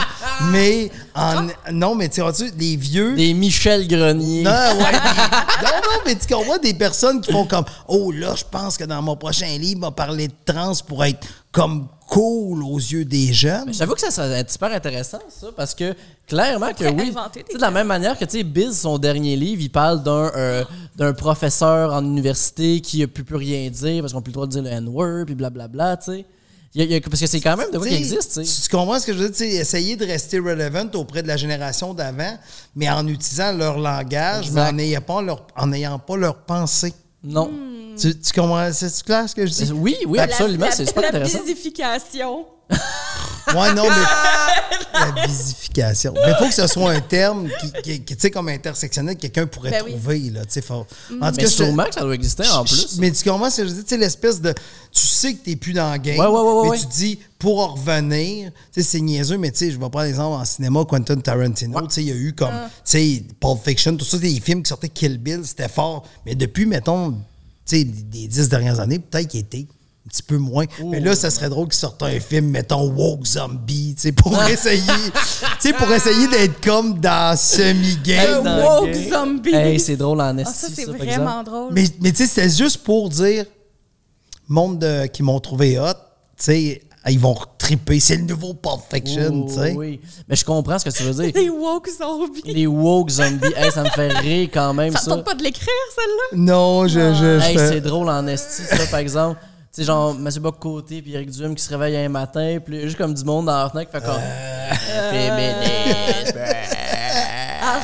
S3: mais en. Non, mais tu vois-tu, les vieux.
S1: Des Michel Grenier.
S3: Non, Ah, ouais, des- non, non, mais tu comprends des personnes qui font comme Oh là, je pense que dans mon prochain livre, on va parler de trans pour être comme cool aux yeux des jeunes.
S1: J'avoue que ça serait super intéressant, ça, parce que clairement que
S2: pourrait
S1: oui.
S2: inventer des
S1: tu sais, De la même manière que, tu sais, Biz, son dernier livre, il parle d'un euh, d'un professeur en université qui a plus plus rien dire parce qu'on n'a plus le droit de dire le N-word, puis blablabla, tu sais. Il y a- il y a- parce que c'est quand même de quoi qui
S3: T'sais,
S1: existe, tu sais.
S3: Tu comprends ce que je veux dire? T'sais, essayer de rester relevant auprès de la génération d'avant, mais en utilisant leur langage, mais
S1: Exact.
S3: en n'ayant pas leur, en n'ayant pas leur pensée.
S1: Non.
S2: Hmm.
S3: Tu, tu comprends? C'est clair ce que je dis?
S1: Euh, Oui, oui,
S2: La-
S1: absolument,
S2: la-
S1: c'est super
S2: la
S1: intéressant.
S2: bisification.
S3: Ouais, non, mais. La bisification. Mais il faut que ce soit un terme qui, qui- qui, tu sais, comme intersectionnel, que quelqu'un pourrait
S2: Ben oui.
S3: trouver, là. Tu sais, faut- En tout
S1: Mais
S3: cas, je-
S1: sûrement que ça doit exister en
S3: je-
S1: plus.
S3: Mais tu comprends ce que je dis? Tu sais, l'espèce de. Tu sais que t'es plus dans le game.
S1: Ouais, ouais, ouais, ouais,
S3: mais
S1: ouais.
S3: tu dis, pour en revenir, tu sais, c'est niaiseux, mais tu sais, je vais prendre l'exemple en cinéma, Quentin Tarantino, tu sais, il y a eu comme, tu sais, Pulp Fiction, tout ça, des films qui sortaient Kill Bill, c'était fort. Mais depuis, mettons, tu sais, des dix dernières années, peut-être qu'il était un petit peu moins. Mais là, ça serait drôle qu'il sorte un film, mettons, Woke Zombie, tu sais, pour
S1: Ah.
S3: essayer, tu sais, pour essayer d'être comme dans
S1: Hey,
S3: semi-game.
S1: dans-
S2: Le woke
S1: Ok.
S2: zombie.
S1: Hey, c'est drôle en esti,
S2: Ah, ça, c'est
S1: par
S2: vraiment
S1: exemple.
S2: drôle.
S3: Mais, mais tu sais, c'est juste pour dire, monde de- qui m'ont trouvé hot, tu sais, ils vont triper. C'est le nouveau Pulp Fiction,
S1: Oh,
S3: tu sais.
S1: oui. Mais je comprends ce que tu veux dire.
S2: Les woke zombies.
S1: Les woke zombies, hey, ça me fait rire quand même,
S2: Ça
S1: ça.
S2: tente pas de l'écrire, celle-là?
S3: Non, je. je, je
S1: Hey,
S3: fais-
S1: c'est drôle en esti, ça, par exemple. Tu sais, genre, M. Bock Côté puis Eric Duhem qui se réveillent un matin, puis juste comme du monde dans la fenêtre, fait comme.
S2: Euh.
S1: Féministe.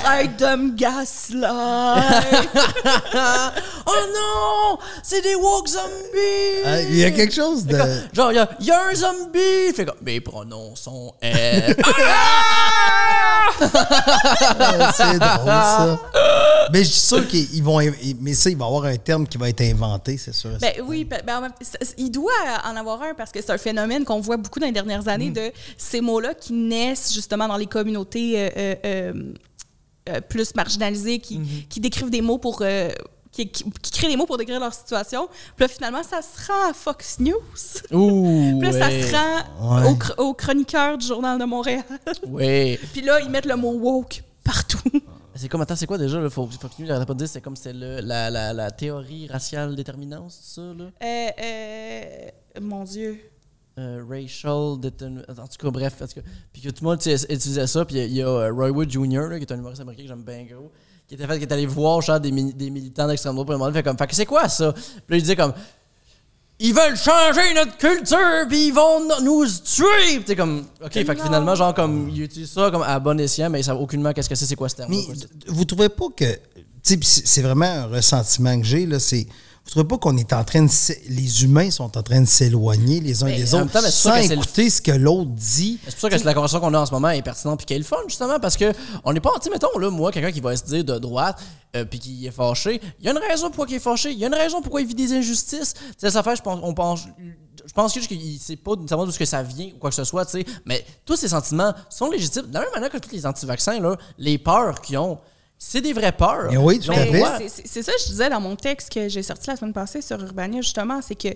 S2: Arrête de me gaslight. Ah,
S1: oh non! C'est des woke zombies!
S3: Ah, Il y a quelque chose de.
S1: Euh, Genre, il y a, il y a un zombie! Fait comme, mes pronoms sont. euh,
S3: Ah, c'est drôle, ça. Mais je suis sûr qu'ils ils vont. ils- Mais ça, il va y avoir un terme qui va être inventé, c'est sûr.
S2: Ben oui, ben, ben, en même- c- c- il doit en avoir un parce que c'est un phénomène qu'on voit beaucoup dans les dernières années de ces mots-là qui naissent justement dans les communautés euh, euh, euh, euh, plus marginalisées, qui, qui décrivent des mots pour. euh, qui, qui- qui créent des mots pour décrire leur situation. Puis là, finalement, ça se rend à Fox News.
S1: Ouh!
S2: Puis là, ça
S1: ouais.
S2: se rend
S3: Ouais.
S2: au, cr- au chroniqueur du Journal de Montréal.
S1: Ouais.
S2: Puis là, ils mettent le mot woke partout.
S1: C'est comme, attends, c'est quoi déjà, là? Faut, faut que tu j'arrête pas de dire, c'est comme c'est le, la, la, la théorie raciale déterminante, c'est ça, là?
S2: Euh, euh, mon Dieu.
S1: Euh, racial determin- En tout cas, bref. Parce que, puis que tout le monde tu sais, utilisait ça. Puis il y a- il y a euh, Roy Wood Jr., là, qui est un humoriste américain que j'aime bien gros, qui était, fait, qui est allé voir genre, des, mini- des militants d'extrême droite pour demander fait comme, fait que c'est quoi ça? Puis là, il disait comme, ils veulent changer notre culture, puis ils vont no- nous tuer! Puis t'es comme, ok, fait que finalement, genre, comme, ils utilisent ça comme à bon escient, mais ils savent aucunement qu'est-ce que c'est, c'est quoi ce terme.
S3: Mais vous trouvez pas que. tu sais, pis c'est c'est vraiment un ressentiment que j'ai, là. C'est. Vous trouvez pas qu'on est en train de. s'é- Les humains sont en train de s'éloigner les uns
S1: Mais
S3: des
S1: Ben, en même
S3: autres
S1: temps, mais c'est sûr
S3: sans
S1: que c'est le-
S3: écouter ce que l'autre dit.
S1: C'est pour ça que la conversation qu'on a en ce moment est pertinente puis qu'elle est le fun, justement, parce que on n'est pas, tu sais, mettons, là, moi, quelqu'un qui va se dire de droite euh, puis qui est fâché, il y a une raison pourquoi il est fâché, il y a une raison pourquoi il vit des injustices. Tu sais, ça fait, je pense, on pense. Je pense que juste qu'il sait pas nécessairement d'où ce que ça vient ou quoi que ce soit, tu sais. Mais tous ces sentiments sont légitimes. De la même manière que tous les anti-vaccins, là, les peurs qu'ils ont, c'est des vraies peurs.
S3: Mais Eh oui, tout
S2: Ben,
S1: Ils ont
S3: à
S1: le
S3: fait.
S1: droit.
S2: Mais c'est- C'est c'est ça que je disais dans mon texte que j'ai sorti la semaine passée sur Urbania, justement, c'est que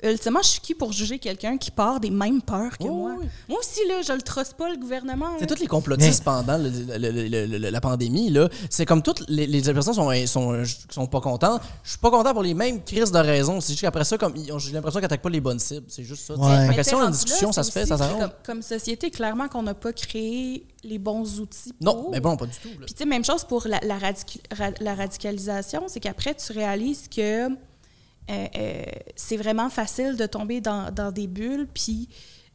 S2: Ultimement, je suis qui pour juger quelqu'un qui part des mêmes peurs que
S1: Oui,
S2: moi?
S1: oui.
S2: Moi aussi, là, je le trosse pas, le gouvernement. là.
S1: C'est tous les complotistes pendant le- le- le- le- le- la pandémie, là. C'est comme toutes les, les personnes sont, sont, sont pas contentes. Je suis pas content pour les mêmes crises de raison. C'est juste qu'après ça, comme ils ont- j'ai l'impression qu'ils attaquent pas les bonnes cibles. C'est juste ça.
S3: Ouais.
S1: En
S2: Mais
S1: question,
S2: t'sais,
S1: une
S2: rendu là,
S1: discussion, ça
S2: c'est
S1: se fait,
S2: aussi
S1: ça s'arrange.
S2: Comme, comme société, clairement qu'on n'a pas créé les bons outils pour.
S1: Non, mais bon, pas du tout. là.
S2: Puis, tu sais, même chose pour la, la radicu- ra- la radicalisation, c'est qu'après, tu réalises que euh, euh, c'est vraiment facile de tomber dans, dans des bulles. Puis,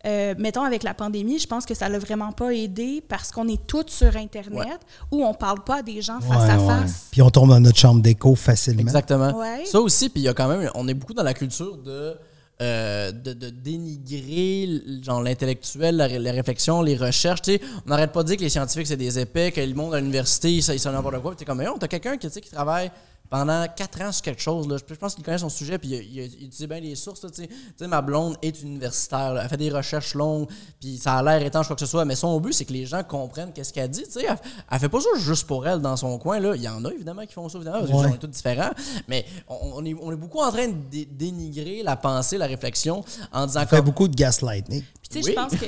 S2: euh, mettons, avec la pandémie, je pense que ça l'a vraiment pas aidé parce qu'on est toutes sur Internet où on parle pas à des gens face à
S3: Ouais, ouais.
S2: face.
S3: Puis on tombe dans notre chambre d'écho facilement.
S1: Exactement.
S2: Ouais.
S1: Ça aussi, puis il y a quand même, on est beaucoup dans la culture de, euh, de, de dénigrer l- genre l'intellectuel, la, ré- la réflexion, les recherches. Tu sais, on n'arrête pas de dire que les scientifiques c'est des épais, que le monde à l'université ça, ils savent n'importe quoi. Puis t'es comme, mais non, t'as quelqu'un qui, tu sais, qui travaille pendant quatre ans sur quelque chose. Là. Je je pense qu'il connaît son sujet, puis il, il- il utilise bien les sources. là, tu sais. Tu sais, ma blonde est universitaire, là. elle fait des recherches longues, puis ça a l'air étanche, quoi que ce soit. Mais son but, c'est que les gens comprennent qu'est-ce qu'elle dit. tu sais. Elle, elle fait pas ça juste pour elle dans son coin. Là. Il y en a évidemment qui font ça, évidemment, parce que
S3: Ouais.
S1: les gens sont tous différents. Mais on, on est, on est beaucoup en train de dé- dénigrer la pensée, la réflexion, en disant
S3: On fait
S1: comme.
S3: beaucoup de gaslighting.
S2: Puis, tu sais,
S1: Oui.
S2: je pense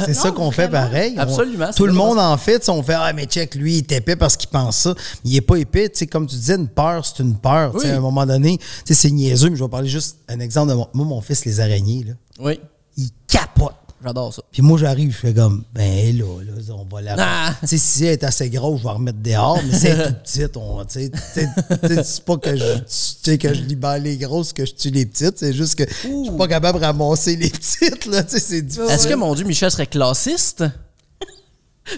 S2: que.
S3: C'est ça
S2: Non,
S3: qu'on fait
S2: vraiment.
S3: pareil. On-
S1: Absolument, c'est
S3: tout le
S1: ça.
S3: monde en fait. tu sais, On fait Ah, mais check, lui, il est épais parce qu'il pense ça. Il est pas épais. tu sais, Comme tu disais, une peur, c'est une peur. tu sais,
S1: Oui.
S3: À un moment donné, tu sais, c'est niaiseux, mais je vais parler juste un exemple de mon, moi, mon fils, les araignées. Là,
S1: Oui,
S3: il capote.
S1: j'adore ça.
S3: Puis moi, j'arrive, je fais comme, ben là, là on va la.
S1: Ah!
S3: Tu sais, si elle est assez grosse, je vais la remettre dehors, mais si elle est toute petite, on, tu sais, tu sais, tu sais, c'est pas que je, tu sais, que je libère les grosses, que je tue les petites, c'est juste que je suis pas capable de ramasser les petites, là, tu sais, c'est difficile.
S1: Est-ce que mon Dieu, Michel serait classiste?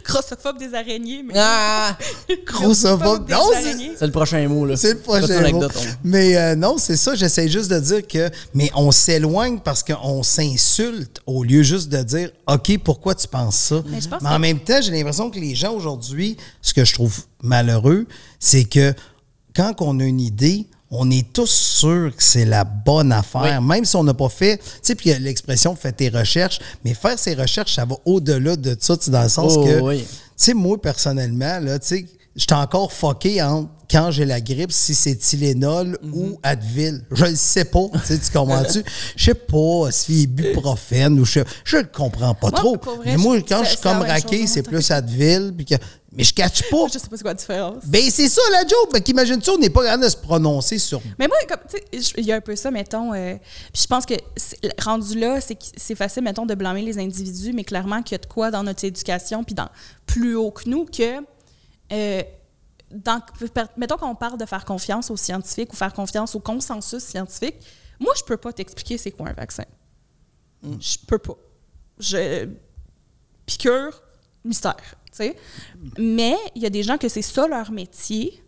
S2: Grossophobe des araignées, mais.
S1: Ah!
S3: Grossophobe.
S2: des
S3: Non, c'est-
S2: araignées.
S1: C'est le prochain mot, là.
S3: C'est le
S1: Ça,
S3: prochain
S1: une
S3: mot.
S1: anecdote, on-
S3: Mais euh, non, c'est ça. J'essaie juste de dire que, mais on s'éloigne parce qu'on s'insulte au lieu juste de dire, OK, pourquoi tu penses ça? Mais,
S2: Mais je pense
S3: en
S2: que-
S3: même temps, j'ai l'impression que les gens aujourd'hui, ce que je trouve malheureux, c'est que quand on a une idée, on est tous sûrs que c'est la bonne affaire, même si on n'a pas fait, tu sais, puis il y a l'expression fais tes recherches, mais faire ses recherches, ça va au-delà de ça, tu sais, dans le sens
S1: Oh,
S3: que
S1: oui.
S3: tu sais, moi, personnellement, là, tu sais, j'étais encore fucké entre quand j'ai la grippe, si c'est Tylenol
S2: Mhm.
S3: ou Advil. Je le sais pas, tu sais, tu comprends-tu? Je sais pas si ibuprofène ou je je le comprends pas
S2: Moi,
S3: trop.
S2: pour vrai,
S3: Mais moi,
S2: je-
S3: quand
S2: c'est-
S3: je suis
S2: c'est la
S3: comme
S2: même chose,
S3: raqué,
S2: hein,
S3: c'est
S2: t'as-
S3: plus Advil. Puis que, mais je catch pas.
S2: Je sais pas c'est quoi la différence.
S3: Ben, c'est ça, la joke. Ben, qu'imagines-tu, on n'est pas capable de se prononcer sur
S2: Mais moi, comme, tu sais, je- il y a un peu ça, mettons. euh, puis je pense que c'est- rendu là, c'est que c'est facile, mettons, de blâmer les individus, mais clairement qu'il y a de quoi dans notre éducation, puis dans plus haut que nous, que. euh, dans- per- mettons qu'on parle de faire confiance aux scientifiques ou faire confiance au consensus scientifique. Moi, je peux pas t'expliquer c'est quoi un vaccin. Je peux pas. Je piqûre, mystère, tu sais. Mais il y a des gens que c'est ça leur métier,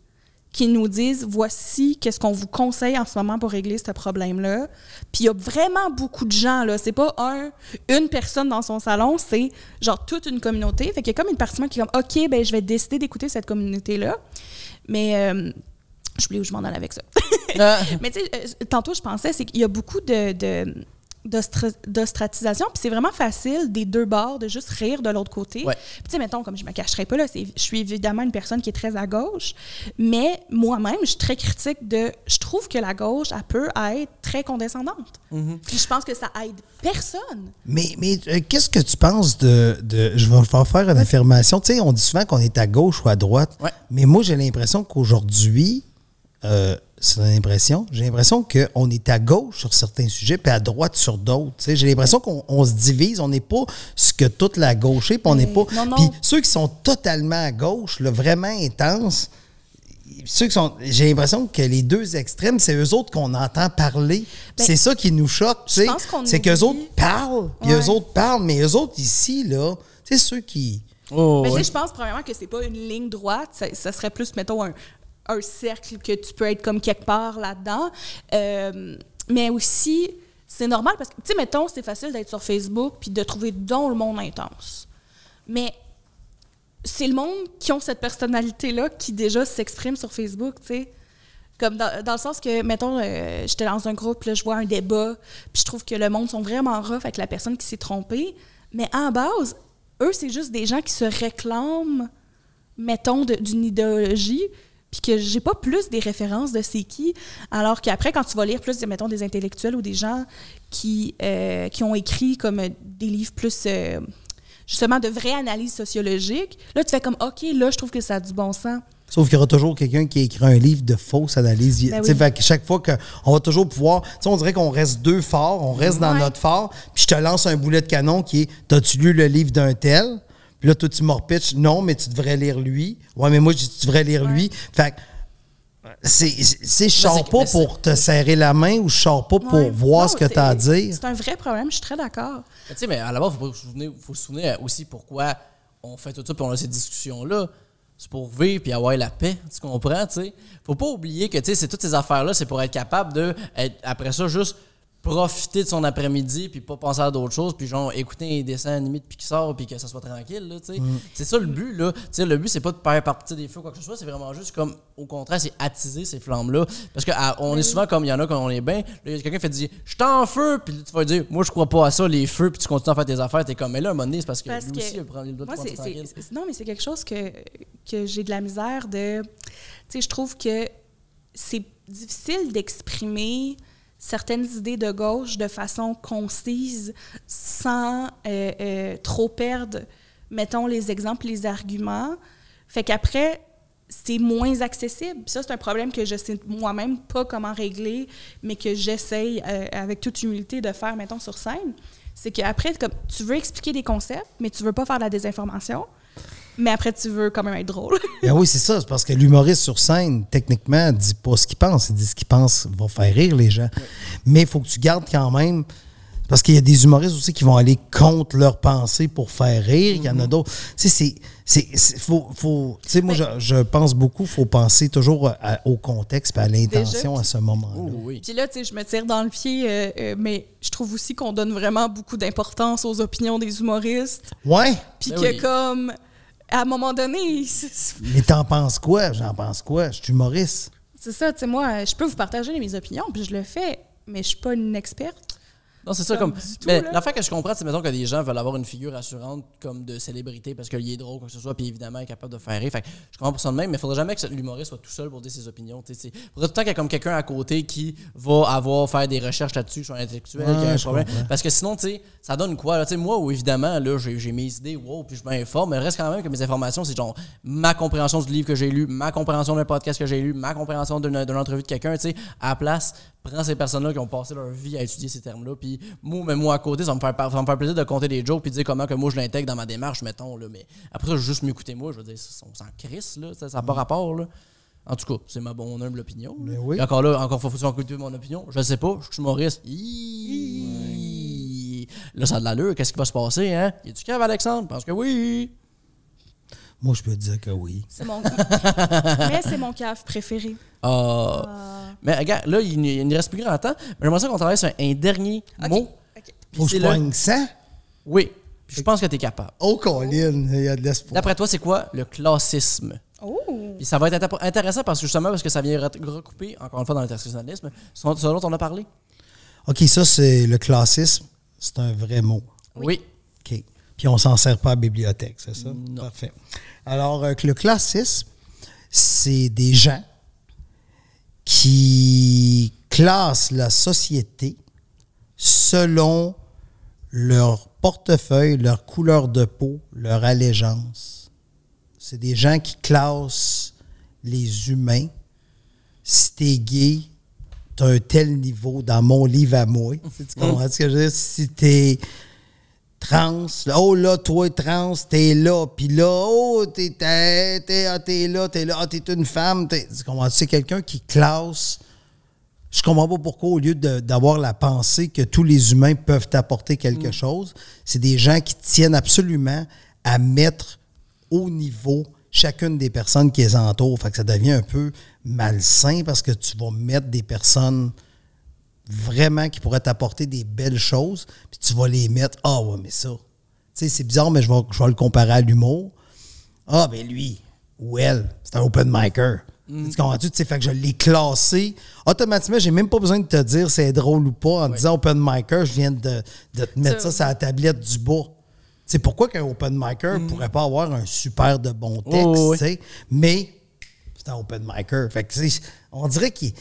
S2: qui nous disent voici qu'est-ce qu'on vous conseille en ce moment pour régler ce problème-là. Puis il y a vraiment beaucoup de gens là, c'est pas un une personne dans son salon, c'est genre toute une communauté. Fait qu'il y a comme une partie de moi qui est comme OK, ben je vais décider d'écouter cette communauté là. Mais euh, je voulais où je m'en allais avec ça.
S1: Ah.
S2: Mais tu sais, euh, tantôt, je pensais, c'est qu'il y a beaucoup de, de, d'ostra- d'ostratisation, puis c'est vraiment facile des deux bords de juste rire de l'autre côté.
S1: Ouais.
S2: Puis tu sais, mettons, comme je me cacherai pas, là, c'est- je suis évidemment une personne qui est très à gauche, mais moi-même, je suis très critique de. Je trouve que la gauche, elle peut être très condescendante. Puis je pense que ça aide personne.
S3: Mais, mais euh, qu'est-ce que tu penses de, de- Je vais faire faire une affirmation. Tu sais, on dit souvent qu'on est à gauche ou à droite.
S1: Ouais.
S3: Mais moi, j'ai l'impression qu'aujourd'hui, euh, c'est une impression, j'ai l'impression qu'on est à gauche sur certains sujets puis à droite sur d'autres. Tu sais, j'ai l'impression qu'on on se divise. On n'est pas ce que toute la gauche est. Puis on n'est pas.
S2: Mais non, non.
S3: Puis ceux qui sont totalement à gauche, là, vraiment intenses, ceux qui sont. J'ai l'impression que les deux extrêmes, c'est eux autres qu'on entend parler.
S2: Ben,
S3: c'est ça qui nous choque. tu sais.
S2: pense qu'on
S3: C'est qu'eux
S2: oublie-
S3: autres parlent, puis
S2: Ouais.
S3: eux autres parlent, mais eux autres ici, là, tu sais, ceux qui.
S1: Oh,
S2: Mais tu
S1: ouais.
S2: sais, je pense premièrement que c'est pas une ligne droite, ça, ça serait plus, mettons, un, un cercle que tu peux être comme quelque part là-dedans. Euh, mais aussi, c'est normal parce que, tu sais, mettons, c'est facile d'être sur Facebook puis de trouver dans le monde intense. Mais c'est le monde qui ont cette personnalité-là qui déjà s'exprime sur Facebook, tu sais. Comme dans, dans le sens que, mettons, euh, j'étais dans un groupe, là, je vois un débat, puis je trouve que le monde sont vraiment rough avec la personne qui s'est trompée. Mais en base, eux, c'est juste des gens qui se réclament, mettons, de- d'une idéologie, puis que j'ai pas plus des références de c'est qui, alors qu'après, quand tu vas lire plus, mettons, des intellectuels ou des gens qui, euh, qui ont écrit comme euh, des livres plus, euh, justement, de vraie analyse sociologique, là, tu fais comme, OK, là, je trouve que ça a du bon sens.
S3: Sauf qu'il y aura toujours quelqu'un qui écrit un livre de fausse analyse.
S2: Ben
S3: Tu sais,
S2: oui.
S3: fait que chaque fois qu'on va toujours pouvoir. tu sais, On dirait qu'on reste deux forts, on reste dans
S2: Ouais.
S3: notre fort, puis je te lance un boulet de canon qui est T'as-tu lu le livre d'un tel Puis là, toi, tu me repitches Non, mais tu devrais lire lui. Ouais, mais moi, je dis Tu devrais lire lui. Fait que. C'est, c'est- c'est- je
S1: Moi,
S3: sors
S1: c'est-
S3: pas
S1: mais c'est-
S3: pour te serrer la main ou je sors pas pour
S2: Ouais.
S3: voir
S2: Non,
S3: ce que
S2: c'est-
S3: tu as à dire.
S2: C'est un vrai problème, je suis très d'accord.
S1: Mais Tu sais, mais à la base, faut pas se souvenir, faut se souvenir aussi pourquoi on fait tout ça puis on a ces discussions-là. C'est pour vivre puis avoir la paix, tu comprends, tu sais. Faut pas oublier que, tu sais, c'est toutes ces affaires-là, c'est pour être capable de, être, après ça, juste profiter de son après-midi puis pas penser à d'autres choses puis genre écouter un dessin animé de Pixar puis que ça soit tranquille, là, tu sais. C'est ça le but, là. Tu sais, le but, c'est pas de faire partir des feux ou quoi que ce soit, c'est vraiment juste comme, au contraire, c'est attiser ces flammes-là. Parce que à-
S2: Ben
S1: on est souvent comme il y en a quand on est bien, là, il y a quelqu'un qui fait dire « je suis en feu », puis là, tu vas dire « moi, je crois pas à ça, les feux », puis tu continues à faire tes affaires, t'es comme « mais là, à un moment donné, c'est parce que
S2: Parce
S1: lui
S2: que
S1: aussi, il prend le doigt de
S2: Moi,
S1: prendre
S2: c'est,
S1: ça
S2: c'est-
S1: tranquille.
S2: c'est- non, mais c'est quelque chose que, que j'ai de la misère de. Tu sais, je trouve que c'est difficile d'exprimer certaines idées de gauche de façon concise sans euh, euh, trop perdre, mettons, les exemples, les arguments. Fait qu'après, c'est moins accessible. Puis ça, c'est un problème que je sais moi-même pas comment régler, mais que j'essaye euh, avec toute humilité de faire, mettons, sur scène. C'est qu'après, comme, tu veux expliquer des concepts, mais tu veux pas faire de la désinformation, mais après, tu veux quand même être drôle.
S3: Ben oui, c'est ça. C'est parce que l'humoriste sur scène, techniquement, dit pas ce qu'il pense. Il dit ce qu'il pense va faire rire les gens. Mais il faut que tu gardes quand même. Parce qu'il y a des humoristes aussi qui vont aller contre leur pensée pour faire rire. Il y en a d'autres. Tu sais, c'est- c'est. c'est- Faut, faut, tu sais, moi, je, je pense beaucoup, faut penser toujours à- au contexte et à l'intention à ce moment-là.
S1: Oh oui.
S2: Puis là, tu sais, je me tire dans le pied, euh, euh, mais je trouve aussi qu'on donne vraiment beaucoup d'importance aux opinions des humoristes.
S3: Ouais,
S2: Puis
S1: Ben
S2: que,
S1: oui.
S2: comme, à un moment donné, c'est-
S3: mais t'en penses quoi? J'en pense quoi? Je suis humoriste.
S2: c'est ça, tu sais, moi, je peux vous partager mes opinions, puis je le fais, mais je suis pas une experte.
S1: Non, c'est ça,
S2: Comme
S1: comme.
S2: du tout,
S1: Mais
S2: là.
S1: l'affaire que je comprends, c'est mettons que des gens veulent avoir une figure assurante comme de célébrité parce qu'il est drôle, quoi que ce soit, puis évidemment, il est capable de faire rire. Fait que je comprends pour ça de même, mais il faudrait jamais que l'humoriste soit tout seul pour dire ses opinions. Il faudrait tout le temps qu'il y ait comme quelqu'un à côté qui va avoir faire des recherches là-dessus sur l'intellectuel,
S3: Ouais,
S1: qui a un
S3: je
S1: problème.
S3: comprends.
S1: Parce que sinon, tu sais, ça donne quoi? Là? Tu sais, Moi, où, évidemment, là, j'ai, j'ai mes idées, wow, puis je m'informe, mais il reste quand même que mes informations, c'est genre ma compréhension du livre que j'ai lu, ma compréhension d'un podcast que j'ai lu, ma compréhension d'une, d'une entrevue de quelqu'un, tu sais, à la place, prends ces personnes-là qui ont passé leur vie à étudier ces termes-là, puis moi, même moi à côté, ça va me faire, par- ça va me faire plaisir de compter des jokes, puis de dire comment que moi je l'intègre dans ma démarche, mettons, là, mais après ça, juste m'écouter moi, je veux dire, on s'en crisse, là, ça n'a pas rapport, là. En tout cas, c'est ma bonne humble opinion.
S3: Mais
S1: là.
S3: oui.
S1: Et encore là, encore faut faut écouter mon opinion. Je sais pas, je suis humoriste. Hi. Là, ça a de l'allure. Qu'est-ce qui va se passer, hein? Y a-tu cave, Alexandre? Je pense que oui.
S3: Moi, je peux te dire que oui.
S2: C'est mon... mais c'est mon cave préféré.
S1: Ah. Mais regarde, là, il ne il ne reste plus grand temps. Mais j'aimerais ça qu'on travaille sur un dernier
S2: Ok,
S1: mot.
S2: ok.
S1: Puis
S3: Faut que
S1: c'est
S3: je
S1: le-
S3: pogne ça.
S1: Oui. Puis je pense que tu es capable.
S3: Oh, Colin, il y a de l'espoir.
S1: D'après toi, c'est quoi le classisme?
S2: Oh!
S1: Puis ça va être inter- intéressant parce que justement, parce que ça vient re- recouper, encore une fois, dans l'intersectionnalisme, ce ce dont on a parlé.
S3: OK, ça, c'est le classisme. C'est un vrai mot.
S1: Oui.
S3: OK. Puis on s'en sert pas à la bibliothèque, c'est ça? Parfait. Alors, euh, que le classisme, c'est des gens qui classent la société selon leur portefeuille, leur couleur de peau, leur allégeance. C'est des gens qui classent les humains. Si t'es gay, t'as un tel niveau dans mon livre à moi. Tu comprends ce que je veux dire? Si t'es trans. là, Oh là, toi, trans, t'es là. Puis là, oh, t'es t'es- t'es- ah, t'es là, t'es là, ah, t'es une femme. t'es- Tu comprends? C'est quelqu'un qui classe. Je comprends pas pourquoi, au lieu de- d'avoir la pensée que tous les humains peuvent apporter quelque chose, c'est des gens qui tiennent absolument à mettre au niveau chacune des personnes qui les entourent. Fait que ça devient un peu malsain parce que tu vas mettre des personnes vraiment qui pourraient t'apporter des belles choses, puis tu vas les mettre. Ah ouais, mais ça. Tu sais, c'est bizarre, mais je vais, je vais le comparer à l'humour. Ah, ben lui ou elle, c'est un open micer. Tu comprends-tu? Tu sais, fait que je l'ai classé. Automatiquement, j'ai même pas besoin de te dire c'est drôle ou pas. En disant open micer, je viens de, de te mettre ça
S2: Ça-
S3: sur la tablette du bas. Tu sais, pourquoi qu'un open micer pourrait pas avoir un super de bon texte,
S1: oui, oui.
S3: tu sais? Mais c'est c'est un open micer. Fait que, tu sais, on dirait qu'il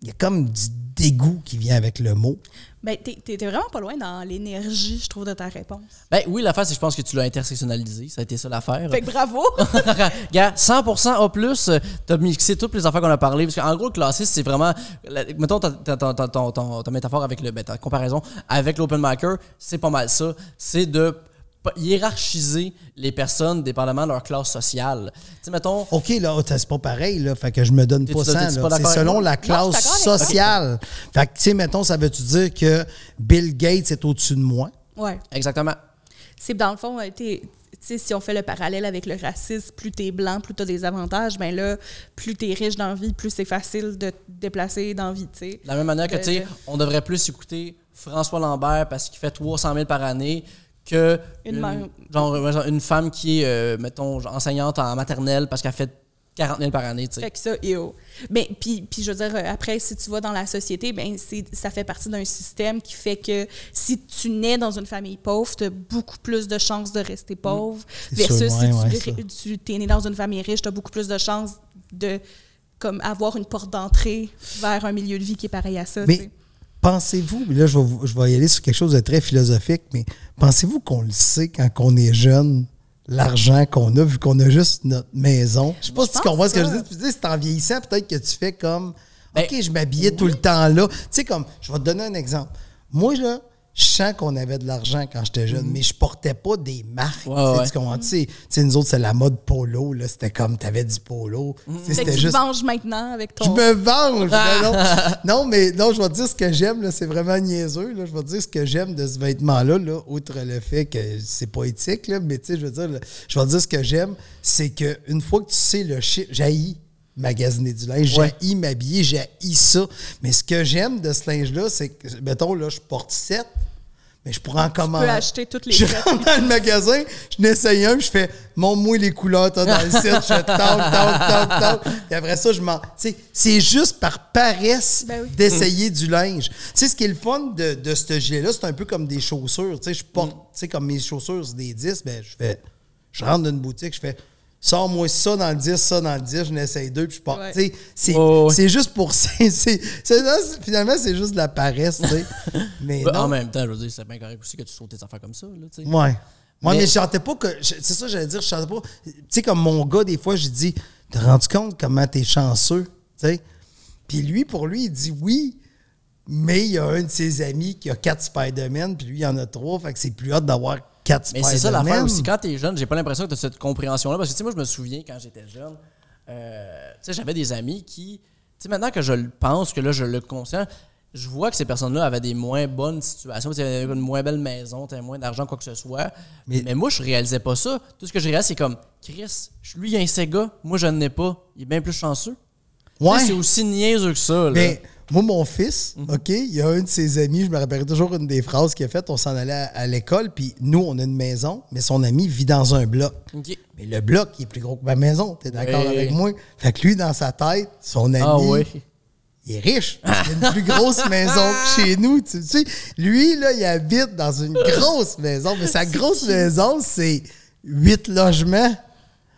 S3: il y a comme du dégoût qui vient avec le mot.
S2: Ben, t'es t'es- t'es vraiment pas loin dans l'énergie, je trouve, de ta réponse.
S1: Ben oui, l'affaire, c'est que je pense que tu l'as intersectionnalisé. Ça a été ça l'affaire.
S2: Fait que bravo!
S1: Gars, 100% A+, euh, t'as mixé toutes les affaires qu'on a parlé. Parce qu'en gros, le classiste, c'est vraiment... la- mettons, ta, ta- ta- ta- ton- ton- ta métaphore avec le... ben, ta comparaison avec l'open micer, c'est pas mal ça. C'est de p- hiérarchiser les personnes dépendamment de leur classe sociale. Tu sais, mettons...
S3: OK, là, t'as- c'est pas pareil, là. Fait que je me donne
S1: T'es-
S3: pas
S1: t'es-
S3: ça.
S1: t'es
S3: là.
S1: pas d'accord
S3: C'est selon
S1: avec
S3: la
S2: Non, je
S3: classe
S2: suis d'accord avec toi.
S3: sociale. Fait que, tu sais, mettons, ça veut-tu dire que Bill Gates est au-dessus de moi?
S2: ouais.
S1: Exactement.
S2: C'est dans le fond, euh, t'es- tu sais, si on fait le parallèle avec le racisme, plus t'es blanc, plus t'as des avantages, ben là, plus t'es riche dans la vie, plus c'est facile de te déplacer dans la vie, tu sais.
S1: De la même manière que,
S2: De-
S1: tu sais,
S2: de-
S1: on devrait plus écouter François Lambert parce qu'il fait 300 000 par année que
S2: Une mère-
S1: genre, ouais, genre une femme qui est, euh, mettons, genre, enseignante en maternelle parce qu'elle fait 40 000 par année, tu sais.
S2: Fait que ça, yo. Mais puis, puis je veux dire, euh, après, si tu vas dans la société, ben c'est ça fait partie d'un système qui fait que si tu nais dans une famille pauvre, tu as beaucoup plus de chances de rester pauvre.
S3: Mm. C'est
S2: Versus
S3: sûr, ouais, ouais,
S2: si tu, tu t'es né dans une famille riche, tu as beaucoup plus de chances de comme avoir une porte d'entrée vers un milieu de vie qui est pareil à ça. tu
S3: Mais
S2: sais.
S3: pensez-vous, mais là, je vais, vous- je vais y aller sur quelque chose de très philosophique, mais pensez-vous qu'on le sait quand on est jeune, l'argent qu'on a, vu qu'on a juste notre maison? Je sais pas
S2: Je
S3: si tu
S2: pense
S3: comprends ce que je
S2: pas.
S3: dis. Tu dis, c'est en vieillissant, peut-être que tu fais comme,
S1: Ben,
S3: OK, je m'habillais tout le temps là. Tu sais, comme, je vais te donner un exemple. Moi, là, je sens qu'on avait de l'argent quand j'étais jeune, mais je portais pas des marques.
S1: Ouais,
S3: tu sais,
S1: ouais.
S3: Tu comprends? Tu sais, tu sais, nous autres, c'est la mode polo. là. C'était comme, tu avais du polo. Tu sais,
S2: Fait que
S3: C'était
S2: tu
S3: juste
S2: te venges maintenant avec ton. Ah.
S3: je me venge! mais non. non, mais non, je vais te dire ce que j'aime, là, c'est vraiment niaiseux. Là. Je vais te dire ce que j'aime de ce vêtement-là, là, outre le fait que c'est pas éthique, là, mais tu sais, je veux dire, là, je vais te dire ce que j'aime, c'est que une fois que tu sais le chiffre, j'haïs magasiner du linge,
S1: Ouais.
S3: j'haïs m'habiller, j'haïs ça. Mais ce que j'aime de ce linge-là, c'est que, mettons, là, je porte 7, mais je pourrais en commander.
S2: acheter toutes les
S3: Je
S2: sept.
S3: rentre dans le magasin, je n'essaye un, puis je fais mon moi les couleurs, t'as dans le site, je fais toc, toc, toc, toc. Puis après ça, je m'en. Tu sais, c'est juste par paresse
S2: Ben oui.
S3: d'essayer du linge. Tu sais, ce qui est le fun de, de ce gilet-là, c'est un peu comme des chaussures. Tu sais, je
S2: Mm.
S3: porte, tu sais, comme mes chaussures, c'est des 10, ben je fais. Je rentre dans une boutique, je fais. Sors-moi ça dans le 10, ça dans le 10, je n'essaye deux, puis je porte.
S2: Ouais.
S3: Tu sais, c'est
S1: Ouais, ouais.
S3: c'est juste pour. c'est- c'est- c'est- non, c'est- finalement, c'est juste de la paresse, tu sais. Mais
S1: Ben,
S3: non.
S1: en même temps, je veux dire, c'est bien correct aussi que tu sautes tes affaires comme ça, là, tu sais.
S3: Ouais. Moi,
S1: Mais-
S3: mais, je sentais pas que. je- C'est ça, j'allais dire, je sentais pas. Tu sais, comme mon gars, des fois, je dis T'as rendu compte comment t'es chanceux? Tu sais? Puis lui, pour lui, il dit oui, mais il y a un de ses amis qui a quatre Spider-Man, puis lui, il en a trois, fait que c'est plus hâte d'avoir quatre
S1: Mais
S3: Spider-Man.
S1: c'est ça l'affaire aussi. Quand t'es jeune, j'ai pas l'impression que t'as cette compréhension-là. Parce que, tu sais, moi, je me souviens quand j'étais jeune, euh, tu sais, j'avais des amis qui, tu sais, maintenant que je le pense, que là, je le conscient, je vois que ces personnes-là avaient des moins bonnes situations. Tu sais, Ils avaient une moins belle maison, t'avais moins d'argent, quoi que ce soit. Mais,
S3: Mais-
S1: moi, je réalisais pas ça. Tout ce que je réalisais, c'est comme, Chris, je- lui, il a un Sega, moi, je n'en ai pas. Il est bien plus chanceux. Tu Mhm. sais,
S3: Ouais.
S1: C'est aussi niaiseux que ça, là.
S3: Mais moi, mon fils, OK, il y a un de ses amis, je me rappellerai toujours une des phrases qu'il a faites. On s'en allait à, à l'école, puis nous, on a une maison, mais son ami vit dans un bloc.
S1: Ok.
S3: Mais le bloc, il est plus gros que ma maison, t'es d'accord
S1: Oui.
S3: avec moi? Fait que lui, dans sa tête, son ami,
S1: Ah oui.
S3: il est riche. Il a une plus grosse maison que chez nous. Tu tu sais, lui, là, il habite dans une grosse maison, mais sa grosse maison, c'est huit logements.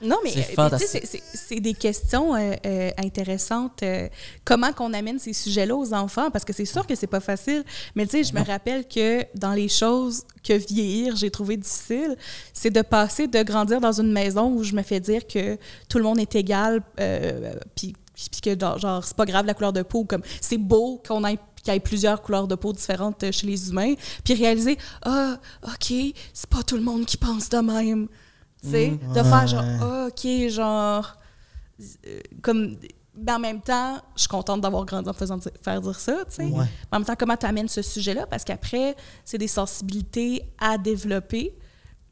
S2: Non, mais
S1: C'est
S2: euh, tu sais,
S1: fantastique.
S2: c'est- c'est- c'est des questions euh, euh, intéressantes. euh, comment qu'on amène ces sujets-là aux enfants? Parce que c'est sûr que c'est pas facile. Mais tu sais, je me rappelle que dans les choses que vieillir, j'ai trouvé difficile, c'est de passer de grandir dans une maison où je me fais dire que tout le monde est égal, euh, puis puis que genre, genre, c'est pas grave la couleur de peau comme c'est beau qu'on ait qu'il y ait plusieurs couleurs de peau différentes euh, chez les humains puis réaliser ah ok c'est pas tout le monde qui pense de même tu sais, de
S1: Mm.
S2: faire genre, Ah, ok, genre, euh, comme, mais en même temps, je suis contente d'avoir grandi en faisant di- faire dire ça, tu sais.
S3: Ouais.
S2: Mais En même temps, comment tu amènes ce sujet-là? Parce qu'après, c'est des sensibilités à développer.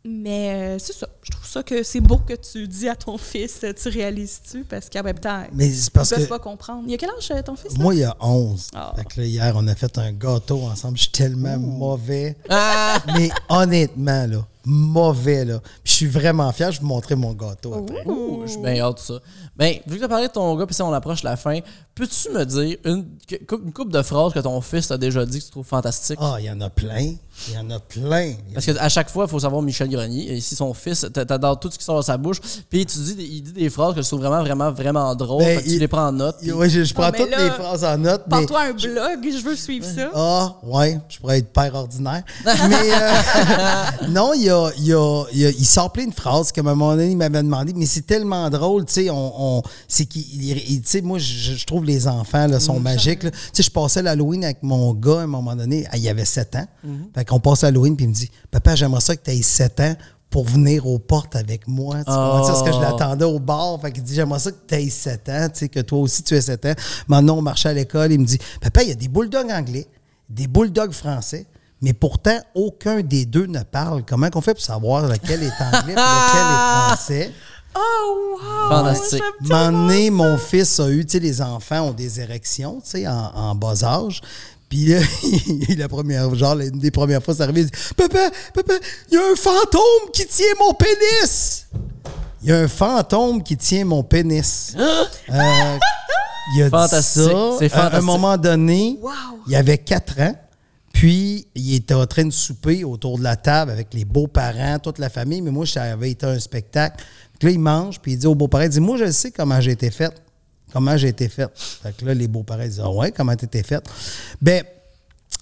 S2: Mais euh, c'est ça. Je trouve ça que c'est beau que tu dis à ton fils, euh, tu réalises-tu? Parce qu'en même temps,
S3: Mais c'est
S2: ils
S3: parce
S2: peuvent
S3: que
S2: pas comprendre. Il y a quel âge euh, ton fils? Là?
S3: moi, il y a 11.
S2: Ah.
S3: Fait que là, hier, on a fait un gâteau ensemble. Je suis tellement mauvais.
S1: Ah!
S3: Mais honnêtement, là, mauvais, là. Puis je suis vraiment fier. Je vais vous montrer mon gâteau après.
S1: Ouh, je suis bien hâte de ça. Ben, vu que tu as parlé de ton gars, puis si on approche la fin,
S3: Oh,
S1: peux-tu me dire une, que- cou- une couple de phrases que ton fils t'a déjà dit que tu trouves fantastique?
S3: Ah, il y en a plein. Il y en a plein. Il y a-
S1: Parce qu'à chaque fois, il faut savoir Michel Grenier. Et si son fils, t'a- t'adores tout ce qui sort de sa bouche. Puis tu dis, des- il dit des phrases que je trouve vraiment, vraiment, vraiment drôles.
S3: Ben,
S1: Fait que tu
S3: il-
S1: les prends en note. puis-
S3: Ouais, je, je prends
S2: mais
S3: toutes
S2: là,
S3: les phrases en note. mais-
S2: Porte-toi un blog, je veux suivre ça.
S3: Ah, ouais, je pourrais être père ordinaire. Mais euh, non, il, y a, il, y a- il y a- il sort plein de phrases comme à un moment donné, il m'avait demandé, mais c'est tellement drôle, tu sais, on, on- c'est qu'il, il- il- tu sais, moi, je, je trouve les enfants, là,
S2: Mm-hmm.
S3: sont magiques, là. Tu sais, je passais l'Halloween avec mon gars à un moment donné, ah, il avait 7 ans.
S2: Mm-hmm.
S3: Fait qu'on passe l'Halloween, puis il me dit, papa, j'aimerais ça que tu aies 7 ans pour venir aux portes avec moi. Tu comprends? Tu sais, parce que je
S1: Oh.
S3: l'attends attendait au bar. Fait qu'il dit J'aimerais ça que tu aies 7 ans, tu sais, que toi aussi tu aies 7 ans. Maintenant, on marchait à l'école. Il me dit Papa, il y a des bulldogs anglais, des bulldogs français, mais pourtant, aucun des deux ne parle. Comment qu'on fait pour savoir lequel est anglais et lequel est français
S2: Oh, wow!
S1: Fantastique.
S2: j'aime tellement
S3: M'emmener, mon fils a eu, tu sais, les enfants ont des érections, tu sais, en, en bas âge. Puis là, il- la première, genre, une des premières fois, c'est arrivé, il dit Papa, papa, il y a un fantôme qui tient mon pénis! Il y a un fantôme qui tient mon pénis. Euh, il a
S1: Fantastique,
S3: dit ça.
S1: c'est
S3: À un
S1: fantastique.
S3: moment donné,
S2: Wow.
S3: il avait quatre ans. Puis, il était en train de souper autour de la table avec les beaux-parents, toute la famille. Mais moi, j'avais été à un spectacle. Puis là, il mange, puis il dit aux beaux-parents, il dit, moi, je sais comment j'ai été faite. Comment j'ai été faite. Fait que là, les beaux-parents disent, ah ouais, comment t'étais faite? Ben,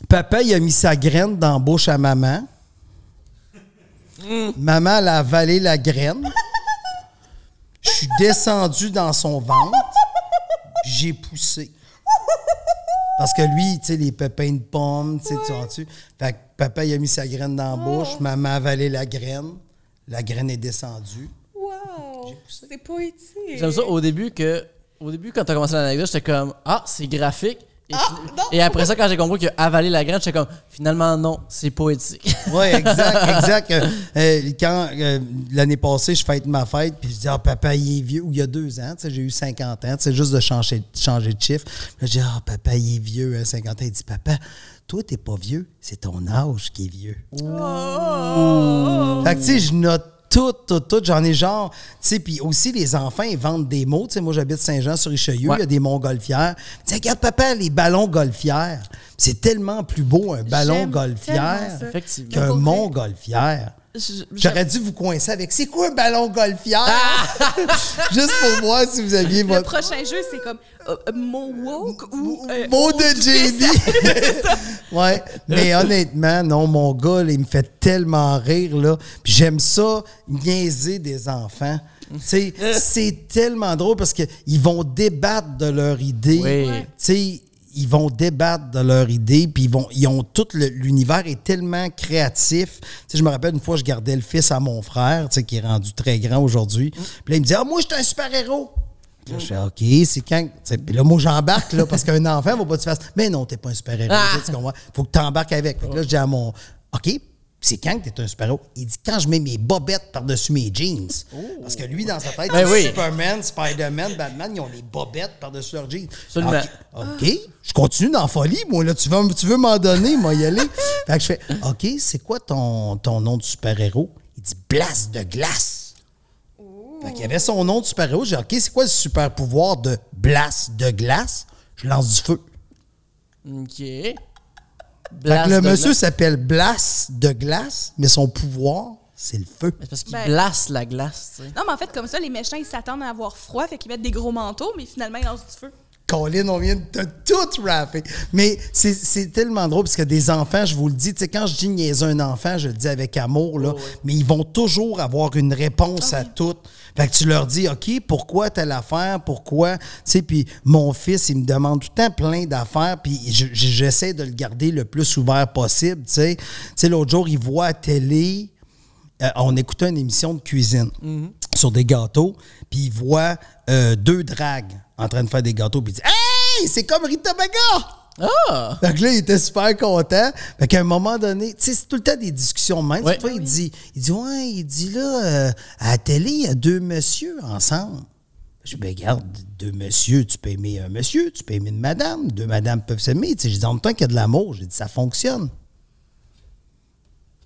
S3: papa, il a mis sa graine dans la bouche à maman. Maman, elle a avalé la graine. Je suis descendu dans son ventre. J'ai poussé. Parce que lui, tu sais, les pépins de pommes, tu sais, tu vois-tu? Fait que papa, il a mis sa graine dans la bouche, maman a avalé la graine, la graine est descendue.
S2: Wow! C'est poétique.
S1: J'aime ça au début que au début quand t'as commencé l'anecdote, j'étais comme ah, c'est graphique. Et, fin-
S2: non.
S1: et après ça, quand j'ai compris qu'il a avalé la graine, j'étais comme finalement non, c'est poétique.
S3: Oui, exact, exact. Euh, euh, quand euh, l'année passée, je fête ma fête, puis je dis, ah, papa, il est vieux, ou il y a deux ans, tu sais, j'ai eu 50 ans, c'est juste de changer, changer de chiffre. Là, je dis, ah, papa, il est vieux, hein, 50 ans. Il dit, papa, toi, t'es pas vieux, c'est ton âge qui est vieux.
S2: Oh!
S3: Fait que, tu sais, je note tout, tout, tout. J'en ai genre, tu sais, puis aussi, les enfants, ils vendent des mots. Tu sais, moi, j'habite Saint-Jean-sur-Richelieu, il
S1: Ouais.
S3: y a des montgolfières. Tu sais, regarde, papa, les ballons golfières. C'est tellement plus beau, un ballon
S2: J'aime
S3: golfière
S2: tellement ça.
S1: Effectivement.
S3: qu'un
S2: Pour vrai.
S3: montgolfière.
S2: Je-
S3: J'aurais dû vous coincer avec c'est quoi un ballon golfière? Juste pour voir si vous aviez
S2: Ah! Le
S3: votre
S2: prochain jeu, c'est comme euh, euh, Mon Woke ou. euh,
S3: mot de Jamie. ouais, mais honnêtement, non, mon gars, là, il me fait tellement rire là. Puis j'aime ça niaiser des enfants. Tu sais, c'est tellement drôle parce que ils vont débattre de leur idée.
S1: Oui.
S3: Tu sais, ils vont débattre de leur idée, puis ils vont, ils ont tout le- l'univers est tellement créatif. Tu sais, je me rappelle une fois, je gardais le fils à mon frère, tu sais, qui est rendu très grand aujourd'hui.
S1: Mm.
S3: Puis là, il me dit, ah moi, je suis un super héros. Puis là, je fais, ok, c'est quand. tu sais, Puis là, moi, j'embarque là, parce qu'un enfant va pas te faire, mais non, t'es pas un super héros.
S1: Ah!
S3: Tu comprends? Faut que t'embarques avec. Fait que là, je dis à mon, ok. C'est quand que t'es un super héros? Il dit quand je mets mes bobettes par-dessus mes jeans. Parce que lui, dans sa tête,
S1: Oh! Ben
S3: c'est
S1: oui.
S3: Superman, Spider-Man, Batman, ils ont les bobettes par-dessus leurs jeans.
S1: Absolument.
S3: Ok. OK, je continue dans la folie, moi, là, tu veux, tu veux m'en donner, moi, y aller. Fait que je fais, OK, c'est quoi ton, ton nom de super-héros? Il dit Blast de glace. Fait qu'il y avait son nom de super-héros. J'ai dit, OK, c'est quoi le super-pouvoir de Blast de glace? Je lance du feu.
S1: OK.
S3: Fait
S1: Blast
S3: que le
S1: de
S3: monsieur
S1: glace.
S3: s'appelle Blast de glace, mais son pouvoir, c'est le feu.
S1: C'est parce qu'il
S2: Ben-
S1: blasse la glace, tu sais.
S2: Non, mais en fait, comme ça, les méchants, ils s'attendent à avoir froid, fait qu'ils mettent des gros manteaux, mais finalement, ils lancent du feu.
S3: Colin, on vient de te tout rapper. Mais c'est- c'est tellement drôle parce que des enfants, je vous le dis, tu sais, quand je dis niaiser un enfant, je le dis avec amour, là, mais ils vont toujours avoir une réponse à tout. Fait que tu leur dis, OK, pourquoi telle affaire, pourquoi, tu sais, puis mon fils, il me demande tout le temps plein d'affaires, puis je- je- j'essaie de le garder le plus ouvert possible, tu sais. Tu sais, l'autre jour, il voit à télé, euh, on écoutait une émission de cuisine sur des gâteaux, puis il voit euh, deux dragues en train de faire des gâteaux, puis il dit Hey, c'est comme Rita Baga!
S1: Ah!
S3: Fait que là, il était super content. Fait qu'à un moment donné, tu sais, c'est tout le temps des discussions de même.
S1: Ouais.
S3: Des fois, il dit, il dit, ouais, il dit là, euh, à la télé, il y a deux messieurs ensemble. Je dis, ben, regarde, deux messieurs, tu peux aimer un monsieur, tu peux aimer une madame, deux madames peuvent s'aimer. Tu sais, je dis, en même temps qu'il y a de l'amour, j'ai dit, ça fonctionne.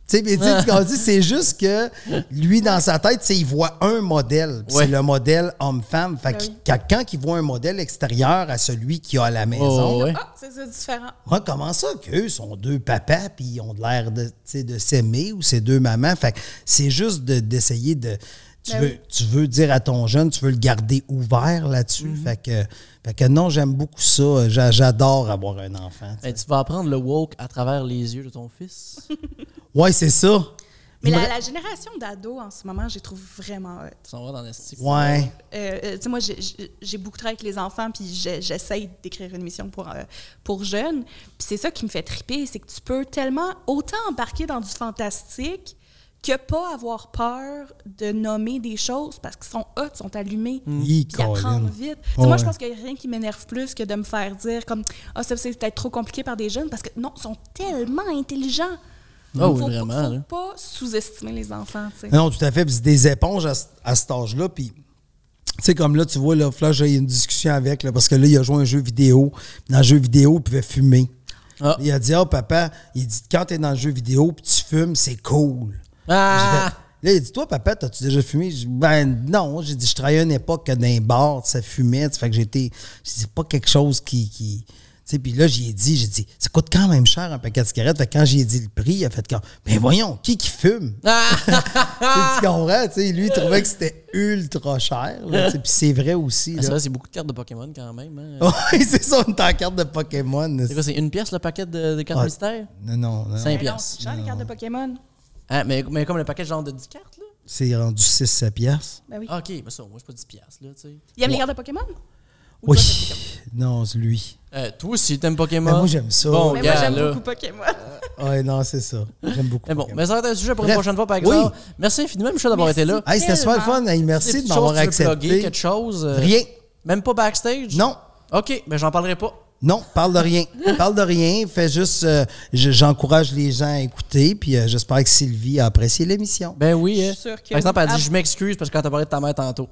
S3: Tu Tu sais, mais tu sais, ce qu'on dit, c'est juste que lui, dans sa tête, tu sais, il voit un modèle. puis
S1: Ouais.
S3: C'est le modèle homme-femme. Fait que
S2: Oui.
S3: quand- quand il voit un modèle extérieur à celui qu'il a à la maison,
S1: Oh, ouais.
S2: Ah, c'est ça, différent.
S3: moi, comment ça qu'eux sont deux papas puis ils ont de l'air de, tu sais, de s'aimer ou c'est deux mamans? Fait que c'est juste de- d'essayer de. Tu,
S2: Ben
S3: veux,
S2: oui.
S3: tu veux dire à ton jeune, tu veux le garder ouvert là-dessus.
S2: Mm-hmm.
S3: fait, que, fait que non, j'aime beaucoup ça. J'a- J'adore avoir un enfant.
S1: Eh, tu vas apprendre le woke à travers les yeux de ton fils.
S3: Ouais, c'est ça.
S2: Mais
S3: Il me
S2: la,
S3: ra-
S2: la génération d'ados en ce moment, je les trouve vraiment hot.
S1: Tu s'en vas dans le stick.
S3: Ouais.
S2: Euh, euh, tu sais, moi, j'ai- j'ai j'ai beaucoup travaillé avec les enfants, puis j'ai- j'essaye d'écrire une émission pour, euh, pour jeunes. Puis c'est ça qui me fait triper, c'est que tu peux tellement autant embarquer dans du fantastique que pas avoir peur de nommer des choses parce qu'ils sont hot, sont allumés,
S3: Hi,
S2: puis apprendre
S3: Colin.
S2: vite. Tu sais, moi, je
S3: Ouais.
S2: pense qu'il n'y a rien qui m'énerve plus que de me faire dire comme « Ah, ça, c'est peut-être trop compliqué par des jeunes », parce que non, ils sont tellement intelligents.
S1: Ah oui,
S2: Faut pas-
S1: vraiment,
S2: faut
S1: là.
S2: pas sous-estimer les enfants, tu sais.
S3: Non, tout à fait. Puis c'est des éponges à, ce- à cet âge-là. Puis, tu sais, comme là, tu vois, là, Flash, j'ai eu une discussion avec, là, parce que là, il a joué à un jeu vidéo. Dans le jeu vidéo, il pouvait fumer.
S1: Ah.
S3: Il a dit, ah, papa, il dit, quand t'es dans le jeu vidéo puis tu fumes, c'est cool.
S1: Ah!
S3: J'ai fait- là, il dit, toi, papa, t'as-tu déjà fumé? J'ai dit, ben non. J'ai dit, je travaillais à une époque que dans les bars, ça fumait. Fait que j'étais. J'ai dit, pas quelque chose qui. qui- tu sais, puis là, j'y ai dit, j'ai dit, ça coûte quand même cher un paquet de cigarettes. Fait que quand j'y ai dit le prix, il a fait comme, mais voyons, qui qui fume?
S1: Ah!
S3: Tu sais, tu comprends? Tu sais, lui, il trouvait que c'était ultra cher. là, tu sais, Puis c'est vrai aussi.
S1: Ah, C'est
S3: là.
S1: vrai, c'est beaucoup de cartes de Pokémon quand même. hein.
S3: Ouais, c'est ça, on est en carte de Pokémon.
S1: C'est quoi, c'est une pièce le paquet de, de cartes
S3: Ouais.
S1: mystères?
S3: Non, non, non.
S1: Cinq
S2: Mais Ben non,
S1: piastres.
S2: c'est cher, les cartes de Pokémon.
S1: Ah, mais, mais comme le paquet genre de 10 cartes, là?
S3: C'est rendu 6-7 piastres.
S2: Ben oui.
S1: Ah, ok, mais ça, moi, je pas 10 piastres, là, tu sais.
S2: Il aime les cartes de Pokémon?
S1: Oh,
S2: Ou
S3: Oui.
S2: toi, t'aimes Pokémon?
S3: Non, c'est lui.
S1: Euh, toi aussi, t'aimes Pokémon?
S3: Ben, moi, j'aime ça.
S1: Bon,
S2: Mais
S1: gars,
S2: moi, j'aime
S1: là.
S2: beaucoup Pokémon.
S3: Ouais, non, c'est ça. J'aime beaucoup.
S1: Mais bon,
S3: Pokémon.
S1: mais ça va être un sujet pour une
S3: Bref.
S1: prochaine fois, par
S3: Oui.
S1: exemple. Merci infiniment, Michel, d'avoir
S2: Merci.
S1: été là.
S3: Hey, c'était super le fun. Hey,
S1: Des
S3: merci de
S1: petites
S3: m'avoir
S1: choses que tu veux plugger,
S3: accepté.
S1: quelque chose? euh,
S3: Rien.
S1: Même pas backstage?
S3: Non.
S1: OK, ben j'en parlerai pas.
S3: Non, parle de rien. parle de rien. Fais juste. euh, je- J'encourage les gens à écouter. Puis euh, j'espère que Sylvie a apprécié l'émission.
S1: Ben oui.
S2: Je
S1: hein.
S2: suis sûre que
S1: Par exemple, elle
S2: oui.
S1: dit
S2: Ah.
S1: Je m'excuse parce que quand t'as parlé de ta mère tantôt.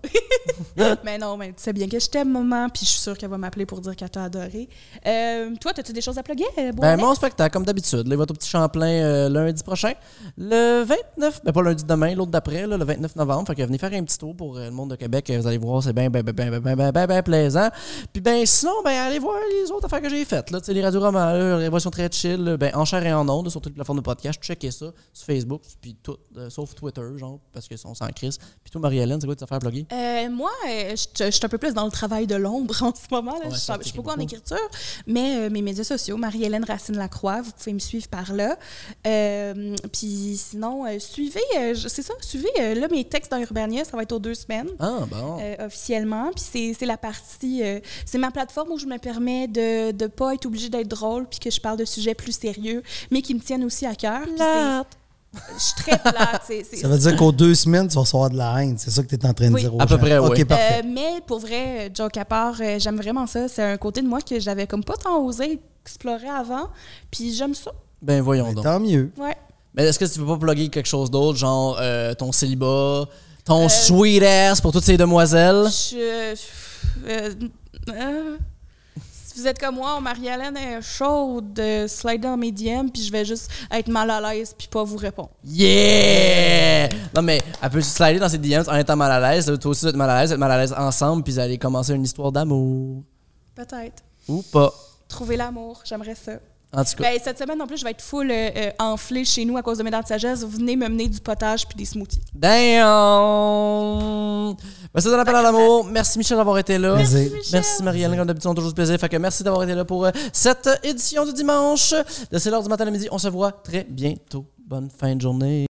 S2: mais non, mais tu sais bien que je t'aime, maman, puis je suis sûre qu'elle va m'appeler pour dire qu'elle t'a adoré. Euh, toi, as-tu des choses à plugger?
S1: Ben,
S2: euh, Boisvert?
S1: mon spectacle, comme d'habitude, là, il va être au petit Champlain euh, lundi prochain. Le 29, ben pas lundi de demain, l'autre d'après, là, le 29 novembre. Fait que venez faire un petit tour pour euh, le monde de Québec. euh, Vous allez voir, c'est bien, ben, ben, ben, ben, ben, ben, ben, ben plaisant. Puis ben sinon, ben allez voir les autres affaires que j'ai faites. Là, Tu sais, les radios romans, là, les versions très chill, là, ben en chair et en ondes, sur toutes les plateformes de podcast. Checkez ça sur Facebook, puis tout, euh, sauf Twitter, genre, parce que on s'en crisse. Puis toi, Marie-Hélène, c'est quoi tes affaires bloguées?
S2: Euh, moi, euh, je je- je suis un peu plus dans le travail de l'ombre en ce moment. là.
S1: Ouais,
S2: je suis
S1: ça,
S2: en-
S1: t'écris
S2: je suis beaucoup en
S1: beaucoup.
S2: écriture, mais euh, mes médias sociaux, Marie-Hélène Racine Lacroix, vous pouvez me suivre par là. Euh, Puis sinon, euh, suivez, euh, je- c'est ça, suivez euh, là mes textes dans Urbania, ça va être aux deux semaines.
S1: Ah, bon.
S3: Oh.
S2: euh, officiellement. Puis c'est- c'est la partie, euh, c'est ma plateforme où je me permets de ne pas être obligée d'être drôle, puis que je parle de sujets plus sérieux, mais qui me tiennent aussi à cœur. Puis c'est- Je suis très plate. c'est- c'est-
S3: Ça veut dire qu'aux deux semaines, tu vas recevoir de la haine. C'est ça que tu es en train de
S2: Oui.
S3: dire aux
S1: À peu
S3: gens.
S1: près, oui.
S3: OK, parfait.
S2: Euh, mais pour vrai, euh, joke à part, euh, j'aime vraiment ça. C'est un côté de moi que j'avais comme pas tant osé explorer avant. Puis j'aime ça.
S1: Ben voyons
S3: Ben,
S1: donc.
S3: tant mieux.
S2: Ouais.
S1: Mais est-ce que tu peux pas plugger quelque chose d'autre, genre euh, ton célibat, ton sweet ass pour toutes ces demoiselles?
S2: Je- euh, euh, si vous êtes comme moi, Marie-Hélène est chaude, euh, slide dans mes DM, puis je vais juste être mal à l'aise, puis pas vous répondre.
S1: Yeah! Non, mais elle peut se slider dans ses DMs en étant mal à l'aise. Toi aussi, tu vas être mal à l'aise, vous êtes mal à l'aise ensemble, puis vous allez commencer une histoire d'amour.
S2: Peut-être.
S1: Ou pas.
S2: Trouver l'amour, j'aimerais ça.
S1: En tout cas.
S2: Ben, cette semaine, en plus, je vais être full euh, euh, enflée chez nous à cause de mes dents de sagesse. Venez me mener du potage puis des smoothies.
S1: Damn! Ben, c'est un appel à l'amour. Merci Michel d'avoir été là.
S3: Merci, Merci, Michel.
S1: Merci Marie-Hélène, comme d'habitude, on a toujours du plaisir. Fait que merci d'avoir été là pour euh, cette édition du dimanche. De 7h du matin à midi, on se voit très bientôt. Bonne fin de journée.